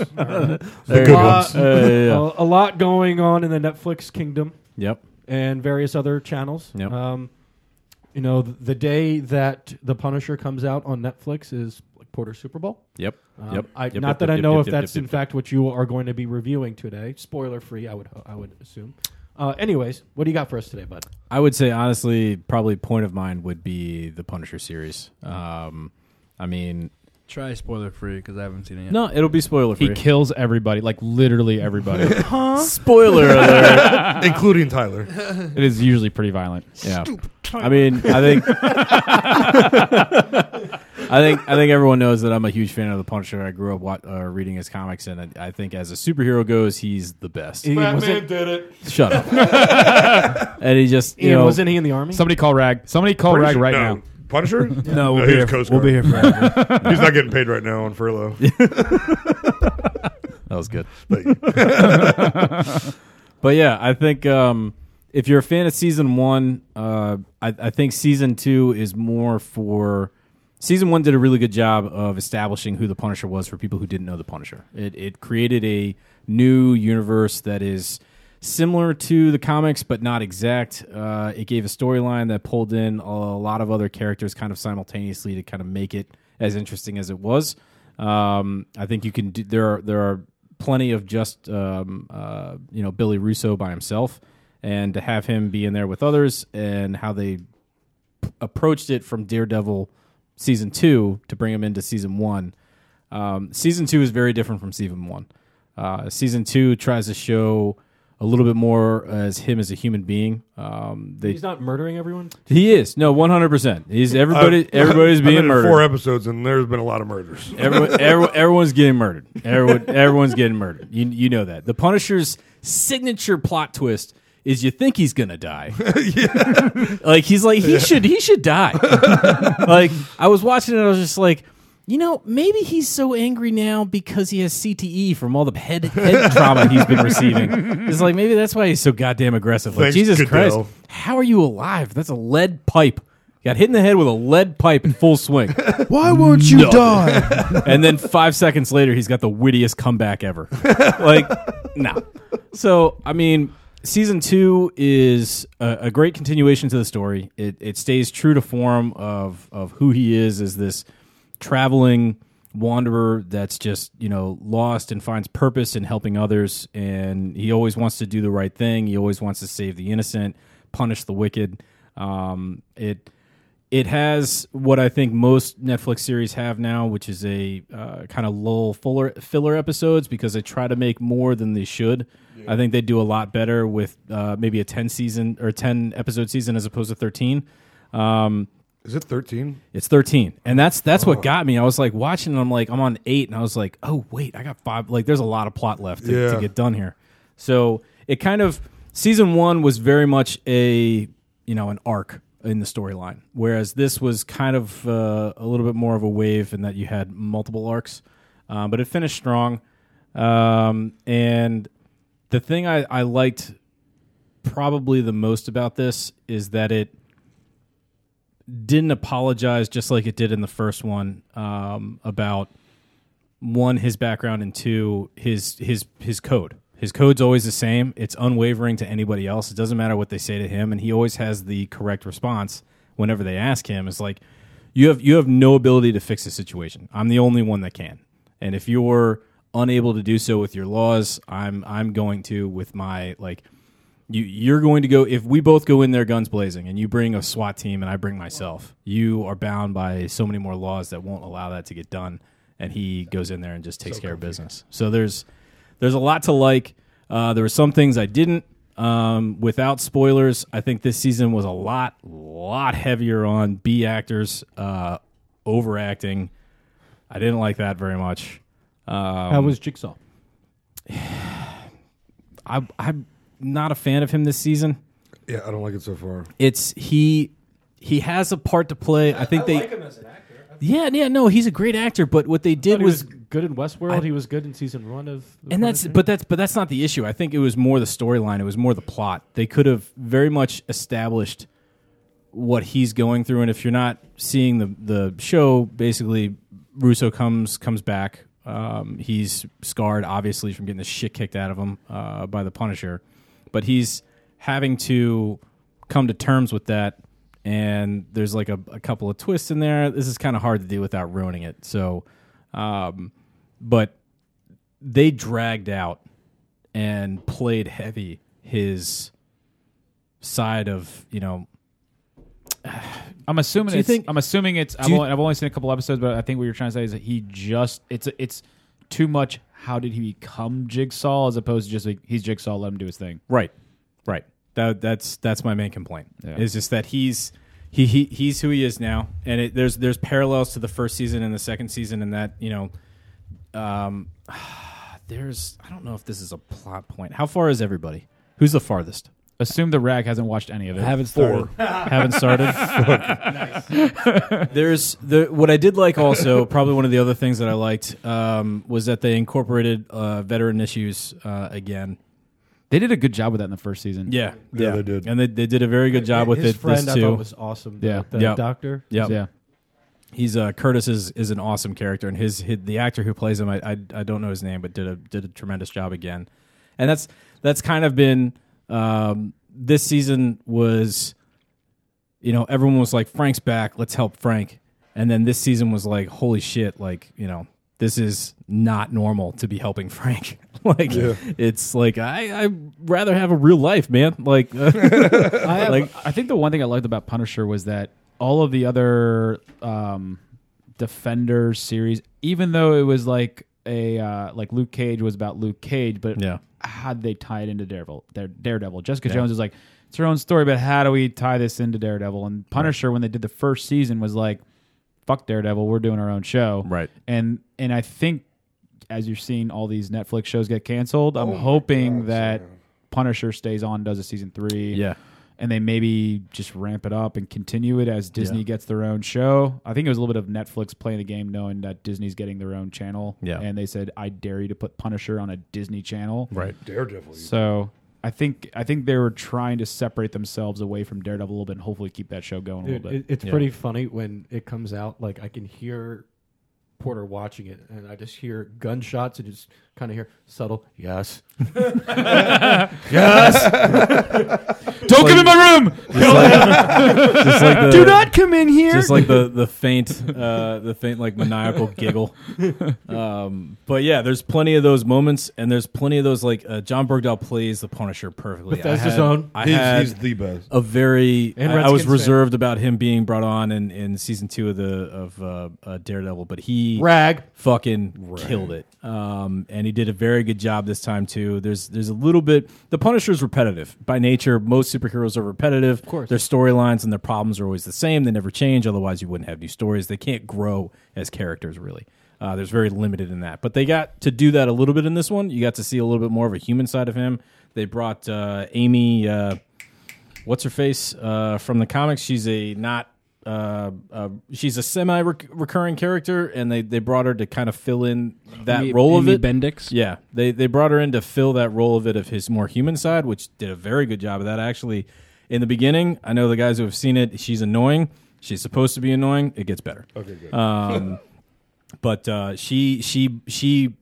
Speaker 4: The
Speaker 1: A lot- a- a lot going on in the Netflix kingdom.
Speaker 4: [laughs] Yep.
Speaker 1: and various other channels.
Speaker 4: Yep.
Speaker 1: Um, you know, th- the day that The Punisher comes out on Netflix is like Porter Super Bowl.
Speaker 4: Yep.
Speaker 1: Um,
Speaker 4: yep.
Speaker 1: I,
Speaker 4: Yep,
Speaker 1: not
Speaker 4: yep,
Speaker 1: that
Speaker 4: yep,
Speaker 1: I
Speaker 4: yep,
Speaker 1: know
Speaker 4: yep,
Speaker 1: if
Speaker 4: yep,
Speaker 1: that's
Speaker 4: yep,
Speaker 1: in
Speaker 4: yep.
Speaker 1: fact what you are going to be reviewing today. Spoiler free, I would I would assume. Uh, anyways, what do you got for us today, bud?
Speaker 4: I would say honestly, probably point of mine would be the Punisher series.
Speaker 1: Mm.
Speaker 4: Um, I mean,
Speaker 3: Try spoiler free because I haven't seen it yet.
Speaker 4: no, it'll be spoiler
Speaker 6: He
Speaker 4: free.
Speaker 6: kills everybody, like literally [laughs] everybody. it
Speaker 4: Spoiler
Speaker 1: [laughs]
Speaker 4: alert.
Speaker 5: including Tyler.
Speaker 6: is usually pretty violent.
Speaker 4: yeah. I mean, I think, I think, I think everyone knows that I'm a huge fan of the Punisher. I grew up wa- uh, reading his comics, and I, I think as a superhero goes, he's the best.
Speaker 1: Ian, wasn't,
Speaker 5: did it.
Speaker 4: Shut up. and he just, you
Speaker 1: Ian,
Speaker 4: know,
Speaker 1: wasn't he in the army?
Speaker 6: Somebody call Rag. Somebody call Rag right
Speaker 5: no.
Speaker 6: now.
Speaker 5: Punisher?
Speaker 3: No, we'll, be,
Speaker 5: No, he
Speaker 3: here
Speaker 5: was Coast
Speaker 3: we'll be here [laughs]
Speaker 5: Guard.
Speaker 3: forever.
Speaker 5: He's not getting paid right now on furlough.
Speaker 4: that was good.
Speaker 5: Thank you.
Speaker 4: But yeah, I think um, if you're a fan of season one, uh, I, I think season two is more for. Season one did a really good job of establishing who the Punisher was for people who didn't know the Punisher. It, it created a new universe that is similar to the comics, but not exact. Uh, it gave a storyline that pulled in a lot of other characters kind of simultaneously to kind of make it as interesting as it was. Um, I think you can do there. Are, there are plenty of just um, uh, you know Billy Russo by himself, and to have him be in there with others and how they p- approached it from Daredevil season two to bring him into season one. Um, season two is very different from season one. Uh, season two tries to show a little bit more as him as a human being. Um, they,
Speaker 1: He's not murdering everyone.
Speaker 4: he is no one hundred percent. He's everybody. everybody's
Speaker 5: [laughs] I've
Speaker 4: being
Speaker 5: been in
Speaker 4: murdered.
Speaker 5: Four episodes, and there's been a lot of murders. [laughs]
Speaker 4: Everyone, everyone, everyone's getting murdered. Everyone, everyone's getting murdered. You, you know that. The Punisher's signature plot twist is you think he's gonna
Speaker 5: [laughs]
Speaker 4: die. like he's like he should he should die. like I was watching it, I was just like, you know, maybe he's so angry now because he has CTE from all the head
Speaker 5: [laughs]
Speaker 4: head trauma he's been receiving. It's like maybe that's why he's so goddamn aggressive. Like
Speaker 5: Thanks,
Speaker 4: Jesus
Speaker 5: Goodell.
Speaker 4: Christ, how are you alive? That's a lead pipe. Got hit in the head with a lead pipe in full swing.
Speaker 13: [laughs] Why won't you
Speaker 4: Nothing.
Speaker 13: die?
Speaker 4: [laughs] and then five seconds later, he's got the wittiest comeback ever. like, [laughs] no. So, I mean, season two is a, a great continuation to the story. It, it stays true to form of, of who he is as this traveling wanderer that's just, you know, lost and finds purpose in helping others. And he always wants to do the right thing, he always wants to save the innocent, punish the wicked. Um, it it has what I think most Netflix series have now, which is a uh, kind of lull fuller filler episodes because they try to make more than they should. I think they do a lot better with uh, maybe a ten season or ten episode season as opposed to thirteen. Um,
Speaker 5: is it thirteen?
Speaker 4: It's thirteen, and that's that's what got me. I was like watching, and I'm like, I'm on eight, and I was like, oh wait, I got five. Like, there's a lot of plot left to,
Speaker 5: Yeah.
Speaker 4: to get done here. So it kind of season one was very much a you know an arc in the storyline, whereas this was kind of uh, a little bit more of a wave in that you had multiple arcs, uh, but it finished strong. Um, and the thing I, I liked probably the most about this is that it didn't apologize just like it did in the first one um, about one his background and two his his his code his code's always the same it's unwavering to anybody else it doesn't matter what they say to him and he always has the correct response whenever they ask him it's like you have you have no ability to fix the situation i'm the only one that can and if you're unable to do so with your laws i'm i'm going to with my like you you're going to go if we both go in there guns blazing and you bring a SWAT team and I bring myself. You are bound by so many more laws that won't allow that to get done and he goes in there and just takes care of business. So there's there's a lot to like. Uh, there were some things I didn't um, without spoilers. I think this season was a lot lot heavier on B actors uh, overacting. I didn't like that very much. Um,
Speaker 1: How was Jigsaw?
Speaker 4: I, I'm not a fan of him this season.
Speaker 5: Yeah, I don't like it so far.
Speaker 4: It's he he has a part to play. I think they Yeah, yeah, no, he's a great actor, but what they did
Speaker 1: he
Speaker 4: was,
Speaker 1: was good in Westworld.
Speaker 4: I-
Speaker 1: he was good in season one of.
Speaker 4: and that's but that's but that's not the issue. I think it was more the storyline, it was more the plot. They could have very much established what he's going through and if you're not seeing the the show basically Russo comes comes back. Um, he's scarred obviously from getting the shit kicked out of him uh, by the Punisher. But he's having to come to terms with that and there's like a, a couple of twists in there. This is kind of hard to do without ruining it. So, um, but they dragged out and played heavy his side of you know.
Speaker 6: I'm assuming.
Speaker 4: Do you
Speaker 6: It's,
Speaker 4: think-
Speaker 6: I'm assuming it's. I've
Speaker 4: do you-
Speaker 6: only, I've only seen a couple episodes, but I think what you're trying to say is that he just. It's it's too much. How did he become Jigsaw as opposed to just like he's Jigsaw? Let him do his thing.
Speaker 4: Right, right. That that's that's my main complaint. Is just that he's he, he he's who he is now, and it, there's there's parallels to the first season and the second season, and that you know, um, [sighs] there's I don't know if this is a plot point. How far is everybody? Who's the farthest?
Speaker 6: Assume the rag hasn't watched any of it.
Speaker 4: Haven't started. Haven't [laughs] started. There's the what I did like also. Probably one of the other things that I liked um, was that they incorporated uh, veteran issues uh, again.
Speaker 6: They did a good job with that in the first season.
Speaker 4: Yeah,
Speaker 6: Yeah,
Speaker 4: they did, and they, they did a very good job with
Speaker 1: His
Speaker 4: it.
Speaker 1: friend
Speaker 4: this
Speaker 1: I
Speaker 4: too
Speaker 1: thought was awesome, the- the doctor.
Speaker 4: Yep.
Speaker 1: Yeah.
Speaker 4: He's uh, Curtis is, is an awesome character, and his, his the actor who plays him I, I I don't know his name, but did a did a tremendous job again, and that's that's kind of been um, this season was you know, everyone was like, Frank's back, let's help Frank. And then this season was like, holy shit, like, you know, this is not normal to be helping Frank. [laughs] like,
Speaker 12: Yeah.
Speaker 4: it's like, I, I'd rather have a real life, man. Like,
Speaker 3: [laughs]
Speaker 4: [laughs]
Speaker 6: I, have-
Speaker 4: like,
Speaker 6: I think the one thing I liked about Punisher was that all of the other um, Defender series, even though it was like a uh, like Luke Cage was about Luke Cage, but
Speaker 4: Yeah.
Speaker 6: how would they tie it into Daredevil? Dare- Daredevil. Jessica
Speaker 4: Yeah.
Speaker 6: Jones is like it's her own story, but how do we tie this into Daredevil? And Punisher, when they did the first season, was like, "Fuck Daredevil, we're doing our own show." Right. And and I think as you're seeing all these Netflix shows get canceled,
Speaker 1: Oh
Speaker 6: I'm hoping that Punisher stays on, does a season three.
Speaker 4: Yeah.
Speaker 6: And they maybe just ramp it up and continue it as Disney
Speaker 4: Yeah.
Speaker 6: gets their own show. I think it was a little bit of Netflix playing the game, knowing that Disney's getting their own channel.
Speaker 4: Yeah.
Speaker 6: And they said, I dare you to put Punisher on a Disney channel.
Speaker 4: Right.
Speaker 5: Daredevil.
Speaker 6: So I think I think they were trying to separate themselves away from Daredevil a little bit and hopefully keep that show going a
Speaker 1: Dude,
Speaker 6: little bit.
Speaker 1: it- it's pretty funny when it comes out. Like I can hear Porter watching it, and I just hear gunshots and just kind of hear subtle yes, yes.
Speaker 4: Don't come in my room! Just like- just like the-
Speaker 3: Do not come in here.
Speaker 4: Just like the the faint, uh, the faint like maniacal giggle. Um, but yeah, there's plenty of those moments, and there's plenty of those like uh, John Bergdahl plays the Punisher perfectly.
Speaker 1: Bethesda's
Speaker 4: I had,
Speaker 1: own.
Speaker 4: I
Speaker 5: He's-
Speaker 4: had
Speaker 5: he's
Speaker 4: [laughs]
Speaker 5: the best.
Speaker 4: A very.
Speaker 1: And
Speaker 4: I, I was
Speaker 1: Redskins fan.
Speaker 4: reserved about him being brought on in, in season two of the of uh, uh, Daredevil, but he
Speaker 1: Rag.
Speaker 4: fucking killed it. Um, and he did a very good job this time too. There's there's a little bit the Punisher's repetitive by nature. Most superheroes are repetitive. Of
Speaker 1: course.
Speaker 4: Their storylines and their problems are always the same. They never change. Otherwise, you wouldn't have new stories. They can't grow as characters really. Uh, there's very limited in that, but they got to do that a little bit in this one. You got to see a little bit more of a human side of him. They brought uh, Amy. Uh, what's her face uh, from the comics. She's a not. Uh, uh, she's a semi recurring character, and they, they brought her to kind of fill in that
Speaker 3: Amy-
Speaker 4: role of
Speaker 3: Amy
Speaker 4: it.
Speaker 3: Bendix?
Speaker 4: yeah. They they brought her in to fill that role of it of his more human side, which did a very good job of that. Actually, in the beginning, I know the guys who have seen it. She's annoying. She's supposed to be annoying. It gets better. Okay, good. Um, but uh, she she she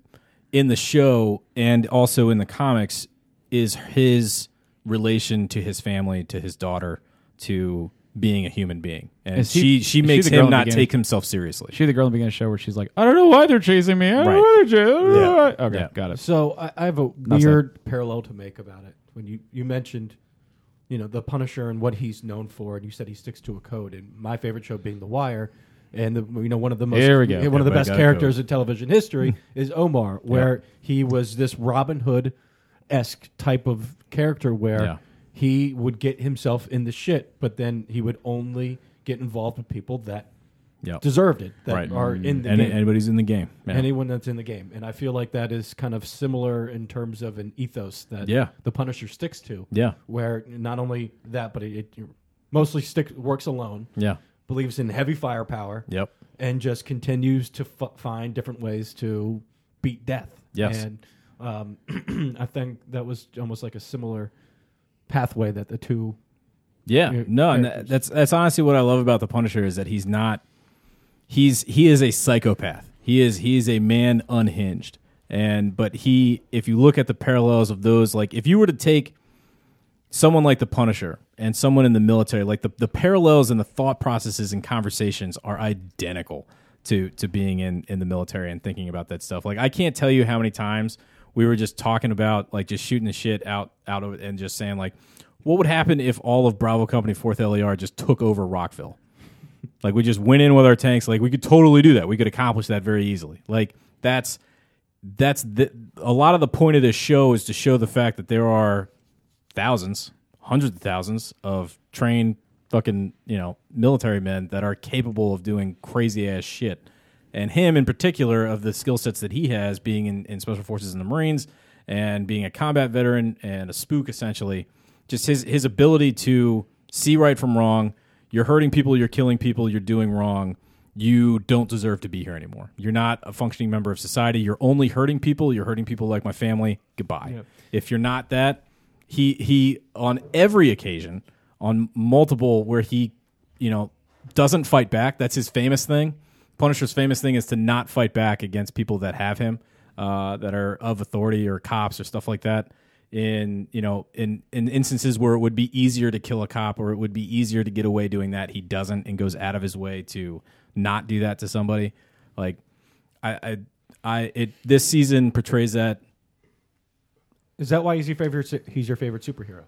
Speaker 4: in the show and also in the comics is his relation to his family to his daughter to being a human being and
Speaker 6: Is
Speaker 4: she
Speaker 6: he-
Speaker 4: she
Speaker 6: is she
Speaker 4: makes
Speaker 6: the girl
Speaker 4: him
Speaker 6: in the
Speaker 4: not
Speaker 6: beginning?
Speaker 4: take himself seriously
Speaker 6: She the girl in the beginning of the show where she's like, I don't know why they're chasing me. I don't know
Speaker 4: Right.
Speaker 6: why they're chasing. I don't know
Speaker 4: Yeah.
Speaker 6: why." Okay,
Speaker 4: Yeah.
Speaker 6: got it.
Speaker 1: So I, I have a
Speaker 6: Not sad.
Speaker 1: weird parallel to make about it. When you, you mentioned, you know, the Punisher and what he's known for, and you said he sticks to a code. And my favorite show being The Wire, and the, you know one of the most
Speaker 6: Here we go.
Speaker 1: one of the
Speaker 4: Everybody
Speaker 1: best
Speaker 4: got a
Speaker 1: characters
Speaker 4: code.
Speaker 1: in television
Speaker 6: [laughs]
Speaker 1: history is Omar, where he was this Robin Hood esque type of character where
Speaker 4: Yeah.
Speaker 1: he would get himself in the shit, but then he would only get involved with people that
Speaker 4: Yep.
Speaker 1: deserved it, that
Speaker 4: right
Speaker 1: are in the
Speaker 4: Any-
Speaker 1: game
Speaker 4: anybody's in the game Yeah.
Speaker 1: anyone that's in the game. And I feel like that is kind of similar in terms of an ethos that
Speaker 4: Yeah.
Speaker 1: the Punisher sticks to.
Speaker 4: Yeah.
Speaker 1: Where not only that, but it, it mostly stick, works alone.
Speaker 4: Yeah.
Speaker 1: Believes in heavy firepower.
Speaker 4: Yep.
Speaker 1: And just continues to f- find different ways to beat death.
Speaker 4: Yes.
Speaker 1: And um, [clears throat] I think that was almost like a similar pathway that the two.
Speaker 4: Yeah,
Speaker 1: Yeah,
Speaker 4: no, and
Speaker 1: characters.
Speaker 4: that, that's that's honestly what I love about the Punisher is that he's not he's he is a psychopath. He is he is a man unhinged. And but he if you look at the parallels of those like if you were to take someone like the Punisher and someone in the military, like the, the parallels and the thought processes and conversations are identical to to being in, in the military and thinking about that stuff. Like I can't tell you how many times we were just talking about like just shooting the shit out out of it and just saying like what would happen if all of Bravo Company Fourth LER just took over Rockville? Like we just went in with our tanks. Like we could totally do that. We could accomplish that very easily. Like that's that's the, a lot of the point of this show is to show the fact that there are thousands, hundreds of thousands of trained fucking you know military men that are capable of doing crazy ass shit. And him in particular, of the skill sets that he has, being in, in special forces in the Marines and being a combat veteran and a spook essentially, just his his ability to see right from wrong. You're hurting people. You're killing people. You're doing wrong. You don't deserve to be here anymore. You're not a functioning member of society. You're only hurting people. You're hurting people like my family. Goodbye. If you're not that, he he on every occasion, on multiple where he, you know, doesn't fight back. That's his famous thing. Punisher's famous thing is to not fight back against people that have him, uh, that are of authority or cops or stuff like that in you know in in instances where it would be easier to kill a cop or it would be easier to get away doing that he doesn't and goes out of his way to not do that to somebody like i i, I it this season portrays that
Speaker 1: Is that why he's your favorite? su- He's your favorite superhero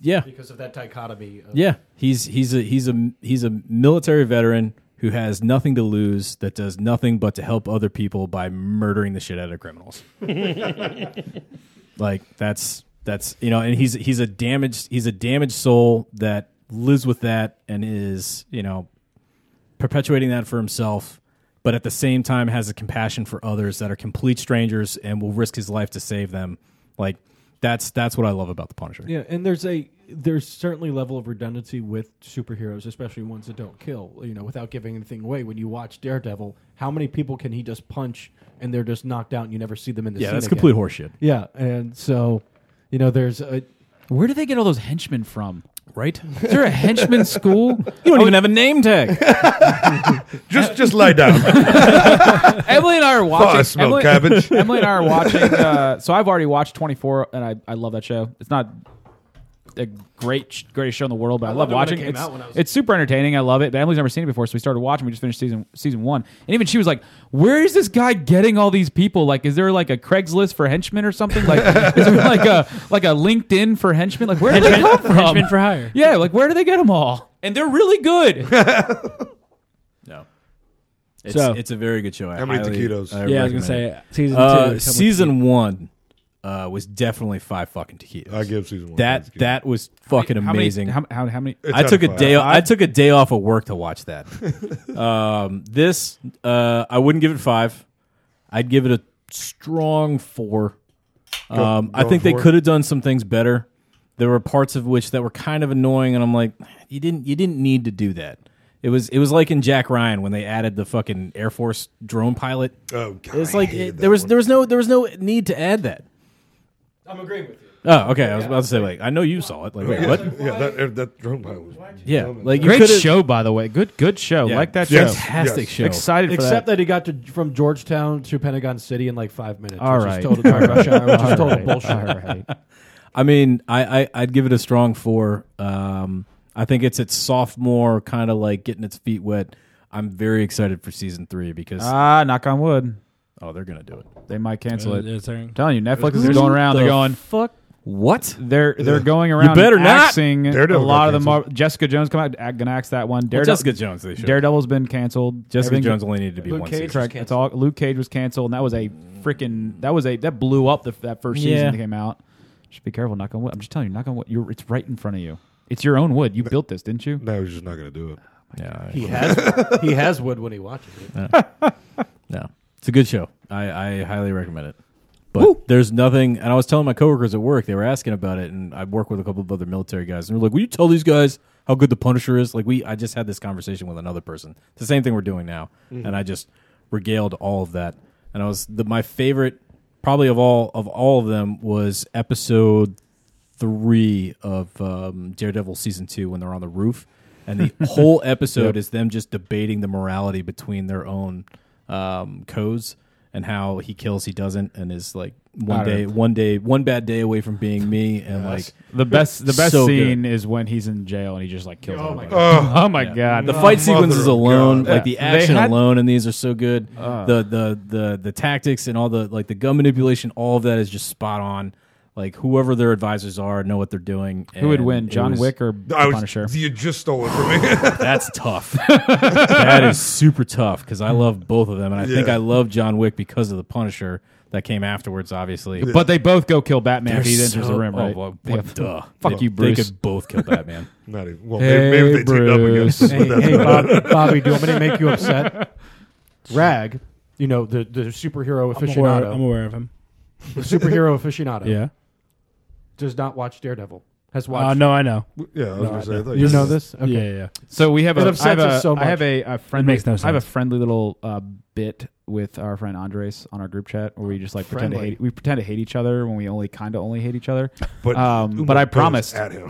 Speaker 4: yeah
Speaker 1: because of that dichotomy. Of,
Speaker 4: yeah he's he's a he's a he's a military veteran who has nothing to lose that does nothing but to help other people by murdering the shit out of criminals Like that's that's you know, and he's he's a damaged he's a damaged soul that lives with that and is you know perpetuating that for himself, but at the same time has a compassion for others that are complete strangers and will risk his life to save them. Like that's that's what I love about the Punisher.
Speaker 1: Yeah, and there's a there's certainly level of redundancy with superheroes, especially ones that don't kill. You know, without giving anything away. When you watch Daredevil, how many people can he just punch and they're just knocked out, and you never see them in the
Speaker 4: Yeah,
Speaker 1: scene
Speaker 4: that's
Speaker 1: again?
Speaker 4: complete horseshit.
Speaker 1: Yeah, and so You know, there's a,
Speaker 6: Where do they get all those henchmen from?
Speaker 4: Right?
Speaker 6: Is there a
Speaker 4: [laughs]
Speaker 6: henchman school? Oh,
Speaker 4: You don't even have a name tag.
Speaker 5: just just lie down.
Speaker 6: Emily and I are watching.
Speaker 5: Oh, I smell
Speaker 6: Emily,
Speaker 5: cabbage.
Speaker 6: [laughs] Emily and I are watching. Uh, so I've already watched 24, and I, I love that show. It's not the great sh- greatest show in the world, but I,
Speaker 1: loved
Speaker 6: love
Speaker 1: it when it
Speaker 6: watching.
Speaker 1: came
Speaker 6: it's,
Speaker 1: out when I was-
Speaker 6: it's super entertaining. I love it. But Emily's never seen it before, so we started watching. We just finished season season one, and even she was like, "Where is this guy getting all these people? Like, is there like a Craigslist for henchmen or something? Like, is there like a like a LinkedIn for henchmen? Like, where do they come from?
Speaker 14: henchmen for hire.
Speaker 6: Yeah, like where do they get them all? And they're really good.
Speaker 4: No. It's,
Speaker 6: So-
Speaker 4: it's a very good show. I
Speaker 6: How many
Speaker 4: highly-
Speaker 6: taquitos?
Speaker 4: I
Speaker 6: Yeah, I
Speaker 4: recommend
Speaker 6: was gonna
Speaker 4: it.
Speaker 6: say, season two, how
Speaker 4: Uh,
Speaker 6: much
Speaker 4: season one uh, was definitely five fucking taquitos. I
Speaker 5: give season one
Speaker 4: That that was fucking
Speaker 6: How many-
Speaker 4: amazing.
Speaker 6: how- how- how many- [laughs] It's
Speaker 4: I
Speaker 6: out
Speaker 4: took a
Speaker 6: of five.
Speaker 4: day. I
Speaker 6: Five?
Speaker 4: took a day off of work to watch
Speaker 6: [laughs]
Speaker 4: that. um, this uh, I wouldn't give it five. I'd give it a strong four.
Speaker 6: Go-
Speaker 4: Um, I
Speaker 6: going
Speaker 4: think they
Speaker 6: for it.
Speaker 4: could have done some things better. There were parts of which that were kind of annoying, and I'm like, you didn't you didn't need to do that. It was it was like in Jack Ryan when they added the fucking Air Force drone pilot.
Speaker 5: Oh, God,
Speaker 4: it's like it- there was there was no there was no need to add that.
Speaker 1: I'm agreeing with you.
Speaker 4: Oh, okay. I was about to say like I know you saw it. Like wait,
Speaker 5: yeah,
Speaker 4: what?
Speaker 5: Yeah, that, uh, that drone pilot was.
Speaker 4: Yeah, like you
Speaker 6: great
Speaker 4: could've-
Speaker 6: show by the way. Good good show.
Speaker 4: Yeah.
Speaker 6: Like that show.
Speaker 4: Fantastic show.
Speaker 6: Excited for
Speaker 1: Except
Speaker 6: that.
Speaker 1: that. he got to, from Georgetown to Pentagon City in like five minutes.
Speaker 6: All
Speaker 1: which
Speaker 6: right.
Speaker 1: Is total,
Speaker 6: All
Speaker 1: rush hour,
Speaker 3: [laughs]
Speaker 1: which
Speaker 6: right.
Speaker 1: is total
Speaker 6: All right.
Speaker 1: bullshit.
Speaker 6: All right.
Speaker 4: I mean, I, I I'd give it a strong four. Um, I think it's its sophomore kind of like getting its feet wet. I'm very excited for season three because
Speaker 6: Ah, knock on wood.
Speaker 4: oh, they're gonna do it.
Speaker 6: They might cancel
Speaker 4: Uh,
Speaker 6: it.
Speaker 4: it's airing.
Speaker 6: I'm telling you, Netflix is
Speaker 4: Who
Speaker 6: going around.
Speaker 4: the
Speaker 6: They're going
Speaker 4: fuck. What?
Speaker 6: They're they're
Speaker 4: Yeah.
Speaker 6: going
Speaker 4: You
Speaker 6: around.
Speaker 4: better
Speaker 6: and
Speaker 4: not.
Speaker 6: axing a
Speaker 4: Daredevil
Speaker 6: lot
Speaker 4: got
Speaker 6: of the Mar-
Speaker 4: canceled.
Speaker 6: Jessica Jones come out. a- Gonna axe that one. Daredevil,
Speaker 4: Jessica Jones, they should.
Speaker 6: Daredevil's been canceled.
Speaker 4: Jessica Jones only needed to be Luke one Cage season. was
Speaker 6: Correct. That's all. Luke Cage was canceled, and that was a freaking that was a that blew up the, that first
Speaker 4: Yeah.
Speaker 6: season that came out. Just be careful. Knock on wood. I'm just telling you. Knock on wood. You're, it's right in front of you. It's your own wood. You built this, didn't
Speaker 4: [laughs]
Speaker 6: you?
Speaker 5: No, he's just not gonna do it.
Speaker 4: Yeah,
Speaker 1: [laughs] He has he has wood when he watches it.
Speaker 4: No, it's a good show. I, I highly recommend it. But there's nothing, and I was telling my coworkers at work, they were asking about it, and I work with a couple of other military guys, and they're like, "Will you tell these guys how good the Punisher is?" Like we, I just had this conversation with another person. It's the same thing we're doing now,
Speaker 6: Mhm.
Speaker 4: and I just regaled all of that. And I was the, my favorite, probably of all of all of them, was episode three of um, Daredevil season two when they're on the roof, and the [laughs] whole episode
Speaker 6: Yep.
Speaker 4: is them just debating the morality between their own um, codes and how he kills, he doesn't, and is like one
Speaker 6: Got it.
Speaker 4: day, one day, one bad day away from being me, and
Speaker 6: Yes.
Speaker 4: like
Speaker 6: the best the best
Speaker 4: so good.
Speaker 6: scene is when he's in jail and he just like kills.
Speaker 4: Oh my
Speaker 6: everybody.
Speaker 4: God.
Speaker 6: [laughs] Oh my
Speaker 4: Yeah.
Speaker 6: god!
Speaker 4: The fight sequences
Speaker 6: Mother of
Speaker 4: alone,
Speaker 6: God.
Speaker 4: like the
Speaker 6: They
Speaker 4: action
Speaker 6: had-
Speaker 4: alone, in these are so good.
Speaker 6: Uh.
Speaker 4: the the the the tactics and all the like the gun manipulation, all of that is just spot on. Like whoever their advisors are, know what they're doing.
Speaker 6: Who would
Speaker 4: and
Speaker 6: win,
Speaker 4: it
Speaker 6: John
Speaker 4: was-
Speaker 6: Wick or
Speaker 5: I
Speaker 6: the
Speaker 5: was-
Speaker 6: Punisher?
Speaker 5: You just stole it from me. [laughs]
Speaker 4: That's
Speaker 6: [laughs]
Speaker 4: tough. that is super tough because I love both of them, and I think
Speaker 6: Yeah.
Speaker 4: I love John Wick because of the Punisher that came afterwards. Obviously,
Speaker 6: But they both go kill Batman if
Speaker 4: They're
Speaker 6: he enters
Speaker 4: so-
Speaker 6: the room,
Speaker 4: oh,
Speaker 6: right?
Speaker 4: well,
Speaker 6: Yeah.
Speaker 4: what- duh.
Speaker 6: Fuck
Speaker 4: They-
Speaker 6: you,
Speaker 4: they
Speaker 6: Bruce.
Speaker 4: [laughs] could both kill
Speaker 6: [laughs]
Speaker 4: Batman.
Speaker 5: Not even- well, maybe- maybe they teamed up against us, but
Speaker 1: Hey,
Speaker 5: that's
Speaker 1: hey,
Speaker 5: about
Speaker 1: Bob-
Speaker 6: [laughs]
Speaker 5: it.
Speaker 1: Bobby, do you want me to make you upset? Rag, you know the the superhero
Speaker 3: I'm
Speaker 1: aficionado.
Speaker 3: aware, I'm aware of him.
Speaker 1: The superhero aficionado.
Speaker 3: [laughs] Yeah.
Speaker 1: Does not watch Daredevil. Has watched.
Speaker 3: Uh, no, I know.
Speaker 1: No, don't. you know this. Okay.
Speaker 3: [laughs] Yeah, yeah, yeah.
Speaker 6: So we have
Speaker 1: It
Speaker 6: a, I
Speaker 1: upsets
Speaker 6: have a,
Speaker 1: us so
Speaker 6: I have
Speaker 1: much.
Speaker 6: a, a friendly,
Speaker 3: makes no
Speaker 6: I have a
Speaker 3: sense.
Speaker 6: friendly little uh, bit with our friend Andres on our group chat where we just like pretend to
Speaker 3: Friendly.
Speaker 6: hate, we pretend to hate each other when we only kind of only hate each other.
Speaker 5: But
Speaker 6: um,
Speaker 5: Uma
Speaker 6: but I
Speaker 5: goes
Speaker 6: promised
Speaker 5: at him.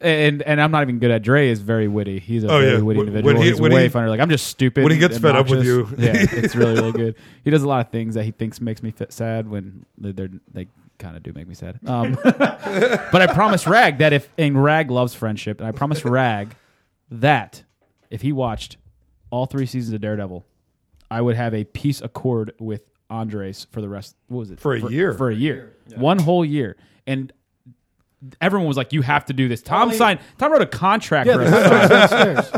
Speaker 6: and and I'm not even good at Dre is very witty. He's a
Speaker 5: Oh,
Speaker 6: very
Speaker 5: yeah.
Speaker 6: witty
Speaker 5: When-
Speaker 6: individual.
Speaker 5: when he-
Speaker 6: He's
Speaker 5: when
Speaker 6: way
Speaker 5: he-
Speaker 6: funner. Like I'm just stupid.
Speaker 5: when he gets fed up with
Speaker 6: obnoxious.
Speaker 5: you.
Speaker 6: yeah,
Speaker 5: [laughs]
Speaker 6: it's really really good. He does a lot of things that he thinks makes me fit sad when they- they're they kind of do make me sad. Um, [laughs] but I promise Rag that if and Rag loves friendship, and I promise Rag that if he watched all three seasons of Daredevil, I would have a peace accord with Andres for the rest. What was it
Speaker 5: For a year.
Speaker 6: For a year, one whole year, and everyone was like, "You have to do this." Tom signed. Tom wrote a contract for us,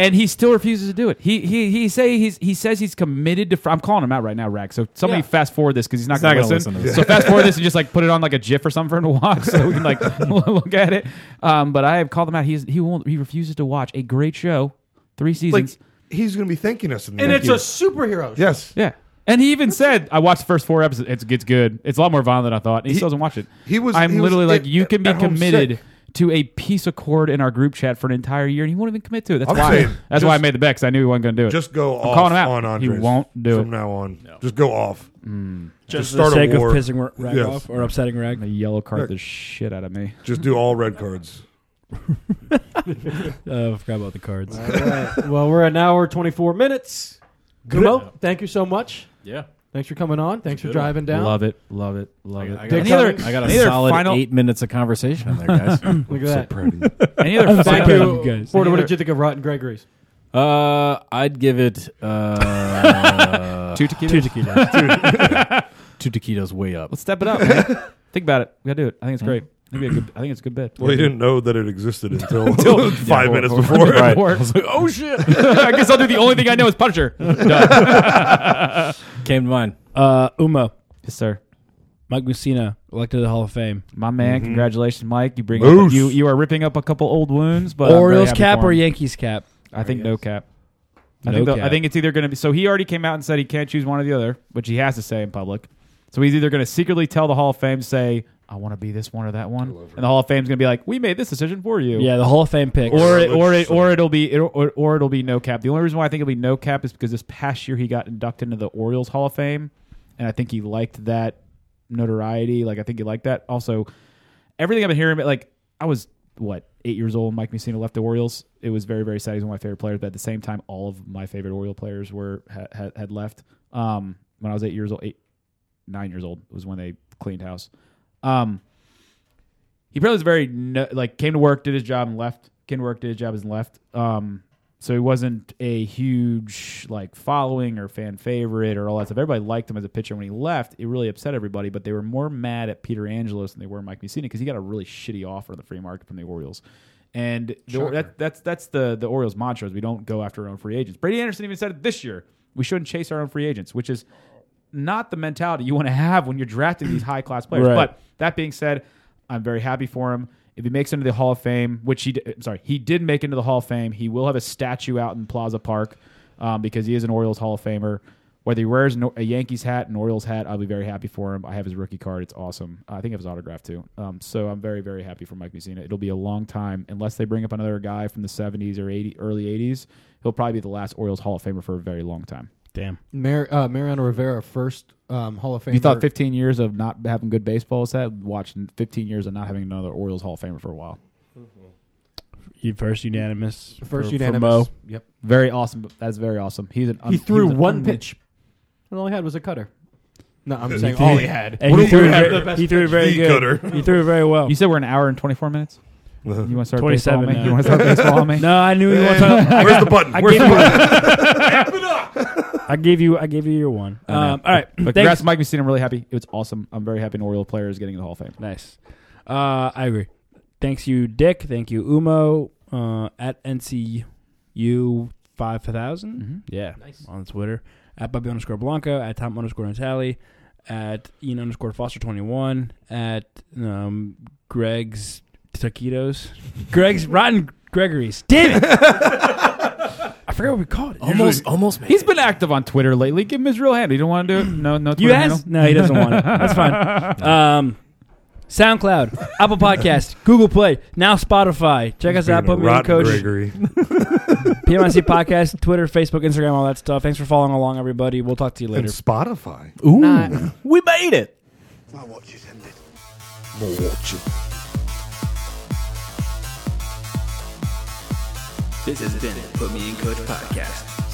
Speaker 6: and he still refuses to do it. He he he say he's he says he's committed to. Fr- I'm calling him out right now, Rack. So somebody
Speaker 4: Yeah.
Speaker 6: fast forward this because he's not
Speaker 4: He's
Speaker 6: going
Speaker 4: not
Speaker 6: to
Speaker 4: gonna
Speaker 6: listen.
Speaker 4: listen to
Speaker 6: so
Speaker 4: this.
Speaker 6: fast forward
Speaker 4: [laughs]
Speaker 6: this and just like put it on like a GIF or something for him to watch, so we can like [laughs] look at it. Um, but I have called him out. He's he won't. He refuses to watch a great show, three
Speaker 5: Like
Speaker 6: seasons.
Speaker 5: he's gonna be thanking us. In the
Speaker 1: And
Speaker 5: next
Speaker 1: it's a superhero. show.
Speaker 5: Yes.
Speaker 6: Yeah. And he even said, "I watched the first four episodes. It's it's good. It's a lot more violent than I thought." And he, still doesn't watch it.
Speaker 5: he was-
Speaker 6: I'm
Speaker 5: he was
Speaker 6: literally like,
Speaker 5: at-
Speaker 6: "You can be
Speaker 5: at home
Speaker 6: committed
Speaker 5: sick.
Speaker 6: to a peace accord in our group chat for an entire year, and he won't even commit to it. That's
Speaker 5: I'm
Speaker 6: why.
Speaker 5: saying,
Speaker 6: that's why I
Speaker 5: just-
Speaker 6: made the bet because I knew he wasn't going to do it.
Speaker 5: Just go
Speaker 6: I'm
Speaker 5: off
Speaker 6: calling him out.
Speaker 5: on
Speaker 6: he
Speaker 5: Andres
Speaker 6: won't do
Speaker 5: from
Speaker 6: it
Speaker 5: now on. Just go off.
Speaker 3: Just for the sake of pissing Ra- Rag
Speaker 5: Yes.
Speaker 3: off or upsetting Rag.
Speaker 6: A yellow
Speaker 5: card
Speaker 6: card the shit out of me.
Speaker 5: Just do all red cards.
Speaker 3: Uh, I forgot about the cards.
Speaker 1: All right. Well, we're at an hour twenty four minutes. Kumo, thank you so much.
Speaker 4: Yeah.
Speaker 1: Thanks for coming on. Thanks for
Speaker 4: good one.
Speaker 1: driving down.
Speaker 6: Love it, love it, love it.
Speaker 4: I got,
Speaker 1: Dick
Speaker 4: a-
Speaker 1: Cummings.
Speaker 4: I got a
Speaker 6: Any other
Speaker 4: solid
Speaker 6: final-
Speaker 4: eight minutes of conversation in there, guys.
Speaker 1: Look at that.
Speaker 6: Any
Speaker 5: [laughs]
Speaker 6: other
Speaker 1: Thank
Speaker 6: final-
Speaker 1: you,
Speaker 3: you guys.
Speaker 1: Porter. What
Speaker 6: Any
Speaker 1: did you think of Rotten Gregory's?
Speaker 4: [laughs] Uh, I'd give it uh,
Speaker 6: Two tequilas?
Speaker 3: Two tequilas.
Speaker 4: two taquitos way up.
Speaker 6: Let's step it up. man. think about it. We gotta do it. I think it's
Speaker 5: [laughs]
Speaker 6: great. I think, it'd be a good, I think it's a good bet.
Speaker 5: Well, he didn't know that it existed until, [laughs] five
Speaker 4: Yeah,
Speaker 5: minutes
Speaker 4: or- or-
Speaker 5: before.
Speaker 4: right.
Speaker 5: [laughs]
Speaker 6: Or-
Speaker 4: I was like, oh shit,
Speaker 6: [laughs] I guess I'll do the only thing I know is Punisher.
Speaker 4: came to mind.
Speaker 3: Uh, Uma,
Speaker 6: yes, sir.
Speaker 3: Mike Mussina, elected to the Hall of Fame.
Speaker 6: My
Speaker 3: Mm-hmm.
Speaker 6: man, congratulations, Mike. You bring
Speaker 5: Moose.
Speaker 6: up, you you are ripping up a couple old wounds, but I'm really
Speaker 3: Orioles
Speaker 6: happy
Speaker 3: cap
Speaker 6: for
Speaker 3: or
Speaker 6: him.
Speaker 3: Yankees cap?
Speaker 6: I think no cap. I
Speaker 3: No
Speaker 6: think the- I
Speaker 3: cap.
Speaker 6: think it's either going to be so he already came out and said he can't choose one or the other, which he has to say in public. So he's either going to secretly tell the Hall of Fame say I want to be this one or that one, and the Hall of Fame's going to be like, "We made this decision for you."
Speaker 3: Yeah, the Hall of Fame pick.
Speaker 6: Or it, or it, or it'll be it, or, or it'll be no cap. The only reason why I think it'll be no cap is because this past year he got inducted into the Orioles Hall of Fame, and I think he liked that notoriety. Like I think he liked that. Also, everything I've been hearing, but like I was what eight years old when Mike Mussina left the Orioles. It was very very sad. He's one of my favorite players, but at the same time, all of my favorite Oriole players were had, had, had left. Um, when I was eight years old, eight nine years old was when they cleaned house. Um, he probably was very no, like came to work, did his job, and left. Came to work, did his job, and left. Um, so he wasn't a huge like following or fan favorite or all that stuff. Everybody liked him as a pitcher. When he left, it really upset everybody, but they were more mad at Peter Angelos than they were Mike Mussina because he got a really shitty offer in the free market from the Orioles. And the, that, that's that's the the Orioles' mantra is we don't go after our own free agents. Brady Anderson even said it this year. We shouldn't chase our own free agents, which is not the mentality you want to have when you're drafting these high class players.
Speaker 3: Right.
Speaker 6: But that being said, I'm very happy for him. If he makes it into the Hall of Fame, which he did, sorry he did make it into the Hall of Fame, he will have a statue out in Plaza Park um, because he is an Orioles Hall of Famer. Whether he wears an, a Yankees hat, an Orioles hat, I'll be very happy for him. I have his rookie card; it's awesome. I think I have his autograph too. Um, so I'm very, very happy for Mike Mussina. It'll be a long time unless they bring up another guy from the '70s or 80, early '80s. He'll probably be the last Orioles Hall of Famer for a very long time.
Speaker 3: Damn.
Speaker 1: Mar- uh, Mariano Rivera, first um, Hall of Fame.
Speaker 6: You thought 15 years of not having good baseball is that? Watch 15 years of not having another Orioles Hall of Famer for a while.
Speaker 3: You first unanimous.
Speaker 1: first
Speaker 3: for,
Speaker 1: unanimous. yep.
Speaker 6: Very awesome. That's very awesome. He's an un-
Speaker 1: He threw
Speaker 6: was an
Speaker 1: one
Speaker 6: unma-
Speaker 1: pitch, and all he had was a cutter. No, I'm saying all he had.
Speaker 3: And he
Speaker 5: do
Speaker 3: threw,
Speaker 5: you
Speaker 3: it
Speaker 5: have
Speaker 3: very-
Speaker 5: the best
Speaker 3: he threw it very
Speaker 5: pitch? The
Speaker 3: good.
Speaker 5: cutter.
Speaker 3: He threw it very well.
Speaker 5: [laughs]
Speaker 6: You said we're an hour and
Speaker 3: [laughs]
Speaker 6: 24 minutes. You want to start
Speaker 3: 27
Speaker 6: baseball? on me?
Speaker 3: now.
Speaker 6: You want to
Speaker 3: [laughs]
Speaker 6: start baseball? on me?
Speaker 3: No, I knew you were talking. I
Speaker 5: Where's the button?
Speaker 3: I
Speaker 5: Where's
Speaker 3: gave
Speaker 5: the
Speaker 3: you,
Speaker 5: button?
Speaker 3: [laughs] I gave you, I gave you your one. Um, all right,
Speaker 6: Oh, But
Speaker 3: thanks.
Speaker 6: congrats, Mike Messina. I'm really happy. It was awesome. I'm very happy an Oriole player is getting in the Hall of Fame.
Speaker 3: Nice. Uh, I agree. Thanks you, Dick. Thank you, Umo. Uh, at NCU five
Speaker 6: Mm-hmm.
Speaker 3: Yeah. Nice. On Twitter at Bobby underscore Blanco at Tom underscore Natali at Ian underscore Foster twenty one at um, Greg's
Speaker 6: [laughs]
Speaker 3: taquitos. Greg's rotten Gregory's. Damn it! I forgot what we called it.
Speaker 4: Almost, almost. Made
Speaker 6: He's
Speaker 4: it.
Speaker 6: been active on Twitter lately. Give him his real handle. You don't want to do it? No, no.
Speaker 3: You
Speaker 6: Twitter
Speaker 3: asked?
Speaker 6: handle?
Speaker 3: No, he doesn't want it. That's fine. Um, SoundCloud, Apple Podcast, Google Play, now Spotify. Check us out. Put me in,
Speaker 5: Rotten
Speaker 3: coach.
Speaker 5: Gregory.
Speaker 3: PMIC Podcast, Twitter, Facebook, Instagram, all that stuff. Thanks for following along, everybody. We'll talk to you
Speaker 5: and
Speaker 3: later.
Speaker 5: Spotify.
Speaker 4: Ooh, we made it.
Speaker 7: My watch is ended.
Speaker 5: More watch it.
Speaker 13: This has been the Put Me in Coach podcast.